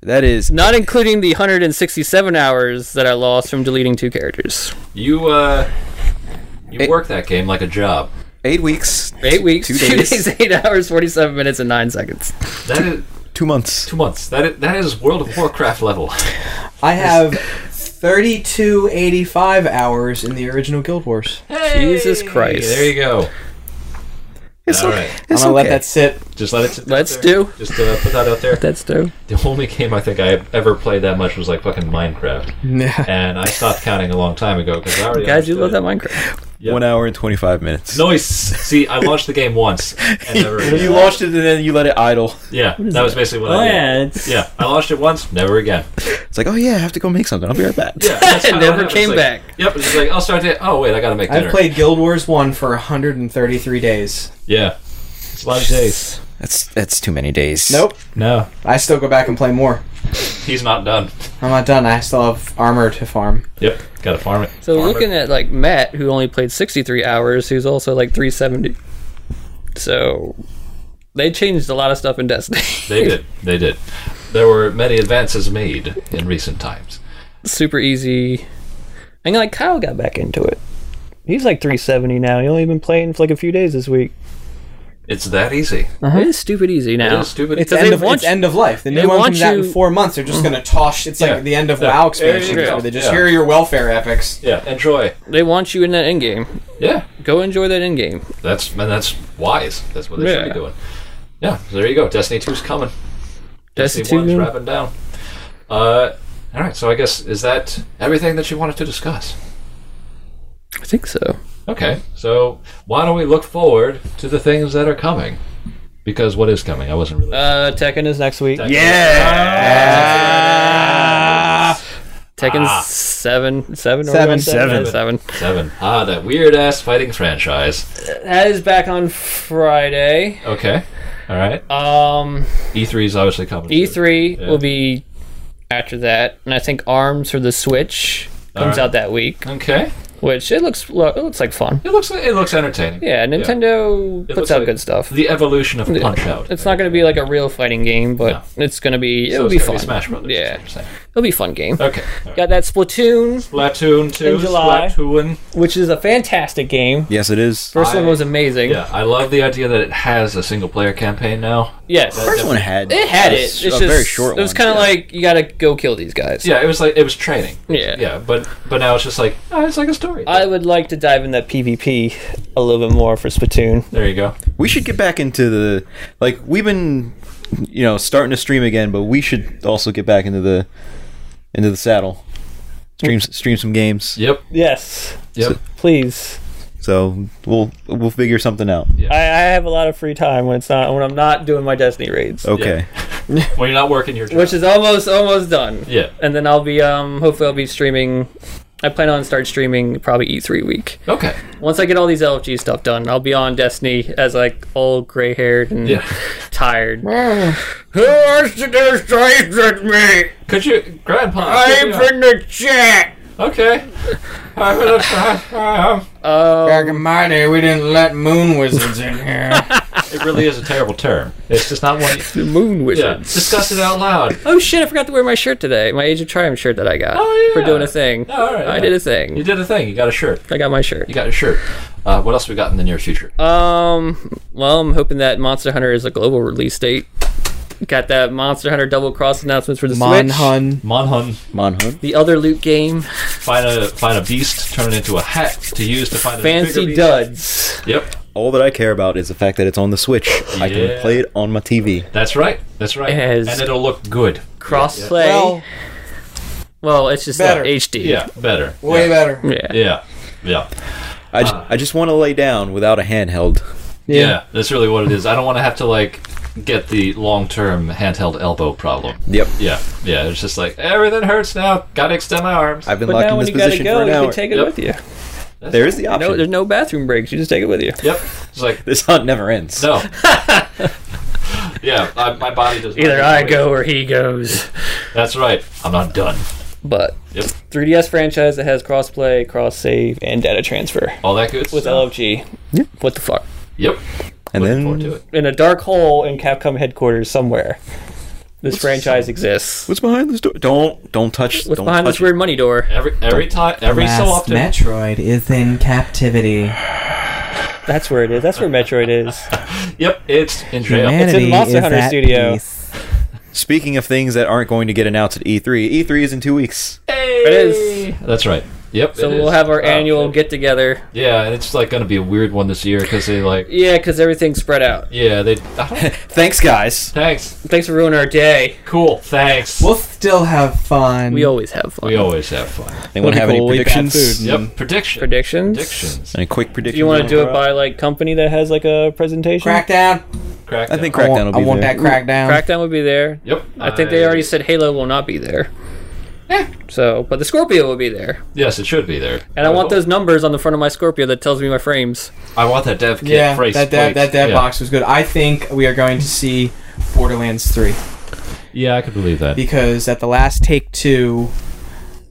[SPEAKER 4] That is
[SPEAKER 2] not including the 167 hours that I lost from deleting two characters.
[SPEAKER 1] You, uh, you work that game like a job.
[SPEAKER 4] eight weeks,
[SPEAKER 2] Eight weeks, (laughs) two
[SPEAKER 4] Two
[SPEAKER 2] days,
[SPEAKER 4] days.
[SPEAKER 2] eight hours, 47 minutes, and nine seconds.
[SPEAKER 1] That is
[SPEAKER 4] two months.
[SPEAKER 1] two months. That is, that is World of Warcraft level.
[SPEAKER 3] I have 3285 hours in the original Guild Wars.
[SPEAKER 2] Jesus Christ.
[SPEAKER 1] There you go.
[SPEAKER 4] It's
[SPEAKER 1] All
[SPEAKER 4] okay.
[SPEAKER 1] right.
[SPEAKER 4] It's
[SPEAKER 3] I'm gonna
[SPEAKER 4] okay.
[SPEAKER 3] let that sit.
[SPEAKER 1] Just let it. sit
[SPEAKER 2] Let's
[SPEAKER 1] there.
[SPEAKER 2] do.
[SPEAKER 1] Just uh, put that out there.
[SPEAKER 2] That's dope.
[SPEAKER 1] The only game I think I ever played that much was like fucking Minecraft,
[SPEAKER 3] Yeah.
[SPEAKER 1] and I stopped counting a long time ago because I already.
[SPEAKER 2] Guys, you love that
[SPEAKER 1] understood
[SPEAKER 2] Minecraft.
[SPEAKER 1] Yeah.
[SPEAKER 4] One hour and twenty five minutes.
[SPEAKER 1] it. Noise. See, I launched the game once. And never again. (laughs)
[SPEAKER 4] (laughs) you launched it and then you let it idle.
[SPEAKER 1] yeah, that was basically what I did.
[SPEAKER 2] it's...
[SPEAKER 1] Yeah, I launched it once, never again.
[SPEAKER 4] It's like, oh yeah, I have to go make something. I'll be right back.
[SPEAKER 1] Yeah,
[SPEAKER 2] (laughs)
[SPEAKER 1] that's
[SPEAKER 2] It
[SPEAKER 1] how
[SPEAKER 2] never
[SPEAKER 1] happens.
[SPEAKER 2] came
[SPEAKER 1] Like,
[SPEAKER 2] back.
[SPEAKER 1] Yep, it's just like I'll start it. Oh wait, I gotta make dinner.
[SPEAKER 3] I've played Guild Wars 1 for 133 days.
[SPEAKER 1] Yeah, it's a lot of days.
[SPEAKER 4] That's that's too many days.
[SPEAKER 3] Nope.
[SPEAKER 1] No,
[SPEAKER 3] I still go back and play more.
[SPEAKER 1] he's not done.
[SPEAKER 3] I'm not done. I still have armor to farm.
[SPEAKER 1] Yep, gotta farm it.
[SPEAKER 2] So
[SPEAKER 1] Farm it.
[SPEAKER 2] looking at like Matt, who only played 63 hours, who's also like 370. So they changed a lot of stuff in Destiny. (laughs)
[SPEAKER 1] They did. They did. There were many advances made in recent times.
[SPEAKER 2] Super easy. And like Kyle got back into it. He's like 370 now. He only been playing for like a few days this week.
[SPEAKER 1] It's that easy.
[SPEAKER 2] It is stupid easy now.
[SPEAKER 1] is stupid.
[SPEAKER 2] Uh-huh. It's
[SPEAKER 1] They
[SPEAKER 2] end
[SPEAKER 3] End of, it's end of life. The
[SPEAKER 2] they
[SPEAKER 3] new one
[SPEAKER 2] want
[SPEAKER 3] comes out in
[SPEAKER 2] you-
[SPEAKER 3] four months. They're just gonna toss. It's
[SPEAKER 1] Yeah.
[SPEAKER 3] like the end of
[SPEAKER 1] Yeah.
[SPEAKER 3] WoW
[SPEAKER 1] There you
[SPEAKER 3] expansion.
[SPEAKER 1] go.
[SPEAKER 3] Where they just
[SPEAKER 1] Yeah.
[SPEAKER 3] hear your welfare epics.
[SPEAKER 2] (laughs)
[SPEAKER 1] Yeah, enjoy.
[SPEAKER 2] They want you in that end game.
[SPEAKER 1] Yeah,
[SPEAKER 2] Go enjoy that end game.
[SPEAKER 1] that's and that's wise. That's what they should
[SPEAKER 2] Yeah.
[SPEAKER 1] be doing. Yeah, so there you go. Destiny 2's coming.
[SPEAKER 2] Destiny
[SPEAKER 1] Destiny 1's
[SPEAKER 2] 2.
[SPEAKER 1] wrapping down. Uh, all right. So I guess is that everything that you wanted to discuss?
[SPEAKER 2] I think so.
[SPEAKER 1] Okay. So why don't we look forward to the things that are coming? Because what is coming? I wasn't really.
[SPEAKER 2] Uh, Tekken is next week.
[SPEAKER 1] yeah.
[SPEAKER 2] Tekken's seven, seven, or
[SPEAKER 3] Seven.
[SPEAKER 2] one, seven,
[SPEAKER 5] Seven.
[SPEAKER 2] seven.
[SPEAKER 1] Ah. Seven. Ah, that weird ass fighting franchise.
[SPEAKER 2] That is back on Friday.
[SPEAKER 1] Okay. All right.
[SPEAKER 2] Um,
[SPEAKER 1] E3 is obviously coming.
[SPEAKER 2] E three
[SPEAKER 1] Yeah.
[SPEAKER 2] will be after that, and I think Arms for the Switch comes
[SPEAKER 1] Alright.
[SPEAKER 2] out that week,
[SPEAKER 1] Okay.
[SPEAKER 2] which it looks lo- it looks like fun.
[SPEAKER 1] It looks it looks entertaining.
[SPEAKER 2] Yeah, Nintendo
[SPEAKER 1] It
[SPEAKER 2] puts
[SPEAKER 1] looks
[SPEAKER 2] out
[SPEAKER 1] like
[SPEAKER 2] good stuff.
[SPEAKER 1] The evolution of Punch Out.
[SPEAKER 2] It's not going to be like a real fighting game, but it's going to be
[SPEAKER 1] So
[SPEAKER 2] it'll
[SPEAKER 1] it's
[SPEAKER 2] be
[SPEAKER 1] gonna
[SPEAKER 2] fun.
[SPEAKER 1] Smash Brothers. is
[SPEAKER 2] Yeah.
[SPEAKER 1] what you're saying.
[SPEAKER 2] It'll be a fun game.
[SPEAKER 1] Okay. all right.
[SPEAKER 2] Got that Splatoon,
[SPEAKER 1] Splatoon two.
[SPEAKER 2] In July.
[SPEAKER 1] Splatoon.
[SPEAKER 2] which is a fantastic game.
[SPEAKER 4] Yes, it is.
[SPEAKER 2] First one
[SPEAKER 1] I-
[SPEAKER 2] was amazing.
[SPEAKER 1] Yeah, I love the idea that it has a single player campaign now.
[SPEAKER 2] Yes.
[SPEAKER 4] First one had
[SPEAKER 2] It had it. It's
[SPEAKER 4] a
[SPEAKER 2] just
[SPEAKER 4] very short.
[SPEAKER 2] It was
[SPEAKER 4] one.
[SPEAKER 2] kind of like you gotta go kill these guys.
[SPEAKER 1] Yeah, it was like it was training.
[SPEAKER 2] Yeah.
[SPEAKER 1] Yeah, but but now it's just like oh, it's like a story.
[SPEAKER 2] I would like to dive in that PvP a little bit more for Splatoon.
[SPEAKER 1] there you go.
[SPEAKER 4] We should get back into the like we've been you know starting to stream again, but we should also get back into the into the saddle. Stream stream some games.
[SPEAKER 1] Yep.
[SPEAKER 2] Yes,
[SPEAKER 1] Yep.
[SPEAKER 2] please.
[SPEAKER 4] So we'll we'll figure something out.
[SPEAKER 2] I, I have a lot of free time when it's not when I'm not doing my Destiny
[SPEAKER 1] Oh.
[SPEAKER 2] raids,
[SPEAKER 4] Okay.
[SPEAKER 1] When you're not working your job.
[SPEAKER 2] which is almost almost done.
[SPEAKER 1] yeah.
[SPEAKER 2] And then I'll be um hopefully I'll be streaming. I plan on start streaming probably E3 week.
[SPEAKER 1] Okay.
[SPEAKER 2] Once I get all these LFG stuff done, I'll be on Destiny as like old gray haired and
[SPEAKER 1] Yeah.
[SPEAKER 2] tired. Who wants to do trades with me?
[SPEAKER 1] Could you, Grandpa?
[SPEAKER 2] I'm in the chat.
[SPEAKER 1] okay. I'm gonna try. um,
[SPEAKER 3] Back in my day, we didn't let moon wizards in here. (laughs)
[SPEAKER 1] It really is a terrible term. It's just not (laughs) one.
[SPEAKER 2] The moon
[SPEAKER 1] Yeah.
[SPEAKER 2] wizards.
[SPEAKER 1] Discuss it out
[SPEAKER 2] (laughs)
[SPEAKER 1] loud.
[SPEAKER 2] Oh shit! I forgot to wear my shirt today. My Age of Triumph shirt that I got
[SPEAKER 1] Oh, yeah.
[SPEAKER 2] for doing a thing.
[SPEAKER 1] Oh, all right,
[SPEAKER 2] I
[SPEAKER 1] yeah.
[SPEAKER 2] did a
[SPEAKER 1] You
[SPEAKER 2] thing.
[SPEAKER 1] did a thing. You got a shirt.
[SPEAKER 2] I got my shirt.
[SPEAKER 1] You got a shirt. Uh, what else we got in the near future?
[SPEAKER 2] Um. Well, I'm hoping that Monster Hunter is a global release date. Got that Monster Hunter Double Cross announcements for the Switch.
[SPEAKER 3] Monhun.
[SPEAKER 1] Monhun,
[SPEAKER 4] Monhunt.
[SPEAKER 2] The other loot game,
[SPEAKER 1] find a find a beast, turn it into a hat to use to find a bigger
[SPEAKER 2] Fancy
[SPEAKER 1] beast.
[SPEAKER 2] Duds.
[SPEAKER 1] Yep,
[SPEAKER 4] All that I care about is the fact that it's on the Switch. I
[SPEAKER 1] Yeah.
[SPEAKER 4] can play it on my TV.
[SPEAKER 1] that's right, that's right,
[SPEAKER 2] Yes.
[SPEAKER 1] and it'll look good.
[SPEAKER 2] Crossplay.
[SPEAKER 3] Well,
[SPEAKER 2] Well, it's just not
[SPEAKER 3] Better.
[SPEAKER 2] HD.
[SPEAKER 1] Yeah, better. yeah.
[SPEAKER 3] way better.
[SPEAKER 2] Yeah.
[SPEAKER 1] Yeah, yeah,
[SPEAKER 4] I, j- I just want to lay down without a handheld.
[SPEAKER 1] yeah. That's really what it is. I don't want to have to like get the long term handheld elbow problem.
[SPEAKER 4] Yep.
[SPEAKER 1] Yeah, yeah. It's just like everything hurts now. Got to extend my arms.
[SPEAKER 4] I've been
[SPEAKER 2] But
[SPEAKER 4] locked
[SPEAKER 2] now
[SPEAKER 4] in
[SPEAKER 2] when
[SPEAKER 4] this
[SPEAKER 2] you gotta
[SPEAKER 4] position for
[SPEAKER 2] go,
[SPEAKER 4] an
[SPEAKER 2] you
[SPEAKER 4] hour.
[SPEAKER 2] can take it
[SPEAKER 1] Yep.
[SPEAKER 2] with you.
[SPEAKER 4] there is the option.
[SPEAKER 2] No, there's no bathroom breaks. You just take it with you.
[SPEAKER 1] Yep. It's like
[SPEAKER 4] this hunt never ends.
[SPEAKER 2] (laughs)
[SPEAKER 1] no. yeah, I, my body does.
[SPEAKER 2] Either I go or he goes.
[SPEAKER 1] That's right. I'm not done.
[SPEAKER 2] But
[SPEAKER 1] Yep.
[SPEAKER 2] 3DS franchise that has crossplay, cross save, and data transfer
[SPEAKER 1] All that good
[SPEAKER 2] with
[SPEAKER 1] stuff.
[SPEAKER 2] LFG.
[SPEAKER 4] Yep.
[SPEAKER 2] What the fuck?
[SPEAKER 1] Yep.
[SPEAKER 4] and
[SPEAKER 1] Looking forward
[SPEAKER 4] then
[SPEAKER 1] to it.
[SPEAKER 2] In a dark hole in Capcom headquarters somewhere, this franchise exists.
[SPEAKER 4] what's behind this door? Don't don't touch.
[SPEAKER 2] What's
[SPEAKER 4] don't
[SPEAKER 2] behind
[SPEAKER 4] touch
[SPEAKER 2] this weird money door?
[SPEAKER 1] Every every time, every so
[SPEAKER 5] Last
[SPEAKER 1] often.
[SPEAKER 5] Metroid is in captivity.
[SPEAKER 2] That's where it is. That's where Metroid (laughs) is.
[SPEAKER 1] Yep, it's in jail.
[SPEAKER 5] Humanity
[SPEAKER 2] Monster
[SPEAKER 5] is
[SPEAKER 2] Hunter
[SPEAKER 5] at
[SPEAKER 2] Studio.
[SPEAKER 5] peace.
[SPEAKER 4] it. Speaking of things that aren't going to get announced at E E3, E3 is in two weeks.
[SPEAKER 1] It
[SPEAKER 2] is.
[SPEAKER 1] That's right. Yep.
[SPEAKER 2] So
[SPEAKER 1] it
[SPEAKER 2] we'll
[SPEAKER 1] is.
[SPEAKER 2] have our
[SPEAKER 1] Oh,
[SPEAKER 2] annual
[SPEAKER 1] shit.
[SPEAKER 2] get together.
[SPEAKER 1] yeah, and it's like going to be a weird one this year because they like.
[SPEAKER 2] (laughs) Yeah, because everything's spread out.
[SPEAKER 1] Yeah, they. I don't,
[SPEAKER 4] Thanks, guys.
[SPEAKER 1] thanks.
[SPEAKER 2] Thanks for ruining our day. Mm.
[SPEAKER 1] Cool. Thanks.
[SPEAKER 5] We'll still have fun.
[SPEAKER 2] We always have fun.
[SPEAKER 1] we always have fun.
[SPEAKER 4] Anyone
[SPEAKER 3] Really
[SPEAKER 4] have
[SPEAKER 3] cool,
[SPEAKER 4] any
[SPEAKER 3] we got
[SPEAKER 4] predictions?
[SPEAKER 3] food.
[SPEAKER 1] Yep. Prediction.
[SPEAKER 2] Mm-hmm. Predictions?
[SPEAKER 1] Predictions.
[SPEAKER 4] Any quick
[SPEAKER 2] Do
[SPEAKER 4] predictions?
[SPEAKER 2] you want to
[SPEAKER 4] wanna
[SPEAKER 2] do
[SPEAKER 4] throw
[SPEAKER 2] it
[SPEAKER 4] out?
[SPEAKER 2] by like company that has like a presentation?
[SPEAKER 3] Crackdown.
[SPEAKER 1] Crack.
[SPEAKER 4] I think
[SPEAKER 3] I
[SPEAKER 4] Crackdown will
[SPEAKER 3] want,
[SPEAKER 4] be
[SPEAKER 3] I want
[SPEAKER 4] there.
[SPEAKER 3] that crackdown.
[SPEAKER 2] Crackdown would be there.
[SPEAKER 1] Yep.
[SPEAKER 2] I Eh. think they already said Halo will not be there. So, but the Scorpio will be there,
[SPEAKER 1] Yes, it should be there.
[SPEAKER 2] and I want
[SPEAKER 1] hope-
[SPEAKER 2] those numbers on the front of my Scorpio that tells me my frames.
[SPEAKER 1] I want that dev kit.
[SPEAKER 3] yeah,
[SPEAKER 1] phrase,
[SPEAKER 3] that dev,
[SPEAKER 1] please.
[SPEAKER 3] that dev
[SPEAKER 1] yeah.
[SPEAKER 3] box was good. I think we are going to see Borderlands 3
[SPEAKER 1] Yeah, I could believe that.
[SPEAKER 3] because at the last Take Two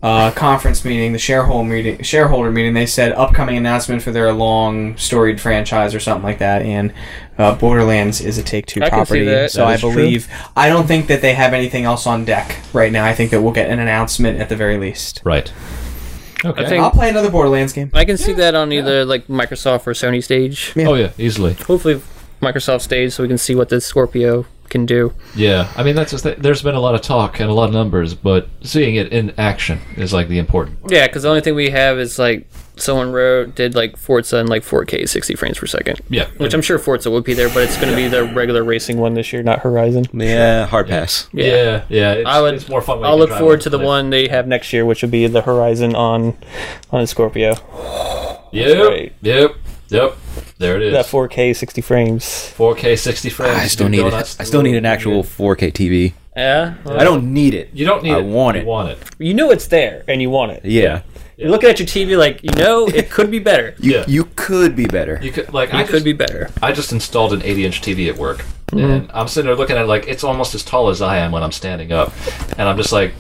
[SPEAKER 3] uh, conference meeting, the shareholder meeting, shareholder meeting, they said upcoming announcement for their long storied franchise or something like that, and uh, Borderlands is a Take Two
[SPEAKER 2] I can see
[SPEAKER 3] property.
[SPEAKER 2] that.
[SPEAKER 3] So
[SPEAKER 4] That
[SPEAKER 3] I
[SPEAKER 4] is true.
[SPEAKER 3] believe I don't think that they have anything else on deck right now. I think that we'll get an announcement at the very least.
[SPEAKER 1] Right. Okay.
[SPEAKER 2] I think-
[SPEAKER 3] I'll play another Borderlands game.
[SPEAKER 2] I can see that on either like Microsoft or Sony stage.
[SPEAKER 1] oh yeah, easily.
[SPEAKER 2] Hopefully, Microsoft stage, so we can see what the Scorpio can do.
[SPEAKER 1] Yeah, I mean that's just th- there's been a lot of talk and a lot of numbers, but seeing it in action is like the important. part.
[SPEAKER 2] Yeah, because the only thing we have is like someone wrote did like Forza in like 4K 60 frames per second.
[SPEAKER 1] Yeah,
[SPEAKER 2] Which I'm sure Forza would be there, but it's going to be the regular racing one this year, not Horizon.
[SPEAKER 4] Yeah, hard pass.
[SPEAKER 1] yeah, yeah. it's,
[SPEAKER 2] I would.
[SPEAKER 1] it's more fun. when
[SPEAKER 2] I'll
[SPEAKER 1] you
[SPEAKER 2] look
[SPEAKER 1] drive
[SPEAKER 2] forward
[SPEAKER 1] it.
[SPEAKER 2] to the one they have next year, which would be the Horizon on on a Scorpio.
[SPEAKER 1] Yep,
[SPEAKER 2] right.
[SPEAKER 1] yep, yep. There it is.
[SPEAKER 2] That 4K 60 frames.
[SPEAKER 1] 4K 60 frames.
[SPEAKER 4] I still
[SPEAKER 1] Dude,
[SPEAKER 4] need.
[SPEAKER 1] donuts.
[SPEAKER 4] I still need an actual 4K TV.
[SPEAKER 2] Yeah. well,
[SPEAKER 4] I don't need it.
[SPEAKER 1] You don't need
[SPEAKER 4] I
[SPEAKER 1] it.
[SPEAKER 4] want
[SPEAKER 1] you
[SPEAKER 4] it.
[SPEAKER 1] want it.
[SPEAKER 2] You know it's there, and you want it.
[SPEAKER 4] Yeah.
[SPEAKER 2] You're looking at your TV like you
[SPEAKER 1] (laughs)
[SPEAKER 2] know it could be better.
[SPEAKER 4] You,
[SPEAKER 1] Yeah.
[SPEAKER 4] you could be better.
[SPEAKER 1] You could like I
[SPEAKER 2] It
[SPEAKER 1] just,
[SPEAKER 2] could be better.
[SPEAKER 1] I just installed an 80 inch TV at work,
[SPEAKER 2] Mm-hmm.
[SPEAKER 1] and I'm sitting there looking at it like it's almost as tall as I am when I'm standing up, and I'm just like,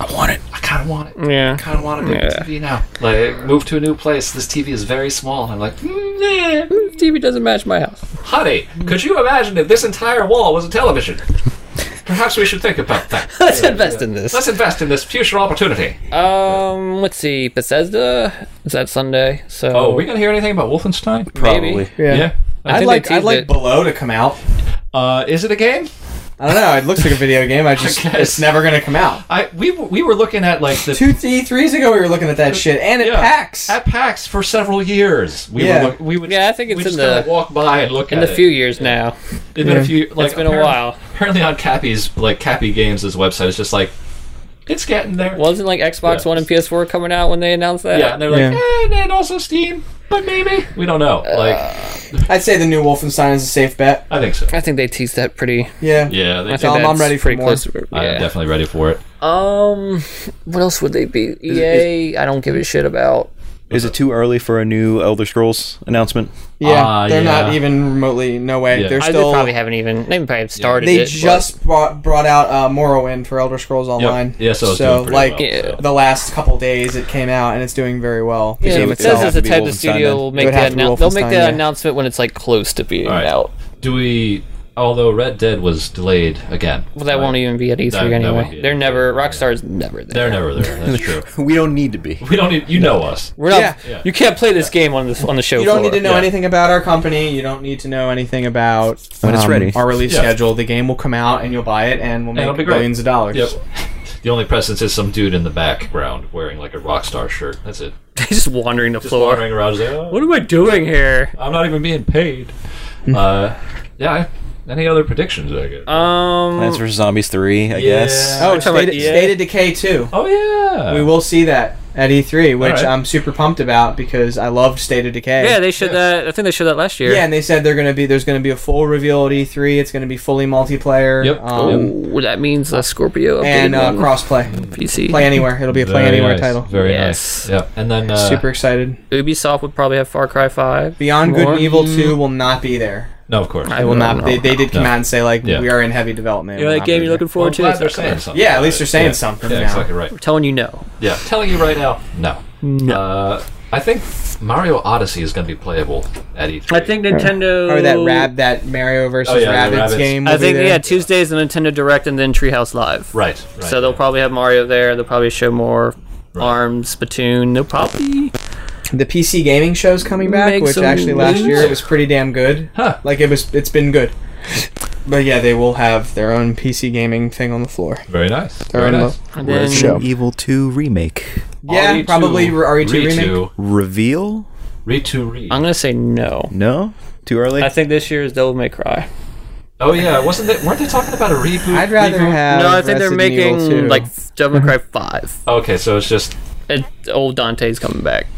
[SPEAKER 4] I want it.
[SPEAKER 1] I kind of want it.
[SPEAKER 2] Yeah.
[SPEAKER 1] I kind of want a big
[SPEAKER 2] Yeah.
[SPEAKER 1] TV now. Like move to a new place. This TV is very small. I'm like, "Mm, eh.
[SPEAKER 2] TV doesn't match my house.
[SPEAKER 1] honey, could you imagine if this entire wall was a
[SPEAKER 2] (laughs)
[SPEAKER 1] television? Perhaps we should think about that.
[SPEAKER 2] Let's invest in
[SPEAKER 1] (laughs)
[SPEAKER 2] this.
[SPEAKER 1] Let's invest in this future opportunity.
[SPEAKER 2] Um, let's see. Bethesda is that Sunday, so
[SPEAKER 1] Oh, are we gonna hear anything about Wolfenstein?
[SPEAKER 4] Probably.
[SPEAKER 1] Yeah.
[SPEAKER 2] I
[SPEAKER 1] I
[SPEAKER 3] I'd
[SPEAKER 2] think
[SPEAKER 1] think,
[SPEAKER 3] like
[SPEAKER 2] they
[SPEAKER 3] I'd
[SPEAKER 2] teased
[SPEAKER 3] like
[SPEAKER 2] it.
[SPEAKER 3] Below to come out.
[SPEAKER 1] uh, is it a game?
[SPEAKER 3] I don't know. It looks like a video
[SPEAKER 2] (laughs)
[SPEAKER 3] game. I just
[SPEAKER 1] guess.
[SPEAKER 3] it's never gonna come out.
[SPEAKER 1] I we we were looking at like the
[SPEAKER 3] Two, three, threes ago, we were looking at that shit, and it
[SPEAKER 1] Yeah.
[SPEAKER 3] packs.
[SPEAKER 1] at PAX for several years. We
[SPEAKER 3] Yeah.
[SPEAKER 1] were look, we would
[SPEAKER 2] Yeah, I think it's
[SPEAKER 1] we
[SPEAKER 2] in
[SPEAKER 1] just
[SPEAKER 2] the-
[SPEAKER 1] kinda walk by and look
[SPEAKER 2] in
[SPEAKER 1] at
[SPEAKER 2] a few years now.
[SPEAKER 1] It. has been a few. Like,
[SPEAKER 2] it's been a
[SPEAKER 1] apparently-
[SPEAKER 2] while.
[SPEAKER 1] Apparently on Cappy's like Cappy Games' website, it's just like it's getting there.
[SPEAKER 2] Wasn't like Xbox
[SPEAKER 1] Yeah.
[SPEAKER 2] One and PS4 coming out when they announced that?
[SPEAKER 1] yeah, and they're like,
[SPEAKER 4] Yeah.
[SPEAKER 1] eh, and then also Steam, but maybe we don't know.
[SPEAKER 2] Uh,
[SPEAKER 1] Like
[SPEAKER 3] I'd say the new Wolfenstein is a safe bet.
[SPEAKER 1] I think so.
[SPEAKER 2] I think they teased that pretty.
[SPEAKER 3] Yeah.
[SPEAKER 1] Yeah, they,
[SPEAKER 2] I think
[SPEAKER 3] Um, I'm- I'm
[SPEAKER 2] that's
[SPEAKER 3] ready for
[SPEAKER 2] pretty
[SPEAKER 3] more.
[SPEAKER 2] close. to-
[SPEAKER 1] I'm
[SPEAKER 2] yeah.
[SPEAKER 1] definitely ready for it.
[SPEAKER 2] Um, what else would they be? EA. I don't give a shit about.
[SPEAKER 4] Is it too early for a new Elder Scrolls announcement?
[SPEAKER 3] Yeah,
[SPEAKER 1] Ah,
[SPEAKER 3] they're
[SPEAKER 1] yeah.
[SPEAKER 3] not even remotely. No way.
[SPEAKER 1] Yeah.
[SPEAKER 3] They're
[SPEAKER 1] I
[SPEAKER 2] I they
[SPEAKER 3] still.
[SPEAKER 2] probably haven't even. They probably have started.
[SPEAKER 3] They
[SPEAKER 2] it,
[SPEAKER 3] just brought, brought out uh, Morrowind for Elder Scrolls Online.
[SPEAKER 1] Yeah, so it's doing pretty
[SPEAKER 3] like
[SPEAKER 1] well,
[SPEAKER 2] Yeah.
[SPEAKER 1] so.
[SPEAKER 3] the last couple days, it came out and it's doing very well.
[SPEAKER 2] But, yeah,
[SPEAKER 4] it would
[SPEAKER 2] Bethesda's
[SPEAKER 4] still have
[SPEAKER 2] the
[SPEAKER 4] to be
[SPEAKER 2] type of
[SPEAKER 4] Wolfenstein
[SPEAKER 2] studio
[SPEAKER 4] then.
[SPEAKER 2] will
[SPEAKER 3] It
[SPEAKER 2] make
[SPEAKER 3] would
[SPEAKER 2] that
[SPEAKER 3] have to be
[SPEAKER 2] annou- they'll make
[SPEAKER 3] Wolfenstein,
[SPEAKER 2] the
[SPEAKER 3] yeah.
[SPEAKER 2] announcement when it's like close to being
[SPEAKER 1] All right.
[SPEAKER 2] out.
[SPEAKER 1] Do we? Although Red Dead was delayed again,
[SPEAKER 2] Well, that won't even be at E3
[SPEAKER 1] That- that
[SPEAKER 2] anyway.
[SPEAKER 1] won't be at
[SPEAKER 3] E
[SPEAKER 2] They're
[SPEAKER 1] E3.
[SPEAKER 2] never. Rockstar's never
[SPEAKER 1] They're
[SPEAKER 2] there.
[SPEAKER 1] never there. That's
[SPEAKER 2] (laughs)
[SPEAKER 1] true.
[SPEAKER 4] We don't need to be.
[SPEAKER 1] We don't need. You know us.
[SPEAKER 2] We're not.
[SPEAKER 3] Yeah.
[SPEAKER 1] Yeah.
[SPEAKER 2] You can't play this game on this on the show.
[SPEAKER 3] You don't
[SPEAKER 2] floor.
[SPEAKER 3] need to
[SPEAKER 2] (laughs)
[SPEAKER 3] know
[SPEAKER 1] Yeah.
[SPEAKER 3] anything about our company. You don't need to know anything about um,
[SPEAKER 4] When it's ready.
[SPEAKER 3] Our release
[SPEAKER 1] Yeah.
[SPEAKER 3] schedule. The game will come out and you'll buy it and we'll make
[SPEAKER 1] it'll be great.
[SPEAKER 3] billions of dollars. Oh,
[SPEAKER 1] Yep. (laughs) The only presence is some dude in the background wearing like a rock star shirt. That's it.
[SPEAKER 2] He's just wandering the
[SPEAKER 1] Just
[SPEAKER 2] floor.
[SPEAKER 1] wandering around. just like, "Oh,
[SPEAKER 2] What am I doing here?
[SPEAKER 1] I'm not even being paid.
[SPEAKER 3] Hmm.
[SPEAKER 1] uh, yeah. I- Any other predictions? I guess.
[SPEAKER 2] Um,
[SPEAKER 4] Plants vs Zombies three, I guess.
[SPEAKER 1] Yeah.
[SPEAKER 3] Oh,
[SPEAKER 2] talking about
[SPEAKER 3] State,
[SPEAKER 2] E EA?
[SPEAKER 3] State of Decay 2.
[SPEAKER 1] oh yeah.
[SPEAKER 3] We will see that at E3, which
[SPEAKER 1] Alright.
[SPEAKER 3] I'm super pumped about because I loved State of Decay.
[SPEAKER 2] yeah, they showed that. I think they showed that last year.
[SPEAKER 3] Yeah, and they said they're gonna be there's gonna be a full reveal at E3. It's gonna be fully multiplayer.
[SPEAKER 1] Yep.
[SPEAKER 3] Um,
[SPEAKER 2] Ooh, that means a Scorpio update
[SPEAKER 3] and uh,
[SPEAKER 2] on
[SPEAKER 3] crossplay,
[SPEAKER 2] PC.
[SPEAKER 3] play anywhere. It'll be a play
[SPEAKER 1] Very
[SPEAKER 3] anywhere
[SPEAKER 1] nice.
[SPEAKER 3] title.
[SPEAKER 1] Very
[SPEAKER 2] Yes.
[SPEAKER 1] nice. Yeah. And then uh,
[SPEAKER 3] super excited.
[SPEAKER 2] Ubisoft would probably have Far Cry Five.
[SPEAKER 3] Beyond Good
[SPEAKER 2] More?
[SPEAKER 3] and Evil 2 will not be there.
[SPEAKER 1] No, of course.
[SPEAKER 2] I
[SPEAKER 3] It will
[SPEAKER 2] No,
[SPEAKER 3] not.
[SPEAKER 2] no,
[SPEAKER 3] they, they did come
[SPEAKER 1] no.
[SPEAKER 3] out and say like
[SPEAKER 1] Yeah.
[SPEAKER 3] we are in heavy development.
[SPEAKER 2] You know
[SPEAKER 3] We're
[SPEAKER 2] that
[SPEAKER 3] not
[SPEAKER 2] game
[SPEAKER 3] really
[SPEAKER 2] you're looking
[SPEAKER 1] Well,
[SPEAKER 2] forward
[SPEAKER 1] I'm glad
[SPEAKER 2] to?
[SPEAKER 1] they're saying something.
[SPEAKER 3] Yeah, at
[SPEAKER 1] about
[SPEAKER 3] least
[SPEAKER 1] it.
[SPEAKER 3] they're saying
[SPEAKER 1] Yeah.
[SPEAKER 3] something
[SPEAKER 1] Yeah,
[SPEAKER 3] now.
[SPEAKER 1] exactly right.
[SPEAKER 2] I'm telling you no.
[SPEAKER 1] Yeah, telling you right now, no. No. Uh, I think Mario Odyssey is going to be playable at E E3.
[SPEAKER 2] I think Nintendo.
[SPEAKER 3] Or that rab that Mario versus
[SPEAKER 1] Oh, yeah, the
[SPEAKER 3] Rabbids,
[SPEAKER 1] rabbits.
[SPEAKER 3] game. will
[SPEAKER 2] I
[SPEAKER 3] be
[SPEAKER 2] think
[SPEAKER 3] there.
[SPEAKER 2] yeah, Tuesday's the Nintendo Direct and then Treehouse Live.
[SPEAKER 1] Right. right
[SPEAKER 2] So they'll probably have Mario there. They'll probably show more
[SPEAKER 1] Right.
[SPEAKER 2] Arms, Splatoon. They'll probably
[SPEAKER 3] the PC gaming show's coming back,
[SPEAKER 2] Make
[SPEAKER 3] which
[SPEAKER 2] some
[SPEAKER 3] actually last
[SPEAKER 2] moves.
[SPEAKER 3] year it was pretty damn good.
[SPEAKER 1] Huh.
[SPEAKER 3] Like it was, it's been good. But yeah, they will have their own PC gaming thing on the floor.
[SPEAKER 1] Very nice.
[SPEAKER 3] They're
[SPEAKER 1] Very
[SPEAKER 3] in
[SPEAKER 1] nice.
[SPEAKER 2] and then
[SPEAKER 4] Resident Evil two remake
[SPEAKER 3] Yeah,
[SPEAKER 1] RE2,
[SPEAKER 3] probably RE2
[SPEAKER 1] E
[SPEAKER 3] remake.
[SPEAKER 1] Re2,
[SPEAKER 4] reveal?
[SPEAKER 1] Re2, Re.
[SPEAKER 2] I'm gonna say no.
[SPEAKER 4] No, too early.
[SPEAKER 2] I think this year is Devil May Cry.
[SPEAKER 1] Oh yeah, wasn't they? Weren't they talking about a reboot?
[SPEAKER 3] I'd rather
[SPEAKER 1] reboot?
[SPEAKER 3] have.
[SPEAKER 2] no, I think they're
[SPEAKER 3] Uh, Resident Evil
[SPEAKER 2] making
[SPEAKER 3] 2.
[SPEAKER 2] like
[SPEAKER 3] (laughs)
[SPEAKER 2] Devil May Cry Five.
[SPEAKER 1] Okay, so it's just
[SPEAKER 2] And old Dante's coming back.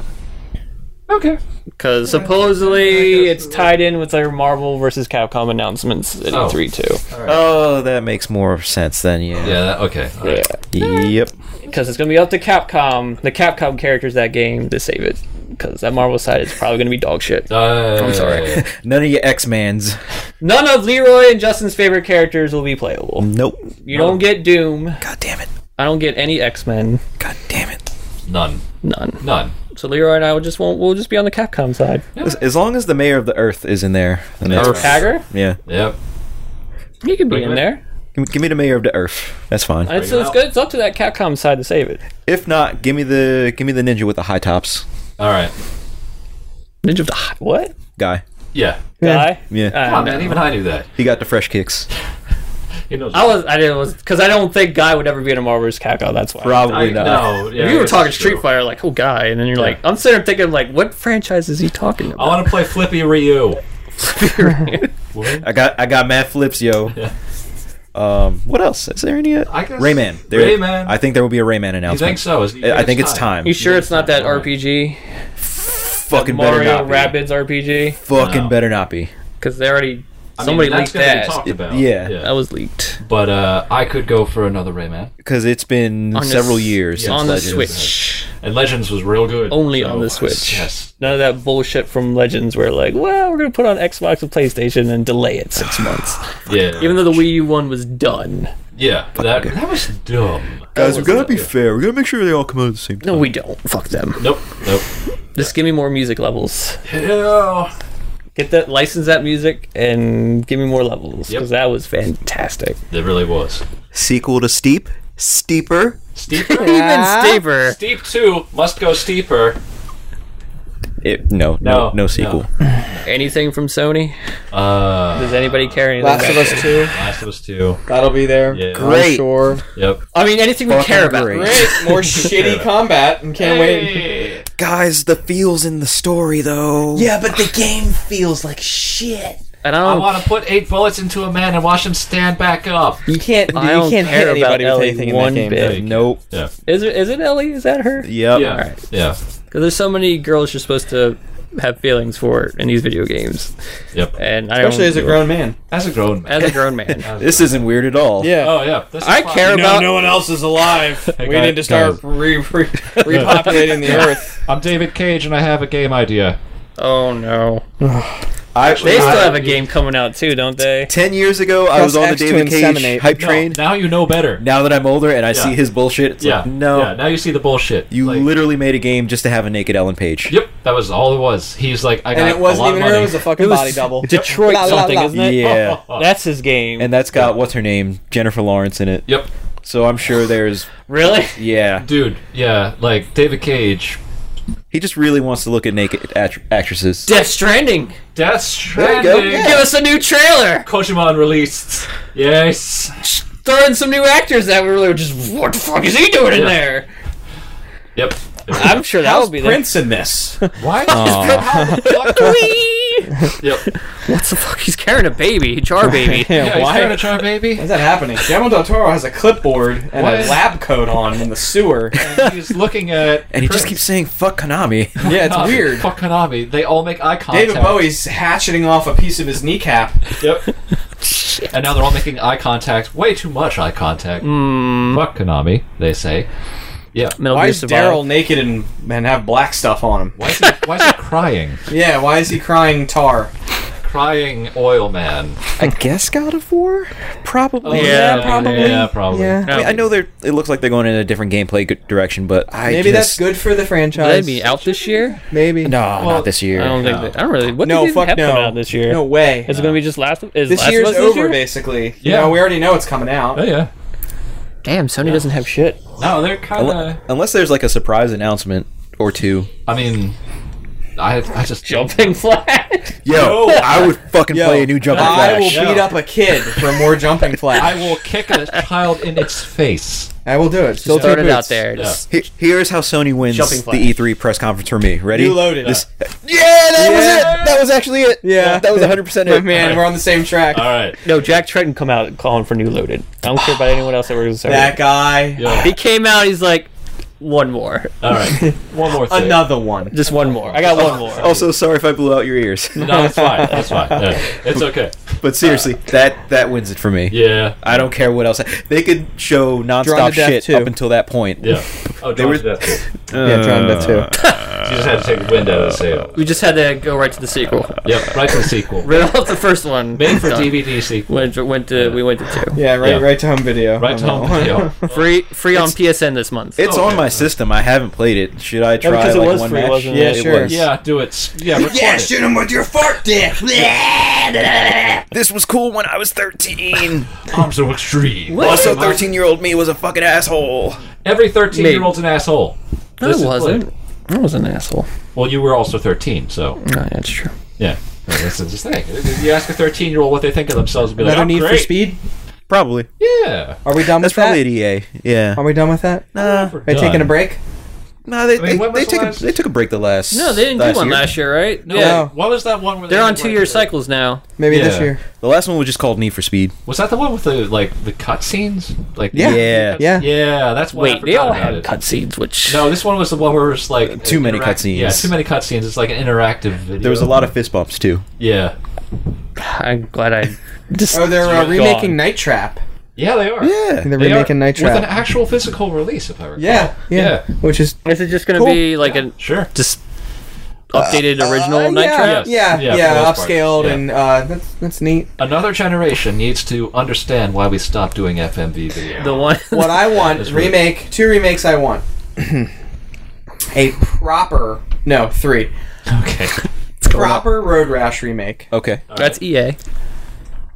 [SPEAKER 1] okay.
[SPEAKER 2] Because supposedly it's tied in with their Marvel versus Capcom announcements at
[SPEAKER 1] Oh.
[SPEAKER 2] E3 too.
[SPEAKER 4] oh, that makes more sense then. Yeah.
[SPEAKER 1] Yeah. that- Okay. all right.
[SPEAKER 4] Yep.
[SPEAKER 2] Because it's going to be up to Capcom, the Capcom characters that game to save it. Because that Marvel side is probably going to be dog shit.
[SPEAKER 1] Uh, I'm
[SPEAKER 2] sorry.
[SPEAKER 4] None of your X Mans.
[SPEAKER 2] None of Leroy and Justin's favorite characters will be playable.
[SPEAKER 4] Nope.
[SPEAKER 2] You don't get Doom.
[SPEAKER 4] God damn it.
[SPEAKER 2] I don't get any X Men.
[SPEAKER 4] God damn it.
[SPEAKER 1] (laughs) None.
[SPEAKER 2] None.
[SPEAKER 1] None.
[SPEAKER 2] So Leroy and I will just won't. We'll just be on the Capcom side.
[SPEAKER 4] As, as long as the mayor of the Earth is in there, then that's
[SPEAKER 1] Earth.
[SPEAKER 2] Tagger,
[SPEAKER 4] yeah.
[SPEAKER 1] Yep.
[SPEAKER 2] you can be in
[SPEAKER 1] it.
[SPEAKER 2] there.
[SPEAKER 4] Give, give me the mayor of the Earth. That's fine.
[SPEAKER 2] And so
[SPEAKER 1] it
[SPEAKER 2] it's
[SPEAKER 1] out.
[SPEAKER 2] good. It's up to that Capcom side to save it.
[SPEAKER 4] if not, give me the give me the ninja with the high tops
[SPEAKER 1] All right.
[SPEAKER 2] Ninja of the what
[SPEAKER 4] guy.
[SPEAKER 1] Yeah.
[SPEAKER 2] guy?
[SPEAKER 4] Yeah.
[SPEAKER 2] I
[SPEAKER 1] Come on,
[SPEAKER 2] don't know.
[SPEAKER 1] man. Even I knew that.
[SPEAKER 4] He got the fresh kicks.
[SPEAKER 1] He knows.
[SPEAKER 2] I was, I didn't, was because I don't think Guy would ever be in a Marvel vs. Capcom. That's why.
[SPEAKER 1] I,
[SPEAKER 4] Probably not.
[SPEAKER 1] no. Yeah,
[SPEAKER 2] If you were
[SPEAKER 1] it's
[SPEAKER 2] talking
[SPEAKER 1] true.
[SPEAKER 2] Street Fighter, like, oh, Guy, and then you're like, I'm sitting there thinking, like, what franchise is he talking
[SPEAKER 1] I
[SPEAKER 2] about?
[SPEAKER 1] want to play Flippy Ryu.
[SPEAKER 4] I got I got Matt Flips, yo. Um, what else? Is there any? uh,
[SPEAKER 1] I guess-
[SPEAKER 4] Rayman. There,
[SPEAKER 1] Rayman.
[SPEAKER 4] I think there will be a Rayman
[SPEAKER 1] You
[SPEAKER 4] announcement.
[SPEAKER 1] think so? Is- you
[SPEAKER 4] I I think it's time.
[SPEAKER 2] you sure it's not that
[SPEAKER 1] Alright.
[SPEAKER 2] RPG?
[SPEAKER 4] fucking better
[SPEAKER 2] Mario
[SPEAKER 4] not be.
[SPEAKER 2] Rabbids RPG?
[SPEAKER 4] Fucking
[SPEAKER 1] No.
[SPEAKER 4] better not be.
[SPEAKER 2] because they already
[SPEAKER 1] I mean,
[SPEAKER 2] somebody
[SPEAKER 1] that's
[SPEAKER 2] leaked
[SPEAKER 1] gonna be
[SPEAKER 2] that.
[SPEAKER 1] talked about.
[SPEAKER 4] Yeah.
[SPEAKER 2] That was leaked.
[SPEAKER 1] But uh, I could go for another Rayman.
[SPEAKER 4] because it's been
[SPEAKER 2] On the
[SPEAKER 4] several
[SPEAKER 2] s-
[SPEAKER 4] years
[SPEAKER 1] yeah,
[SPEAKER 4] since
[SPEAKER 2] on the
[SPEAKER 4] Legends.
[SPEAKER 2] Switch.
[SPEAKER 1] And Legends was real good.
[SPEAKER 2] Only on the
[SPEAKER 1] uh,
[SPEAKER 2] Switch.
[SPEAKER 1] Yes.
[SPEAKER 2] None of that bullshit from Legends where like, well, we're gonna put on Xbox and PlayStation and delay it six months.
[SPEAKER 1] Yeah.
[SPEAKER 2] Even though the Wii U one was done.
[SPEAKER 1] yeah, that, that was dumb.
[SPEAKER 4] Guys, we
[SPEAKER 2] That was
[SPEAKER 4] gotta be
[SPEAKER 1] yeah.
[SPEAKER 4] fair. We gotta make sure they all come out at the same time.
[SPEAKER 2] No, we don't. Fuck them.
[SPEAKER 1] Nope. Nope.
[SPEAKER 2] Just give me more music levels.
[SPEAKER 1] Yeah.
[SPEAKER 2] Get that license that music and give me more levels
[SPEAKER 1] Yep.
[SPEAKER 2] because that was fantastic.
[SPEAKER 1] It really was.
[SPEAKER 6] Sequel to Steep, Steeper.
[SPEAKER 1] Steep.
[SPEAKER 2] Even steeper.
[SPEAKER 1] steep two must go steeper.
[SPEAKER 4] It, no, no,
[SPEAKER 1] No,
[SPEAKER 4] no, sequel.
[SPEAKER 2] Anything from Sony?
[SPEAKER 1] Uh,
[SPEAKER 2] Does anybody carry anything?
[SPEAKER 3] Last of
[SPEAKER 2] back?
[SPEAKER 3] Us Two.
[SPEAKER 1] Last of Us two.
[SPEAKER 3] That'll be there.
[SPEAKER 1] Yeah.
[SPEAKER 6] Great.
[SPEAKER 3] I'm sure.
[SPEAKER 1] Yep.
[SPEAKER 2] I mean, anything we care about.
[SPEAKER 4] great.
[SPEAKER 3] Great. (laughs) More shitty combat. And can't Oh, wait.
[SPEAKER 6] Guys, the feels in the story though.
[SPEAKER 5] Yeah, but the game feels like shit.
[SPEAKER 2] And I
[SPEAKER 1] I
[SPEAKER 2] don't,
[SPEAKER 1] want to put eight bullets into a man and watch him stand back up.
[SPEAKER 3] You can't.
[SPEAKER 2] I don't care about Ellie one bit.
[SPEAKER 1] Hey.
[SPEAKER 4] Nope.
[SPEAKER 1] Yeah.
[SPEAKER 2] Is it is it Ellie? Is that her?
[SPEAKER 4] Yep.
[SPEAKER 1] Yeah.
[SPEAKER 2] Alright.
[SPEAKER 1] Yeah.
[SPEAKER 2] Because there's so many girls you're supposed to have feelings for in these video games,
[SPEAKER 1] Yep.
[SPEAKER 2] and I
[SPEAKER 3] Especially
[SPEAKER 2] don't
[SPEAKER 3] as a
[SPEAKER 2] do
[SPEAKER 3] grown man.
[SPEAKER 1] As a grown man.
[SPEAKER 3] (laughs)
[SPEAKER 2] it. as a grown man.
[SPEAKER 4] This isn't weird at all.
[SPEAKER 3] Yeah.
[SPEAKER 1] oh yeah. This is
[SPEAKER 2] I
[SPEAKER 1] fine.
[SPEAKER 2] care about
[SPEAKER 3] one else is alive. we
[SPEAKER 1] Oh, guys-
[SPEAKER 3] need to start re- (laughs) re- repopulating the earth.
[SPEAKER 1] I'm David Cage and I have a game idea.
[SPEAKER 2] Oh no.
[SPEAKER 4] I, actually,
[SPEAKER 2] They still
[SPEAKER 4] I-
[SPEAKER 2] have a game coming out too, don't they?
[SPEAKER 4] ten years ago, I
[SPEAKER 3] Press
[SPEAKER 4] was on the
[SPEAKER 3] X to
[SPEAKER 4] David Cage
[SPEAKER 3] inseminate.
[SPEAKER 4] hype
[SPEAKER 1] No,
[SPEAKER 4] train.
[SPEAKER 1] now you know better.
[SPEAKER 4] Now that I'm older and I see
[SPEAKER 1] Yeah.
[SPEAKER 4] his bullshit, it's
[SPEAKER 1] yeah.
[SPEAKER 4] like, no,
[SPEAKER 1] Yeah. Now you see the bullshit.
[SPEAKER 4] you
[SPEAKER 1] Like,
[SPEAKER 4] literally made a game just to have a naked Ellen Page.
[SPEAKER 1] Yep. That was all it was. He's like, I got
[SPEAKER 3] And it
[SPEAKER 1] a
[SPEAKER 3] wasn't
[SPEAKER 1] lot
[SPEAKER 3] even
[SPEAKER 1] of money.
[SPEAKER 3] her.
[SPEAKER 1] (laughs)
[SPEAKER 3] It was a fucking body double.
[SPEAKER 2] (laughs) Detroit
[SPEAKER 3] La, la,
[SPEAKER 2] something,
[SPEAKER 3] la.
[SPEAKER 2] isn't it?
[SPEAKER 4] Yeah.
[SPEAKER 2] That's his game.
[SPEAKER 4] And that's got what's her name, Jennifer Lawrence in it.
[SPEAKER 1] Yep.
[SPEAKER 4] So I'm sure there's
[SPEAKER 2] really? (laughs)
[SPEAKER 4] yeah.
[SPEAKER 1] Dude. Yeah. Like David Cage.
[SPEAKER 4] He just really wants to look at naked act- actresses.
[SPEAKER 2] Death Stranding.
[SPEAKER 1] Death
[SPEAKER 4] you go,
[SPEAKER 1] Stranding.
[SPEAKER 4] yeah.
[SPEAKER 2] Give us a new trailer.
[SPEAKER 1] Kojima released. Yes.
[SPEAKER 2] Throw in some new actors that were really just what the fuck is he doing in
[SPEAKER 1] Yeah.
[SPEAKER 2] there?
[SPEAKER 1] Yep.
[SPEAKER 2] I'm sure that will be there.
[SPEAKER 3] in (laughs) this.
[SPEAKER 1] Why?
[SPEAKER 4] Aw.
[SPEAKER 1] How the
[SPEAKER 2] (laughs)
[SPEAKER 1] fuck do we- (laughs) yep.
[SPEAKER 2] What's the fuck? He's carrying a baby, char baby. (laughs)
[SPEAKER 1] Yeah,
[SPEAKER 3] yeah,
[SPEAKER 1] he's trying
[SPEAKER 3] (laughs) why?
[SPEAKER 1] to try, baby.
[SPEAKER 3] Is that happening? Guillermo del Toro has a clipboard and
[SPEAKER 1] Why
[SPEAKER 3] a
[SPEAKER 1] is-
[SPEAKER 3] lab coat on in the sewer.
[SPEAKER 1] He's looking at.
[SPEAKER 4] And he just keeps saying fuck Konami.
[SPEAKER 3] (laughs) (laughs)
[SPEAKER 1] (laughs)
[SPEAKER 3] yeah, it's
[SPEAKER 1] Konami.
[SPEAKER 3] weird.
[SPEAKER 1] Fuck Konami. They all make eye contact.
[SPEAKER 3] David Bowie's hatcheting off a piece of his kneecap.
[SPEAKER 1] Yep. (laughs) and now they're all making eye contact. Way too much eye contact. Fuck Konami, they say. Yeah.
[SPEAKER 2] Metal
[SPEAKER 3] Why
[SPEAKER 2] Gear
[SPEAKER 3] is
[SPEAKER 2] Survive.
[SPEAKER 3] Daryl naked and, and have black stuff on him?
[SPEAKER 1] Why is he, why is he crying?
[SPEAKER 3] Yeah, why is he crying tar?
[SPEAKER 1] Crying oil man.
[SPEAKER 4] I guess God of War? Probably.
[SPEAKER 2] Yeah,
[SPEAKER 4] Oh, probably.
[SPEAKER 1] Yeah, probably.
[SPEAKER 5] Yeah.
[SPEAKER 4] I, mean, I know they're. It looks like they're going in a different gameplay g- direction, but I
[SPEAKER 3] Maybe that's
[SPEAKER 4] just,
[SPEAKER 3] good for the
[SPEAKER 2] Will
[SPEAKER 3] franchise.
[SPEAKER 2] they be out this year?
[SPEAKER 3] Maybe.
[SPEAKER 4] No,
[SPEAKER 1] Well,
[SPEAKER 4] not this
[SPEAKER 2] I
[SPEAKER 4] year.
[SPEAKER 2] don't think. They, I don't really. What
[SPEAKER 3] No,
[SPEAKER 2] did
[SPEAKER 3] fuck
[SPEAKER 2] have
[SPEAKER 3] no.
[SPEAKER 2] come out this year?
[SPEAKER 3] No way.
[SPEAKER 2] Is it going to be just last? Is
[SPEAKER 3] this
[SPEAKER 2] last of
[SPEAKER 3] year's
[SPEAKER 2] Us
[SPEAKER 3] over,
[SPEAKER 2] This year?
[SPEAKER 3] basically. Yeah.
[SPEAKER 1] Yeah.
[SPEAKER 3] we already know it's coming
[SPEAKER 1] Oh,
[SPEAKER 3] out.
[SPEAKER 1] yeah.
[SPEAKER 2] Damn, Sony doesn't have shit.
[SPEAKER 1] No, they're kind of.
[SPEAKER 4] Unle- Unless there's like a surprise announcement or two.
[SPEAKER 1] I mean, I, I just.
[SPEAKER 2] Jumping Flash.
[SPEAKER 4] Yo, I would fucking
[SPEAKER 3] Yo,
[SPEAKER 4] play a new Jump and
[SPEAKER 3] I will
[SPEAKER 4] Flash.
[SPEAKER 1] Yeah.
[SPEAKER 3] beat up a kid for more
[SPEAKER 1] (laughs)
[SPEAKER 3] jumping flash.
[SPEAKER 1] I will kick a child in its face.
[SPEAKER 3] I will do it. Still
[SPEAKER 2] Throw it out there.
[SPEAKER 1] Yeah.
[SPEAKER 2] Just-
[SPEAKER 4] He- Here's how Sony wins
[SPEAKER 2] Jumping Flash.
[SPEAKER 4] the E3 press conference for me. Ready?
[SPEAKER 3] You loaded.
[SPEAKER 4] This- yeah, that
[SPEAKER 3] Yeah.
[SPEAKER 4] was it. That was actually it.
[SPEAKER 3] Yeah.
[SPEAKER 4] that was 100 percent
[SPEAKER 1] (laughs)
[SPEAKER 3] My (laughs)
[SPEAKER 4] it.
[SPEAKER 3] man, we're on the same track.
[SPEAKER 1] All right.
[SPEAKER 2] No, Jack Tretton come out calling for New Loaded. I don't
[SPEAKER 3] (sighs)
[SPEAKER 2] care about anyone else that works. with Sony.
[SPEAKER 3] That guy.
[SPEAKER 1] Yeah.
[SPEAKER 2] He came out. He's like, one more,
[SPEAKER 1] All right. One more thing.
[SPEAKER 3] Another one.
[SPEAKER 2] just one more. I got one more.
[SPEAKER 4] Also, sorry if I blew out
[SPEAKER 1] (laughs)
[SPEAKER 4] your ears,
[SPEAKER 1] No, that's fine. That's fine. Yeah. It's okay.
[SPEAKER 4] but seriously, that that wins it for me.
[SPEAKER 1] Yeah.
[SPEAKER 4] I don't care what else. They could show
[SPEAKER 3] Drawn
[SPEAKER 4] nonstop
[SPEAKER 3] to Death
[SPEAKER 4] shit
[SPEAKER 3] too.
[SPEAKER 4] up until that point. Uh,
[SPEAKER 1] Yeah. Oh, they
[SPEAKER 4] were-
[SPEAKER 1] were. Death. too.
[SPEAKER 3] yeah, John Death
[SPEAKER 1] Uh,
[SPEAKER 3] too.
[SPEAKER 1] You just had to take the wind out of the
[SPEAKER 2] (laughs)
[SPEAKER 1] sail.
[SPEAKER 2] we just had to go right to the (laughs) sequel.
[SPEAKER 1] Yep. Right to the sequel.
[SPEAKER 2] Right off the first one.
[SPEAKER 1] Made for
[SPEAKER 2] Done.
[SPEAKER 1] DVD sequel.
[SPEAKER 2] Went, went to we went to (laughs) two.
[SPEAKER 3] Yeah, right,
[SPEAKER 1] Yeah.
[SPEAKER 3] right to home video.
[SPEAKER 1] Right to
[SPEAKER 3] on that
[SPEAKER 1] home
[SPEAKER 3] one.
[SPEAKER 1] video.
[SPEAKER 2] (laughs) Free free on PSN this month.
[SPEAKER 4] It's
[SPEAKER 1] Oh,
[SPEAKER 4] on
[SPEAKER 1] yeah.
[SPEAKER 4] my system. I haven't played it. Should I try
[SPEAKER 2] because it
[SPEAKER 4] like
[SPEAKER 2] was
[SPEAKER 4] one
[SPEAKER 2] free,
[SPEAKER 4] match?
[SPEAKER 2] wasn't it?
[SPEAKER 3] Yeah, sure.
[SPEAKER 1] Yeah, do it. Yeah, record it.
[SPEAKER 3] him with your fork dick.
[SPEAKER 4] This was cool when I was 13.
[SPEAKER 1] I'm so extreme.
[SPEAKER 4] also, 13 year old me was a fucking asshole.
[SPEAKER 1] Every 13 year old's an asshole.
[SPEAKER 2] No,
[SPEAKER 1] This
[SPEAKER 2] it
[SPEAKER 1] is
[SPEAKER 2] wasn't.
[SPEAKER 1] like-
[SPEAKER 2] I was an asshole.
[SPEAKER 1] well, you were also 13, so
[SPEAKER 2] No, that's true.
[SPEAKER 1] yeah. No, That's the thing. You ask a 13 year old what they think of themselves, and be like,
[SPEAKER 3] (laughs) Another
[SPEAKER 1] I'm
[SPEAKER 3] Need for
[SPEAKER 1] great."
[SPEAKER 3] Speed.
[SPEAKER 4] Probably.
[SPEAKER 1] Yeah.
[SPEAKER 3] Are we done
[SPEAKER 4] That's
[SPEAKER 3] with that? Oh,
[SPEAKER 4] probably at EA. Yeah.
[SPEAKER 3] Are we done with that?
[SPEAKER 4] Nah,
[SPEAKER 1] We're
[SPEAKER 3] Are you taking a
[SPEAKER 1] done.
[SPEAKER 3] break?
[SPEAKER 4] nah they,
[SPEAKER 1] I mean,
[SPEAKER 4] they,
[SPEAKER 1] when was
[SPEAKER 4] they
[SPEAKER 1] the
[SPEAKER 4] took a,
[SPEAKER 1] last-
[SPEAKER 4] they took a break the last.
[SPEAKER 2] No, they didn't do one
[SPEAKER 4] year.
[SPEAKER 2] last year, right?
[SPEAKER 1] No.
[SPEAKER 3] Yeah.
[SPEAKER 1] What was that one where they
[SPEAKER 2] They're
[SPEAKER 1] had,
[SPEAKER 2] on
[SPEAKER 1] like,
[SPEAKER 2] two year
[SPEAKER 1] the-
[SPEAKER 2] cycles now.
[SPEAKER 3] Maybe this
[SPEAKER 1] Yeah.
[SPEAKER 3] year.
[SPEAKER 4] The last one was just called Need for Speed.
[SPEAKER 1] Was that the one with the like the cutscenes? Like
[SPEAKER 4] Yeah.
[SPEAKER 1] the-
[SPEAKER 3] Yeah.
[SPEAKER 1] Yeah, that's what I
[SPEAKER 2] Wait,
[SPEAKER 1] forgot
[SPEAKER 2] they all
[SPEAKER 1] about
[SPEAKER 2] had
[SPEAKER 1] it.
[SPEAKER 2] cutscenes, which
[SPEAKER 1] No, this one was the one where it's like
[SPEAKER 4] Too many
[SPEAKER 1] interact-
[SPEAKER 4] cutscenes.
[SPEAKER 1] Yeah, too many cutscenes. It's like an interactive video.
[SPEAKER 4] There was a lot of fist bumps too.
[SPEAKER 1] Yeah.
[SPEAKER 2] I'm glad I. Just,
[SPEAKER 3] Oh, they're uh,
[SPEAKER 2] Gone.
[SPEAKER 3] remaking Night Trap.
[SPEAKER 1] Yeah, they are.
[SPEAKER 4] Yeah.
[SPEAKER 3] They're
[SPEAKER 1] They are,
[SPEAKER 3] remaking Night
[SPEAKER 1] with an
[SPEAKER 3] Trap.
[SPEAKER 1] actual physical release, if I recall.
[SPEAKER 3] yeah, yeah,
[SPEAKER 1] Yeah.
[SPEAKER 3] Which is
[SPEAKER 2] This (laughs) is just going to
[SPEAKER 3] Cool.
[SPEAKER 2] be like an
[SPEAKER 1] sure.
[SPEAKER 2] just updated original
[SPEAKER 3] Uh,
[SPEAKER 2] Night
[SPEAKER 3] yeah,
[SPEAKER 2] (laughs)
[SPEAKER 1] Yes.
[SPEAKER 2] Trap.
[SPEAKER 3] Yeah,
[SPEAKER 1] Yeah,
[SPEAKER 3] yeah,
[SPEAKER 1] for the most part.
[SPEAKER 3] upscaled
[SPEAKER 1] Yeah.
[SPEAKER 3] and uh, that's that's neat.
[SPEAKER 1] Another generation needs to understand why we stopped doing FMV video.
[SPEAKER 2] The one.
[SPEAKER 1] (laughs)
[SPEAKER 3] What I want
[SPEAKER 1] That's really-
[SPEAKER 3] remake two remakes.
[SPEAKER 1] (clears throat)
[SPEAKER 3] I want a proper no three
[SPEAKER 1] okay.
[SPEAKER 3] proper Road Rash remake,
[SPEAKER 4] Okay.
[SPEAKER 2] That's E EA.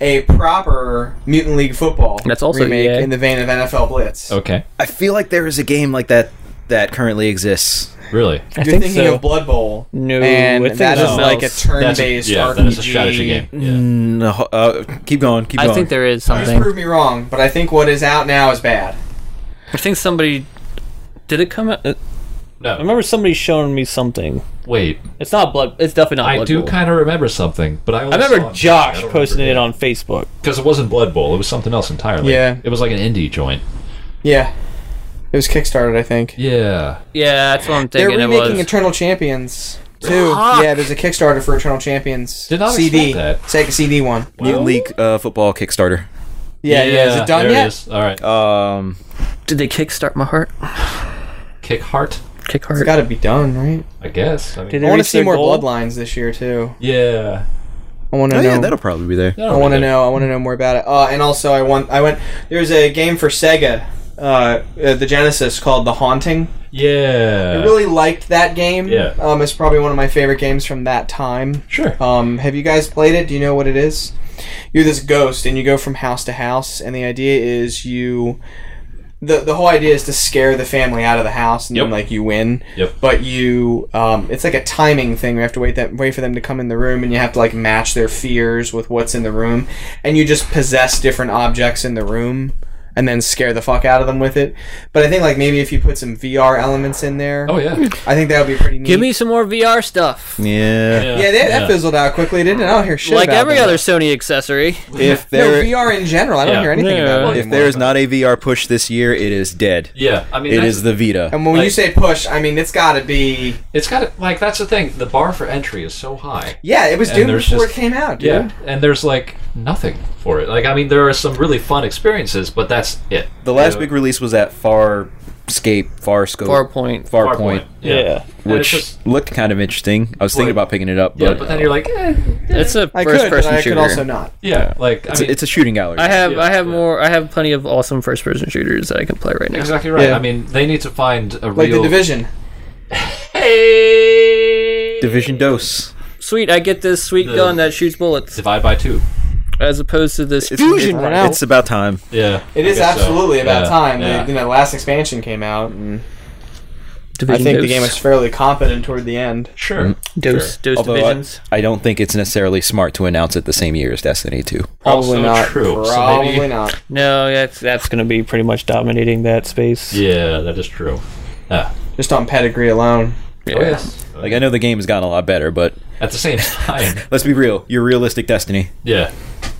[SPEAKER 3] a proper Mutant League Football
[SPEAKER 2] That's also E
[SPEAKER 3] remake
[SPEAKER 2] EA.
[SPEAKER 3] in the vein of NFL Blitz.
[SPEAKER 1] Okay.
[SPEAKER 4] I feel like there is a game like that that currently exists.
[SPEAKER 1] Really?
[SPEAKER 2] I
[SPEAKER 3] You're thinking of Blood Bowl,
[SPEAKER 2] No,
[SPEAKER 3] and
[SPEAKER 2] I think
[SPEAKER 3] that is
[SPEAKER 2] no.
[SPEAKER 3] like a
[SPEAKER 2] That's
[SPEAKER 1] That's a,
[SPEAKER 3] turn-based
[SPEAKER 1] yeah,
[SPEAKER 3] RPG.
[SPEAKER 1] that is a strategy game. Yeah.
[SPEAKER 4] No, uh, keep going. Keep
[SPEAKER 2] I
[SPEAKER 4] going.
[SPEAKER 2] think there is
[SPEAKER 3] Just
[SPEAKER 2] something.
[SPEAKER 3] prove me wrong, but I think what is out now is bad.
[SPEAKER 2] I think somebody did it come. Out? uh, I
[SPEAKER 1] No.
[SPEAKER 2] remember somebody showing me something.
[SPEAKER 1] Wait.
[SPEAKER 2] It's not blood. It's definitely not.
[SPEAKER 1] I
[SPEAKER 2] blood
[SPEAKER 1] do
[SPEAKER 2] Bowl.
[SPEAKER 1] kind of remember something, but I,
[SPEAKER 2] I remember Josh posting it on Facebook.
[SPEAKER 1] because it wasn't Blood Bowl. It was something else entirely.
[SPEAKER 3] Yeah.
[SPEAKER 1] It was like an indie joint.
[SPEAKER 3] Yeah, it was kickstarted, I think.
[SPEAKER 1] Yeah.
[SPEAKER 2] Yeah, that's what I'm
[SPEAKER 3] They're
[SPEAKER 2] thinking. It
[SPEAKER 3] remaking
[SPEAKER 2] was.
[SPEAKER 3] Eternal Champions too. Yeah, there's a Kickstarter for Eternal Champions.
[SPEAKER 1] Did not
[SPEAKER 3] CD.
[SPEAKER 1] expect
[SPEAKER 3] Sega CD one.
[SPEAKER 4] Mutant League uh, football Kickstarter.
[SPEAKER 3] Yeah, yeah. Is it done
[SPEAKER 1] there
[SPEAKER 3] yet?
[SPEAKER 1] It is. All right.
[SPEAKER 4] Um,
[SPEAKER 2] did they kickstart my heart?
[SPEAKER 1] Kick Heart,
[SPEAKER 2] Kick
[SPEAKER 3] It's
[SPEAKER 2] heart.
[SPEAKER 3] got to be done, right?
[SPEAKER 1] I guess. I mean,
[SPEAKER 2] Did
[SPEAKER 3] I
[SPEAKER 2] it
[SPEAKER 3] want to
[SPEAKER 2] reach
[SPEAKER 3] see
[SPEAKER 2] their
[SPEAKER 3] more
[SPEAKER 2] goal?
[SPEAKER 3] Bloodlines this year too.
[SPEAKER 1] yeah.
[SPEAKER 3] I want to
[SPEAKER 4] oh
[SPEAKER 3] know.
[SPEAKER 4] yeah, that'll probably be there.
[SPEAKER 1] Yeah,
[SPEAKER 3] I want to know. I want to know more about it. Uh, and also, I want. I went. There's a game for Sega, uh, uh, the Genesis, called The Haunting.
[SPEAKER 1] Yeah.
[SPEAKER 3] I really liked that game.
[SPEAKER 1] Yeah.
[SPEAKER 3] Um, it's probably one of my favorite games from that time.
[SPEAKER 1] Sure.
[SPEAKER 3] Um, have you guys played it? Do you know what it is? You're this ghost, and you go from house to house, and the idea is you. The, the whole idea is to scare the family out of the house, and
[SPEAKER 1] Yep.
[SPEAKER 3] then like you win.
[SPEAKER 1] Yep.
[SPEAKER 3] But you, um, it's like a timing thing. You have to wait that wait for them to come in the room, and you have to like match their fears with what's in the room, and you just possess different objects in the room, and then scare the fuck out of them with it. But I think like maybe if you put some VR elements in there,
[SPEAKER 1] Oh yeah. Yeah.
[SPEAKER 3] I think that would be pretty neat.
[SPEAKER 2] Give me some more VR stuff.
[SPEAKER 3] (laughs)
[SPEAKER 4] Yeah.
[SPEAKER 3] yeah, that, that fizzled out quickly, didn't it? I don't hear shit.
[SPEAKER 2] Like
[SPEAKER 3] about
[SPEAKER 2] every
[SPEAKER 3] that.
[SPEAKER 2] other Sony accessory.
[SPEAKER 4] If
[SPEAKER 3] No,
[SPEAKER 4] there
[SPEAKER 3] VR in general. I don't
[SPEAKER 1] Yeah.
[SPEAKER 3] hear anything
[SPEAKER 2] Yeah.
[SPEAKER 3] about it.
[SPEAKER 4] if there is not a VR push this year, it is dead.
[SPEAKER 1] Yeah. I mean,
[SPEAKER 4] It
[SPEAKER 1] that's-
[SPEAKER 4] is the Vita.
[SPEAKER 3] And when you
[SPEAKER 1] Like-
[SPEAKER 3] say push, I mean it's got to be.
[SPEAKER 1] It's got to like that's the thing. The bar for entry is so high.
[SPEAKER 3] Yeah, it was
[SPEAKER 1] And
[SPEAKER 3] doomed
[SPEAKER 1] there's
[SPEAKER 3] before
[SPEAKER 1] just-
[SPEAKER 3] it came out. Dude.
[SPEAKER 1] Yeah, and there's like nothing for it. Like, I mean, there are some really fun experiences, but that's it.
[SPEAKER 4] The last big release was that Far Scape, Far Scope,
[SPEAKER 2] Far point.
[SPEAKER 4] Far Point,
[SPEAKER 1] Yeah.
[SPEAKER 2] Yeah.
[SPEAKER 1] And it's
[SPEAKER 4] which
[SPEAKER 1] just-
[SPEAKER 4] looked kind of interesting. I was thinking
[SPEAKER 1] Well,
[SPEAKER 4] about picking it up,
[SPEAKER 1] yeah,
[SPEAKER 4] but,
[SPEAKER 1] but then you're like, eh,
[SPEAKER 2] It's a
[SPEAKER 3] I
[SPEAKER 2] first
[SPEAKER 3] could, but
[SPEAKER 2] person
[SPEAKER 3] I
[SPEAKER 2] shooter.
[SPEAKER 3] could also not.
[SPEAKER 1] yeah, like I
[SPEAKER 4] it's,
[SPEAKER 1] mean,
[SPEAKER 4] a, it's a shooting gallery.
[SPEAKER 2] I have
[SPEAKER 1] Yeah,
[SPEAKER 2] I have
[SPEAKER 1] yeah.
[SPEAKER 2] more I have plenty of awesome first person shooters that I can play right now.
[SPEAKER 1] exactly right.
[SPEAKER 3] Yeah.
[SPEAKER 1] I mean, they need to find a
[SPEAKER 3] Like
[SPEAKER 1] real
[SPEAKER 3] the division.
[SPEAKER 1] Hey!
[SPEAKER 4] Division Dose.
[SPEAKER 2] Sweet, I get this sweet
[SPEAKER 1] The-
[SPEAKER 2] gun that shoots bullets
[SPEAKER 1] divide by two.
[SPEAKER 2] as opposed to this
[SPEAKER 4] It's,
[SPEAKER 2] fusion
[SPEAKER 4] it-
[SPEAKER 2] rifle.
[SPEAKER 4] it's about time.
[SPEAKER 1] Yeah,
[SPEAKER 3] It is absolutely about time.
[SPEAKER 1] Yeah. Mm-hmm.
[SPEAKER 3] The, you know, the last expansion came out, and I
[SPEAKER 2] Division
[SPEAKER 3] think the
[SPEAKER 2] dose.
[SPEAKER 3] game was fairly competent toward the end.
[SPEAKER 1] Sure.
[SPEAKER 2] dose
[SPEAKER 1] Sure.
[SPEAKER 2] dose
[SPEAKER 4] Although I,
[SPEAKER 2] divisions.
[SPEAKER 4] I don't think it's necessarily smart to announce it the same year as Destiny 2.
[SPEAKER 3] Probably
[SPEAKER 1] Also
[SPEAKER 3] not.
[SPEAKER 1] true. So
[SPEAKER 3] Probably
[SPEAKER 1] maybe-
[SPEAKER 3] not.
[SPEAKER 2] No, that's that's going to be pretty much dominating that space.
[SPEAKER 1] Yeah, that is true. Ah,
[SPEAKER 3] Just on pedigree alone.
[SPEAKER 1] oh, yes.
[SPEAKER 4] Like I know the game has gotten a lot better, but
[SPEAKER 1] At the same
[SPEAKER 2] (laughs)
[SPEAKER 1] time,
[SPEAKER 4] let's be real. You're realistic, Destiny.
[SPEAKER 1] yeah.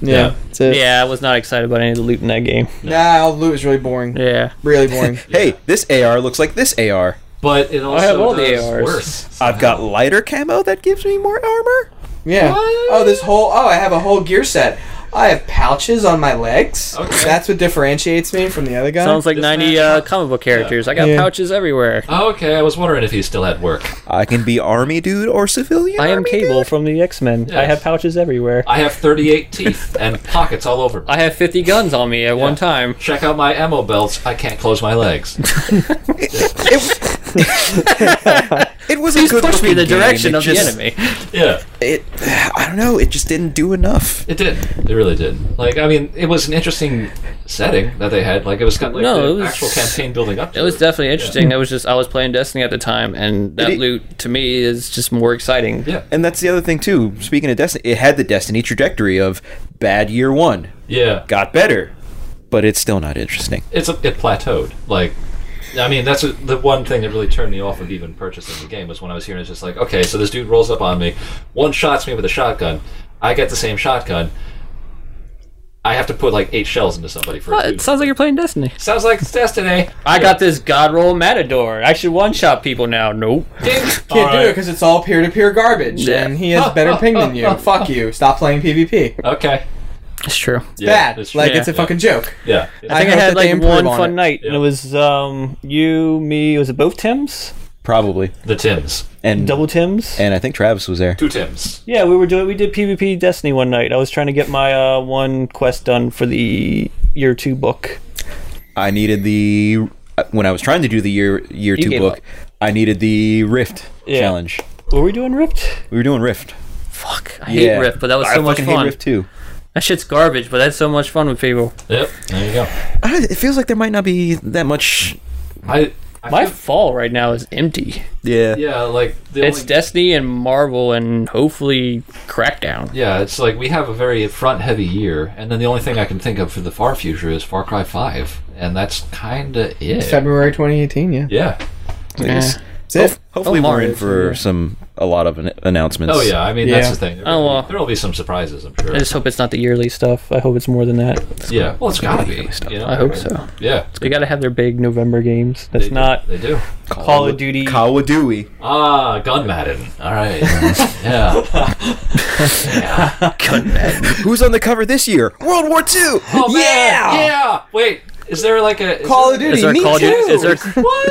[SPEAKER 3] Yeah.
[SPEAKER 1] Yeah.
[SPEAKER 3] That's it.
[SPEAKER 2] Yeah, I was not excited about any of the loot in that game.
[SPEAKER 3] Nah, all the loot is really boring.
[SPEAKER 2] Yeah.
[SPEAKER 3] Really boring.
[SPEAKER 4] Hey, this AR looks like this AR.
[SPEAKER 1] But it also
[SPEAKER 2] have all the
[SPEAKER 1] does
[SPEAKER 2] ARs.
[SPEAKER 1] worse.
[SPEAKER 4] I've got lighter camo that gives me more armor.
[SPEAKER 3] Yeah. Oh, this whole. Oh, I have a whole gear set. I have pouches on my legs.
[SPEAKER 1] Okay.
[SPEAKER 3] That's what differentiates me from the other guy.
[SPEAKER 2] Sounds like
[SPEAKER 1] This
[SPEAKER 2] 90
[SPEAKER 1] man-
[SPEAKER 2] uh, comic book characters. I got
[SPEAKER 3] Yeah.
[SPEAKER 2] pouches everywhere.
[SPEAKER 1] Oh, Okay, I was wondering if he still had work.
[SPEAKER 4] I can be army dude or civilian.
[SPEAKER 2] I am
[SPEAKER 4] army
[SPEAKER 2] Cable
[SPEAKER 4] dude.
[SPEAKER 2] from the X-Men. I
[SPEAKER 1] Yes.
[SPEAKER 2] have pouches everywhere.
[SPEAKER 1] I have 38
[SPEAKER 2] (laughs)
[SPEAKER 1] teeth and pockets all over me.
[SPEAKER 2] I have 50 guns on me at one time.
[SPEAKER 1] Check out my ammo belts. I can't close my
[SPEAKER 2] (laughs)
[SPEAKER 1] legs.
[SPEAKER 2] (laughs)
[SPEAKER 4] (laughs) It was
[SPEAKER 2] Please
[SPEAKER 4] a good
[SPEAKER 2] push me
[SPEAKER 4] looking
[SPEAKER 2] the
[SPEAKER 4] game,
[SPEAKER 2] direction
[SPEAKER 4] it
[SPEAKER 2] of the
[SPEAKER 4] just-
[SPEAKER 2] enemy.
[SPEAKER 1] yeah,
[SPEAKER 4] It, I don't know. It just didn't do enough.
[SPEAKER 1] it did. It really did. Like, I mean, it was an interesting setting that they had. Like, it was kind of like
[SPEAKER 2] No,
[SPEAKER 1] the
[SPEAKER 2] it was-
[SPEAKER 1] actual campaign building up. To
[SPEAKER 2] It was definitely interesting. I was just I was playing Destiny at the time, and that
[SPEAKER 4] it-
[SPEAKER 2] loot to me is just more exciting.
[SPEAKER 1] Yeah.
[SPEAKER 4] And that's the other thing too. Speaking of Destiny, it had the Destiny trajectory of bad year one,
[SPEAKER 1] yeah.
[SPEAKER 4] got better, but it's still not interesting.
[SPEAKER 1] It's a, it plateaued. Like, I mean, that's a, the one thing that really turned me off of even purchasing the game was when I was hearing it's just like, okay, so this dude rolls up on me, one shots me with a shotgun. I get the same shotgun. I have to put like eight shells into somebody for.
[SPEAKER 2] But
[SPEAKER 1] a
[SPEAKER 2] Uh, it
[SPEAKER 1] dude.
[SPEAKER 2] sounds like you're playing Destiny.
[SPEAKER 1] Sounds like it's Destiny.
[SPEAKER 2] I got this god roll matador. I should one shot people now. Nope.
[SPEAKER 1] Ding.
[SPEAKER 3] can't do it because it's all
[SPEAKER 2] (laughs)
[SPEAKER 3] peer to peer garbage, and he has better ping than you. Fuck you. Stop playing PvP.
[SPEAKER 1] Okay.
[SPEAKER 2] It's true.
[SPEAKER 1] Yeah,
[SPEAKER 3] bad.
[SPEAKER 1] it's true.
[SPEAKER 3] like
[SPEAKER 2] Yeah.
[SPEAKER 3] it's a fucking joke.
[SPEAKER 1] yeah.
[SPEAKER 2] I think I,
[SPEAKER 3] hope
[SPEAKER 2] had
[SPEAKER 3] that they
[SPEAKER 2] like
[SPEAKER 3] improve
[SPEAKER 2] one
[SPEAKER 3] on
[SPEAKER 2] fun
[SPEAKER 3] it.
[SPEAKER 2] night, and
[SPEAKER 1] Yeah.
[SPEAKER 2] it was um you, me. Was it both Tims?
[SPEAKER 3] Mm-hmm.
[SPEAKER 4] probably.
[SPEAKER 1] The Tims.
[SPEAKER 4] And
[SPEAKER 2] Double Tims?
[SPEAKER 4] and I think Travis was there.
[SPEAKER 1] Two Tims.
[SPEAKER 2] Yeah, we were doing. We did PvP Destiny one night. I was trying to get my uh, one quest done for the year two book.
[SPEAKER 4] I needed the when I was trying to do the year year
[SPEAKER 2] You
[SPEAKER 4] two
[SPEAKER 2] gave
[SPEAKER 4] book.
[SPEAKER 2] up.
[SPEAKER 4] I needed the Rift
[SPEAKER 2] Yeah.
[SPEAKER 4] challenge.
[SPEAKER 2] Were we doing Rift?
[SPEAKER 4] We were doing Rift.
[SPEAKER 2] Fuck, I
[SPEAKER 4] Yeah.
[SPEAKER 2] hate Rift, but that was
[SPEAKER 4] I
[SPEAKER 2] so much
[SPEAKER 4] fucking hate
[SPEAKER 2] fun.
[SPEAKER 4] Rift too.
[SPEAKER 2] That shit's garbage, but that's so much fun with people.
[SPEAKER 1] Yep. There you go.
[SPEAKER 4] I don't- it feels like there might not be that much.
[SPEAKER 1] I. I
[SPEAKER 2] My
[SPEAKER 1] feel-
[SPEAKER 2] fall right now is empty.
[SPEAKER 4] Yeah.
[SPEAKER 1] yeah, like the
[SPEAKER 2] It's
[SPEAKER 1] only-
[SPEAKER 2] Destiny and Marvel and hopefully Crackdown.
[SPEAKER 1] Yeah, it's like we have a very front heavy year, and then the only thing I can think of for the far future is Far Cry 5, and that's kind of it.
[SPEAKER 3] February 2018. Yeah.
[SPEAKER 1] Yeah.
[SPEAKER 2] Yeah.
[SPEAKER 3] That's it.
[SPEAKER 4] Hopefully,
[SPEAKER 2] Oh,
[SPEAKER 4] we're in
[SPEAKER 2] Mars,
[SPEAKER 4] for some a lot of an- announcements.
[SPEAKER 1] Oh, yeah, I mean, that's
[SPEAKER 3] Yeah.
[SPEAKER 1] the thing.
[SPEAKER 2] Oh, well.
[SPEAKER 1] There'll be some surprises, I'm sure.
[SPEAKER 2] I just hope it's not the yearly stuff. I hope it's more than that.
[SPEAKER 1] yeah, well, it's gotta be. you know?
[SPEAKER 2] I hope so.
[SPEAKER 1] Yeah.
[SPEAKER 2] They gotta have their big November games. That's
[SPEAKER 1] They do.
[SPEAKER 2] not
[SPEAKER 1] They do. Oh,
[SPEAKER 2] Call of Duty.
[SPEAKER 4] Call of Duty.
[SPEAKER 2] Uh-huh.
[SPEAKER 1] Ah, Gun Madden. All right. (laughs) yeah.
[SPEAKER 4] Who's on the cover this year? World War II.
[SPEAKER 1] Oh, man. Yeah. Wait, is there like a. is
[SPEAKER 3] Call
[SPEAKER 1] there-
[SPEAKER 3] of Duty.
[SPEAKER 2] Is there
[SPEAKER 3] me
[SPEAKER 2] Call of Duty?
[SPEAKER 3] too.
[SPEAKER 2] Is there? (laughs)
[SPEAKER 1] What?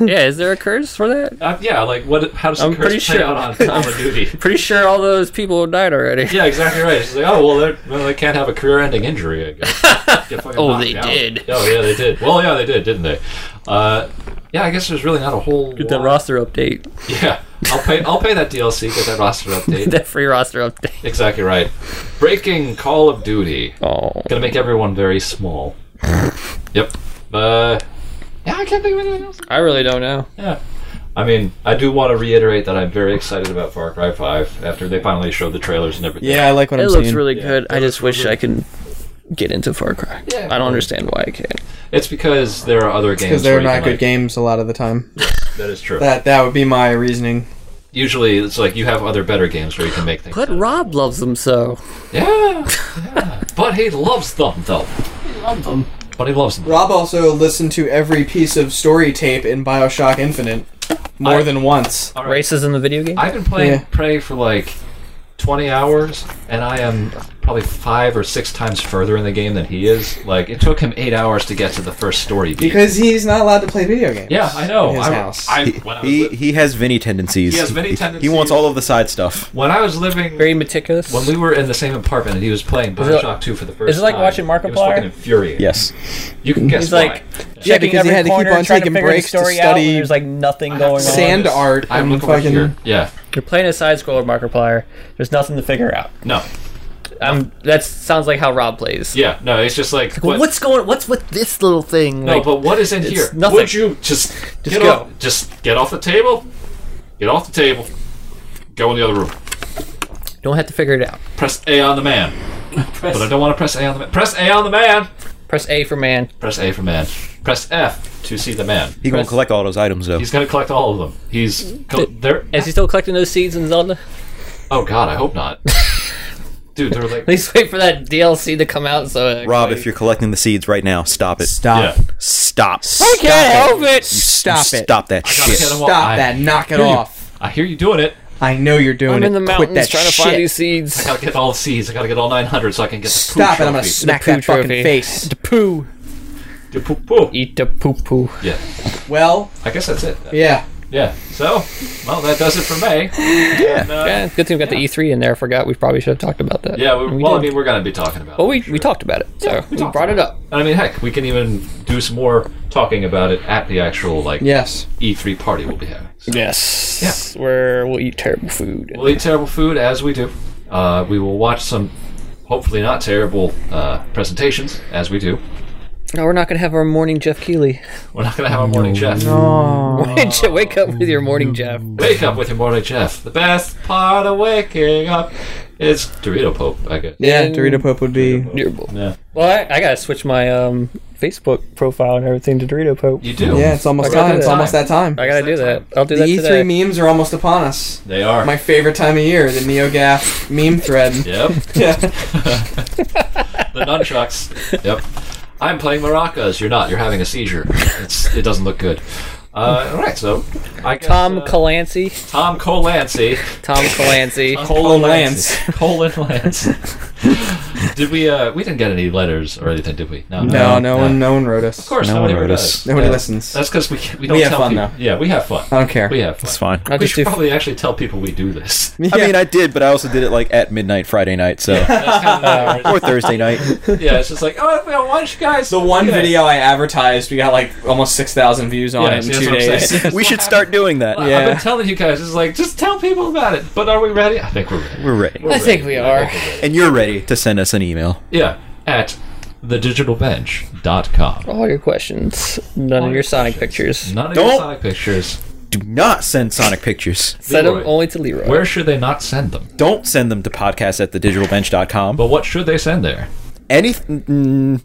[SPEAKER 2] Yeah, is there a curse for that?
[SPEAKER 1] uh, yeah, like, what? how does the
[SPEAKER 2] I'm
[SPEAKER 1] curse play
[SPEAKER 2] pretty sure-
[SPEAKER 1] out
[SPEAKER 2] (laughs)
[SPEAKER 1] on Call of Duty?
[SPEAKER 2] Pretty sure all those people died already.
[SPEAKER 1] Yeah, exactly right. She's like, oh well, they're- well, they can't have a career-ending injury, I
[SPEAKER 2] (laughs)
[SPEAKER 1] guess. Get fucking
[SPEAKER 2] Oh,
[SPEAKER 1] knocked
[SPEAKER 2] they did.
[SPEAKER 1] Oh yeah, they did. Well, yeah, they did, didn't they? Uh, yeah, I guess there's really not a whole.
[SPEAKER 2] Get that
[SPEAKER 1] lot-
[SPEAKER 2] roster update. (laughs)
[SPEAKER 1] Yeah, I'll pay. I'll pay that DLC. Get that roster update.
[SPEAKER 2] (laughs) That free roster update.
[SPEAKER 1] exactly right. Breaking Call of Duty.
[SPEAKER 2] Oh.
[SPEAKER 1] Gonna make everyone very small. yep. Uh, yeah, I can't think of anything else.
[SPEAKER 2] I really don't know.
[SPEAKER 1] Yeah. I mean, I do want to reiterate that I'm very excited about Far Cry 5 after they finally showed the trailers and everything.
[SPEAKER 3] Yeah, I like what
[SPEAKER 2] It
[SPEAKER 3] I'm
[SPEAKER 2] looks
[SPEAKER 3] seeing.
[SPEAKER 2] really good. I just wish I could get into Far Cry.
[SPEAKER 1] Yeah.
[SPEAKER 2] I don't understand why I can't.
[SPEAKER 1] It's because there are other games.
[SPEAKER 3] because they're
[SPEAKER 1] where you
[SPEAKER 3] not
[SPEAKER 1] can,
[SPEAKER 3] good
[SPEAKER 1] like-
[SPEAKER 3] games a lot of the time.
[SPEAKER 1] That is true.
[SPEAKER 3] That that would be my reasoning.
[SPEAKER 1] usually it's like you have other better games where you can make things.
[SPEAKER 2] But
[SPEAKER 1] better.
[SPEAKER 2] Rob loves them so.
[SPEAKER 1] Yeah, yeah. But he loves them though. He loves them. But he loves them.
[SPEAKER 3] Rob also listened to every piece of story tape in Bioshock Infinite more
[SPEAKER 1] I-
[SPEAKER 3] than once.
[SPEAKER 1] All right.
[SPEAKER 2] Races in the video game?
[SPEAKER 1] I've been playing
[SPEAKER 3] Yeah.
[SPEAKER 1] Prey for like 20 hours, and I am probably five or six times further in the game than he is. Like it took him eight hours to get to the first story beat.
[SPEAKER 3] Because he's not allowed to play video games.
[SPEAKER 1] yeah, I know.
[SPEAKER 3] In his
[SPEAKER 1] I,
[SPEAKER 3] house.
[SPEAKER 1] I,
[SPEAKER 4] He,
[SPEAKER 1] when, I was
[SPEAKER 4] he,
[SPEAKER 1] li-
[SPEAKER 4] he has Vinny tendencies.
[SPEAKER 1] He has Vinny
[SPEAKER 4] He
[SPEAKER 1] tendencies.
[SPEAKER 4] wants all of the side stuff.
[SPEAKER 1] when I was living
[SPEAKER 2] Very meticulous.
[SPEAKER 1] when we were in the same apartment and he was playing
[SPEAKER 2] it-
[SPEAKER 1] Bioshock 2 for the first time.
[SPEAKER 2] is it like watching
[SPEAKER 1] It was
[SPEAKER 2] Markiplier?
[SPEAKER 1] fucking infuriating.
[SPEAKER 4] Yes.
[SPEAKER 1] You can guess
[SPEAKER 2] He's
[SPEAKER 1] why.
[SPEAKER 2] like-
[SPEAKER 3] Yeah, because he had to keep on taking breaks to study
[SPEAKER 2] like nothing
[SPEAKER 1] I have to say-
[SPEAKER 3] Sand art
[SPEAKER 1] I'm
[SPEAKER 3] and
[SPEAKER 1] looking over
[SPEAKER 3] fucking.
[SPEAKER 1] here. Yeah.
[SPEAKER 2] You're playing a side scroller Markiplier. There's nothing to figure out.
[SPEAKER 1] No.
[SPEAKER 2] Um, that sounds like how Rob plays.
[SPEAKER 1] Yeah, no, it's just like, what-
[SPEAKER 2] What's going? What's with this little thing?
[SPEAKER 1] no,
[SPEAKER 2] Like,
[SPEAKER 1] but what is in
[SPEAKER 2] it's
[SPEAKER 1] here?
[SPEAKER 2] nothing.
[SPEAKER 1] Would you just, get
[SPEAKER 2] go.
[SPEAKER 1] off, just get off the table, get off the table, go in the other room,
[SPEAKER 2] don't have to figure it out.
[SPEAKER 1] press A on the man. But I don't want to press A on the man. Press A on the man.
[SPEAKER 2] Press A for man.
[SPEAKER 1] Press A for man. Press F to see the man.
[SPEAKER 4] He gonna
[SPEAKER 2] Press-
[SPEAKER 4] collect all those items though.
[SPEAKER 1] He's gonna collect all of them. He's co- there.
[SPEAKER 2] Is he still collecting those seeds in Zelda?
[SPEAKER 1] Oh God, I hope not. Dude, they're like,
[SPEAKER 2] (laughs) Please wait for that DLC to come out. So it
[SPEAKER 4] Rob, if you're collecting the seeds right now, stop it.
[SPEAKER 1] yeah.
[SPEAKER 3] Stop.
[SPEAKER 4] Stop.
[SPEAKER 2] I can't help it.
[SPEAKER 3] Stop it.
[SPEAKER 4] Stop that
[SPEAKER 1] gotta
[SPEAKER 4] shit.
[SPEAKER 1] get him off.
[SPEAKER 3] Stop
[SPEAKER 1] I-
[SPEAKER 3] that. Knock it
[SPEAKER 1] hear you.
[SPEAKER 3] off.
[SPEAKER 1] I hear you doing it.
[SPEAKER 3] I know you're doing
[SPEAKER 2] I'm
[SPEAKER 3] it.
[SPEAKER 2] in the
[SPEAKER 3] Quit
[SPEAKER 2] mountains
[SPEAKER 3] that
[SPEAKER 2] trying to
[SPEAKER 3] shit.
[SPEAKER 2] find these seeds.
[SPEAKER 1] Gotta get all the seeds. I gotta get all 900 so I can get the poo
[SPEAKER 3] Stop it. I'm going to
[SPEAKER 1] trophy.
[SPEAKER 3] smack
[SPEAKER 2] The poo
[SPEAKER 3] that fucking
[SPEAKER 2] trophy.
[SPEAKER 3] face.
[SPEAKER 2] poo.
[SPEAKER 1] The poo poo.
[SPEAKER 2] Eat the poo poo.
[SPEAKER 1] Yeah,
[SPEAKER 3] Well,
[SPEAKER 1] I guess that's it.
[SPEAKER 3] yeah.
[SPEAKER 1] Yeah. So, well, that does it for me. And, uh,
[SPEAKER 2] Yeah, it's good thing we got the E3 in there. I forgot we probably should have talked about that.
[SPEAKER 1] Yeah, we,
[SPEAKER 2] We
[SPEAKER 1] well, I
[SPEAKER 2] did.
[SPEAKER 1] mean, we're going to be talking about
[SPEAKER 2] Well,
[SPEAKER 1] it.
[SPEAKER 2] we, we talked about it, so we,
[SPEAKER 1] talked
[SPEAKER 2] brought it
[SPEAKER 1] about
[SPEAKER 2] up.
[SPEAKER 1] I mean, heck, we can even do some more talking about it at the actual, like,
[SPEAKER 3] Yes.
[SPEAKER 1] E3 party we'll be having. So
[SPEAKER 2] Yes. Where we'll eat terrible food.
[SPEAKER 1] we'll eat terrible food, as we do. Uh, we will watch some, hopefully not terrible, uh, presentations, as we do.
[SPEAKER 2] No, we're not gonna have our morning Jeff
[SPEAKER 1] (laughs)
[SPEAKER 2] Keeley.
[SPEAKER 1] We're not going to have a morning Jeff.
[SPEAKER 2] Wake up with your morning Jeff.
[SPEAKER 1] Wake up with your morning Jeff. The best part of waking up is Dorito Pope, I guess.
[SPEAKER 3] Yeah,
[SPEAKER 2] And-
[SPEAKER 3] Dorito Pope would be.
[SPEAKER 1] Yeah.
[SPEAKER 2] Well, I, I gotta switch my um, Facebook profile and everything to Dorito Pope.
[SPEAKER 1] You do.
[SPEAKER 3] Yeah, it's almost
[SPEAKER 2] I gotta
[SPEAKER 3] time.
[SPEAKER 2] do
[SPEAKER 3] It's
[SPEAKER 2] that.
[SPEAKER 3] almost that time.
[SPEAKER 2] I gotta do
[SPEAKER 1] It's that
[SPEAKER 2] that.
[SPEAKER 1] time.
[SPEAKER 2] I'll do
[SPEAKER 3] The
[SPEAKER 2] that
[SPEAKER 3] E3
[SPEAKER 2] today.
[SPEAKER 3] memes are almost upon us.
[SPEAKER 1] They are.
[SPEAKER 3] My favorite time of year, the NeoGAF meme thread. (laughs)
[SPEAKER 1] yep.
[SPEAKER 3] Yeah.
[SPEAKER 1] the nunchucks. Yep. I'm playing maracas. You're not. You're having a seizure. It's, it doesn't look good. Uh, all right, so I guess,
[SPEAKER 2] Tom
[SPEAKER 1] uh,
[SPEAKER 2] Clancy.
[SPEAKER 1] Tom Colancy, (laughs)
[SPEAKER 2] Tom Clancy.
[SPEAKER 1] Colin
[SPEAKER 3] Lance.
[SPEAKER 1] Colin Lance. Did we? Uh, we didn't get any letters or anything, did we? No,
[SPEAKER 3] No, no one, no one wrote us.
[SPEAKER 1] Of course,
[SPEAKER 4] No
[SPEAKER 1] nobody
[SPEAKER 4] one
[SPEAKER 1] ever
[SPEAKER 4] wrote
[SPEAKER 1] does.
[SPEAKER 4] us.
[SPEAKER 3] Nobody
[SPEAKER 1] Yeah.
[SPEAKER 3] listens.
[SPEAKER 1] That's because we we don't
[SPEAKER 3] We have
[SPEAKER 1] tell
[SPEAKER 3] fun,
[SPEAKER 1] people.
[SPEAKER 3] though.
[SPEAKER 1] (laughs) Yeah, we have fun.
[SPEAKER 3] I don't care.
[SPEAKER 1] We have fun.
[SPEAKER 4] It's
[SPEAKER 3] (laughs)
[SPEAKER 4] fine.
[SPEAKER 3] I'll
[SPEAKER 1] We
[SPEAKER 3] just do.
[SPEAKER 1] should probably actually tell people we do
[SPEAKER 3] (laughs)
[SPEAKER 1] this.
[SPEAKER 3] Yeah.
[SPEAKER 4] I mean, I did, but I also did it like at midnight Friday night,
[SPEAKER 3] (laughs)
[SPEAKER 4] so
[SPEAKER 1] That's kind
[SPEAKER 4] or
[SPEAKER 1] of,
[SPEAKER 4] Thursday night.
[SPEAKER 1] yeah, it's just like oh, well, why don't you guys?
[SPEAKER 3] the one
[SPEAKER 1] yeah.
[SPEAKER 3] video I advertised, we got like almost six thousand views on
[SPEAKER 1] Yeah,
[SPEAKER 3] it
[SPEAKER 1] see,
[SPEAKER 3] in
[SPEAKER 1] that's
[SPEAKER 3] two
[SPEAKER 1] what I'm saying.
[SPEAKER 3] days.
[SPEAKER 1] That's
[SPEAKER 4] We
[SPEAKER 1] what
[SPEAKER 4] should
[SPEAKER 1] happened.
[SPEAKER 4] start doing that.
[SPEAKER 1] Well,
[SPEAKER 3] Yeah.
[SPEAKER 1] I've been telling you guys. It's like just tell people about it. But are we ready? I think we're ready.
[SPEAKER 4] We're ready,
[SPEAKER 2] I think we are.
[SPEAKER 4] and you're ready to send us an email.
[SPEAKER 1] Yeah, at thedigitalbench.com.
[SPEAKER 2] All your questions, none of your Sonic pictures.
[SPEAKER 1] None of
[SPEAKER 4] Don't-
[SPEAKER 1] your Sonic pictures.
[SPEAKER 4] Do not send Sonic pictures.
[SPEAKER 2] Send them
[SPEAKER 1] Leroy.
[SPEAKER 2] only to Leroy.
[SPEAKER 1] Where should they not send them?
[SPEAKER 4] Don't send them to podcast at thedigitalbench.com.
[SPEAKER 1] But what should they send there?
[SPEAKER 4] Any mm,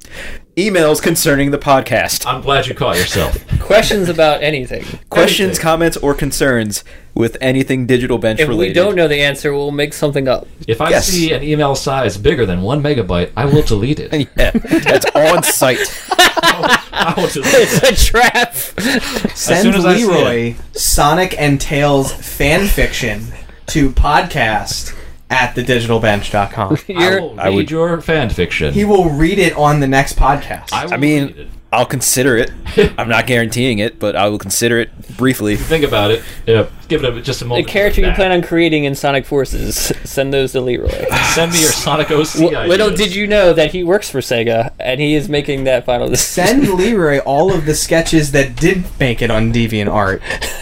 [SPEAKER 4] emails concerning the podcast,
[SPEAKER 1] I'm glad you caught yourself.
[SPEAKER 2] Questions
[SPEAKER 1] (laughs)
[SPEAKER 2] about anything.
[SPEAKER 4] questions,
[SPEAKER 1] anything.
[SPEAKER 4] comments, or concerns with anything Digital Bench
[SPEAKER 2] If
[SPEAKER 4] related. (laughs)
[SPEAKER 2] we don't know the answer, we'll make something up.
[SPEAKER 1] (laughs)
[SPEAKER 2] (laughs)
[SPEAKER 1] If I
[SPEAKER 4] Yes.
[SPEAKER 1] see an email size bigger than one megabyte, I will delete it.
[SPEAKER 4] Yeah, that's on site.
[SPEAKER 1] I will delete it.
[SPEAKER 2] It's a trap.
[SPEAKER 1] soon
[SPEAKER 3] Send
[SPEAKER 1] as I see
[SPEAKER 3] Leroy Sonic and Tails fan fiction to podcast at thedigitalbench.com.
[SPEAKER 1] I
[SPEAKER 2] You're,
[SPEAKER 1] will
[SPEAKER 4] I
[SPEAKER 1] read
[SPEAKER 4] would-
[SPEAKER 1] your fan fiction.
[SPEAKER 3] He will read it on the next podcast.
[SPEAKER 1] I, will
[SPEAKER 4] I mean-
[SPEAKER 1] read it.
[SPEAKER 4] I'll consider it. I'm not guaranteeing it, but I will consider it briefly.
[SPEAKER 1] think about it. Yeah, give it a, just a
[SPEAKER 2] the
[SPEAKER 1] moment.
[SPEAKER 2] character you
[SPEAKER 1] Nah.
[SPEAKER 2] plan on creating in Sonic Forces, (laughs) send those
[SPEAKER 1] (laughs)
[SPEAKER 2] to Leroy.
[SPEAKER 1] Send me your Sonic OC
[SPEAKER 2] Well,
[SPEAKER 1] ideas.
[SPEAKER 2] little did you know that he works for Sega, and he is making that final (laughs) decision.
[SPEAKER 3] Send Leroy all of the sketches that did make it on DeviantArt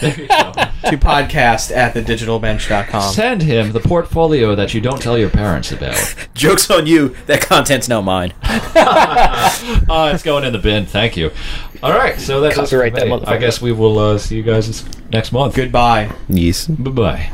[SPEAKER 1] (laughs) There you go.
[SPEAKER 3] to podcast at thedigitalbench.com.
[SPEAKER 1] Send him the portfolio that you don't tell your parents about.
[SPEAKER 4] Joke's on you. That content's now mine.
[SPEAKER 1] Oh, it's going in the bin. Thank you. All right, so that's us for
[SPEAKER 2] Copyright that
[SPEAKER 1] me.
[SPEAKER 2] motherfucker.
[SPEAKER 1] I guess we will uh, see you guys next month.
[SPEAKER 3] Goodbye.
[SPEAKER 4] Yes.
[SPEAKER 1] Bye bye.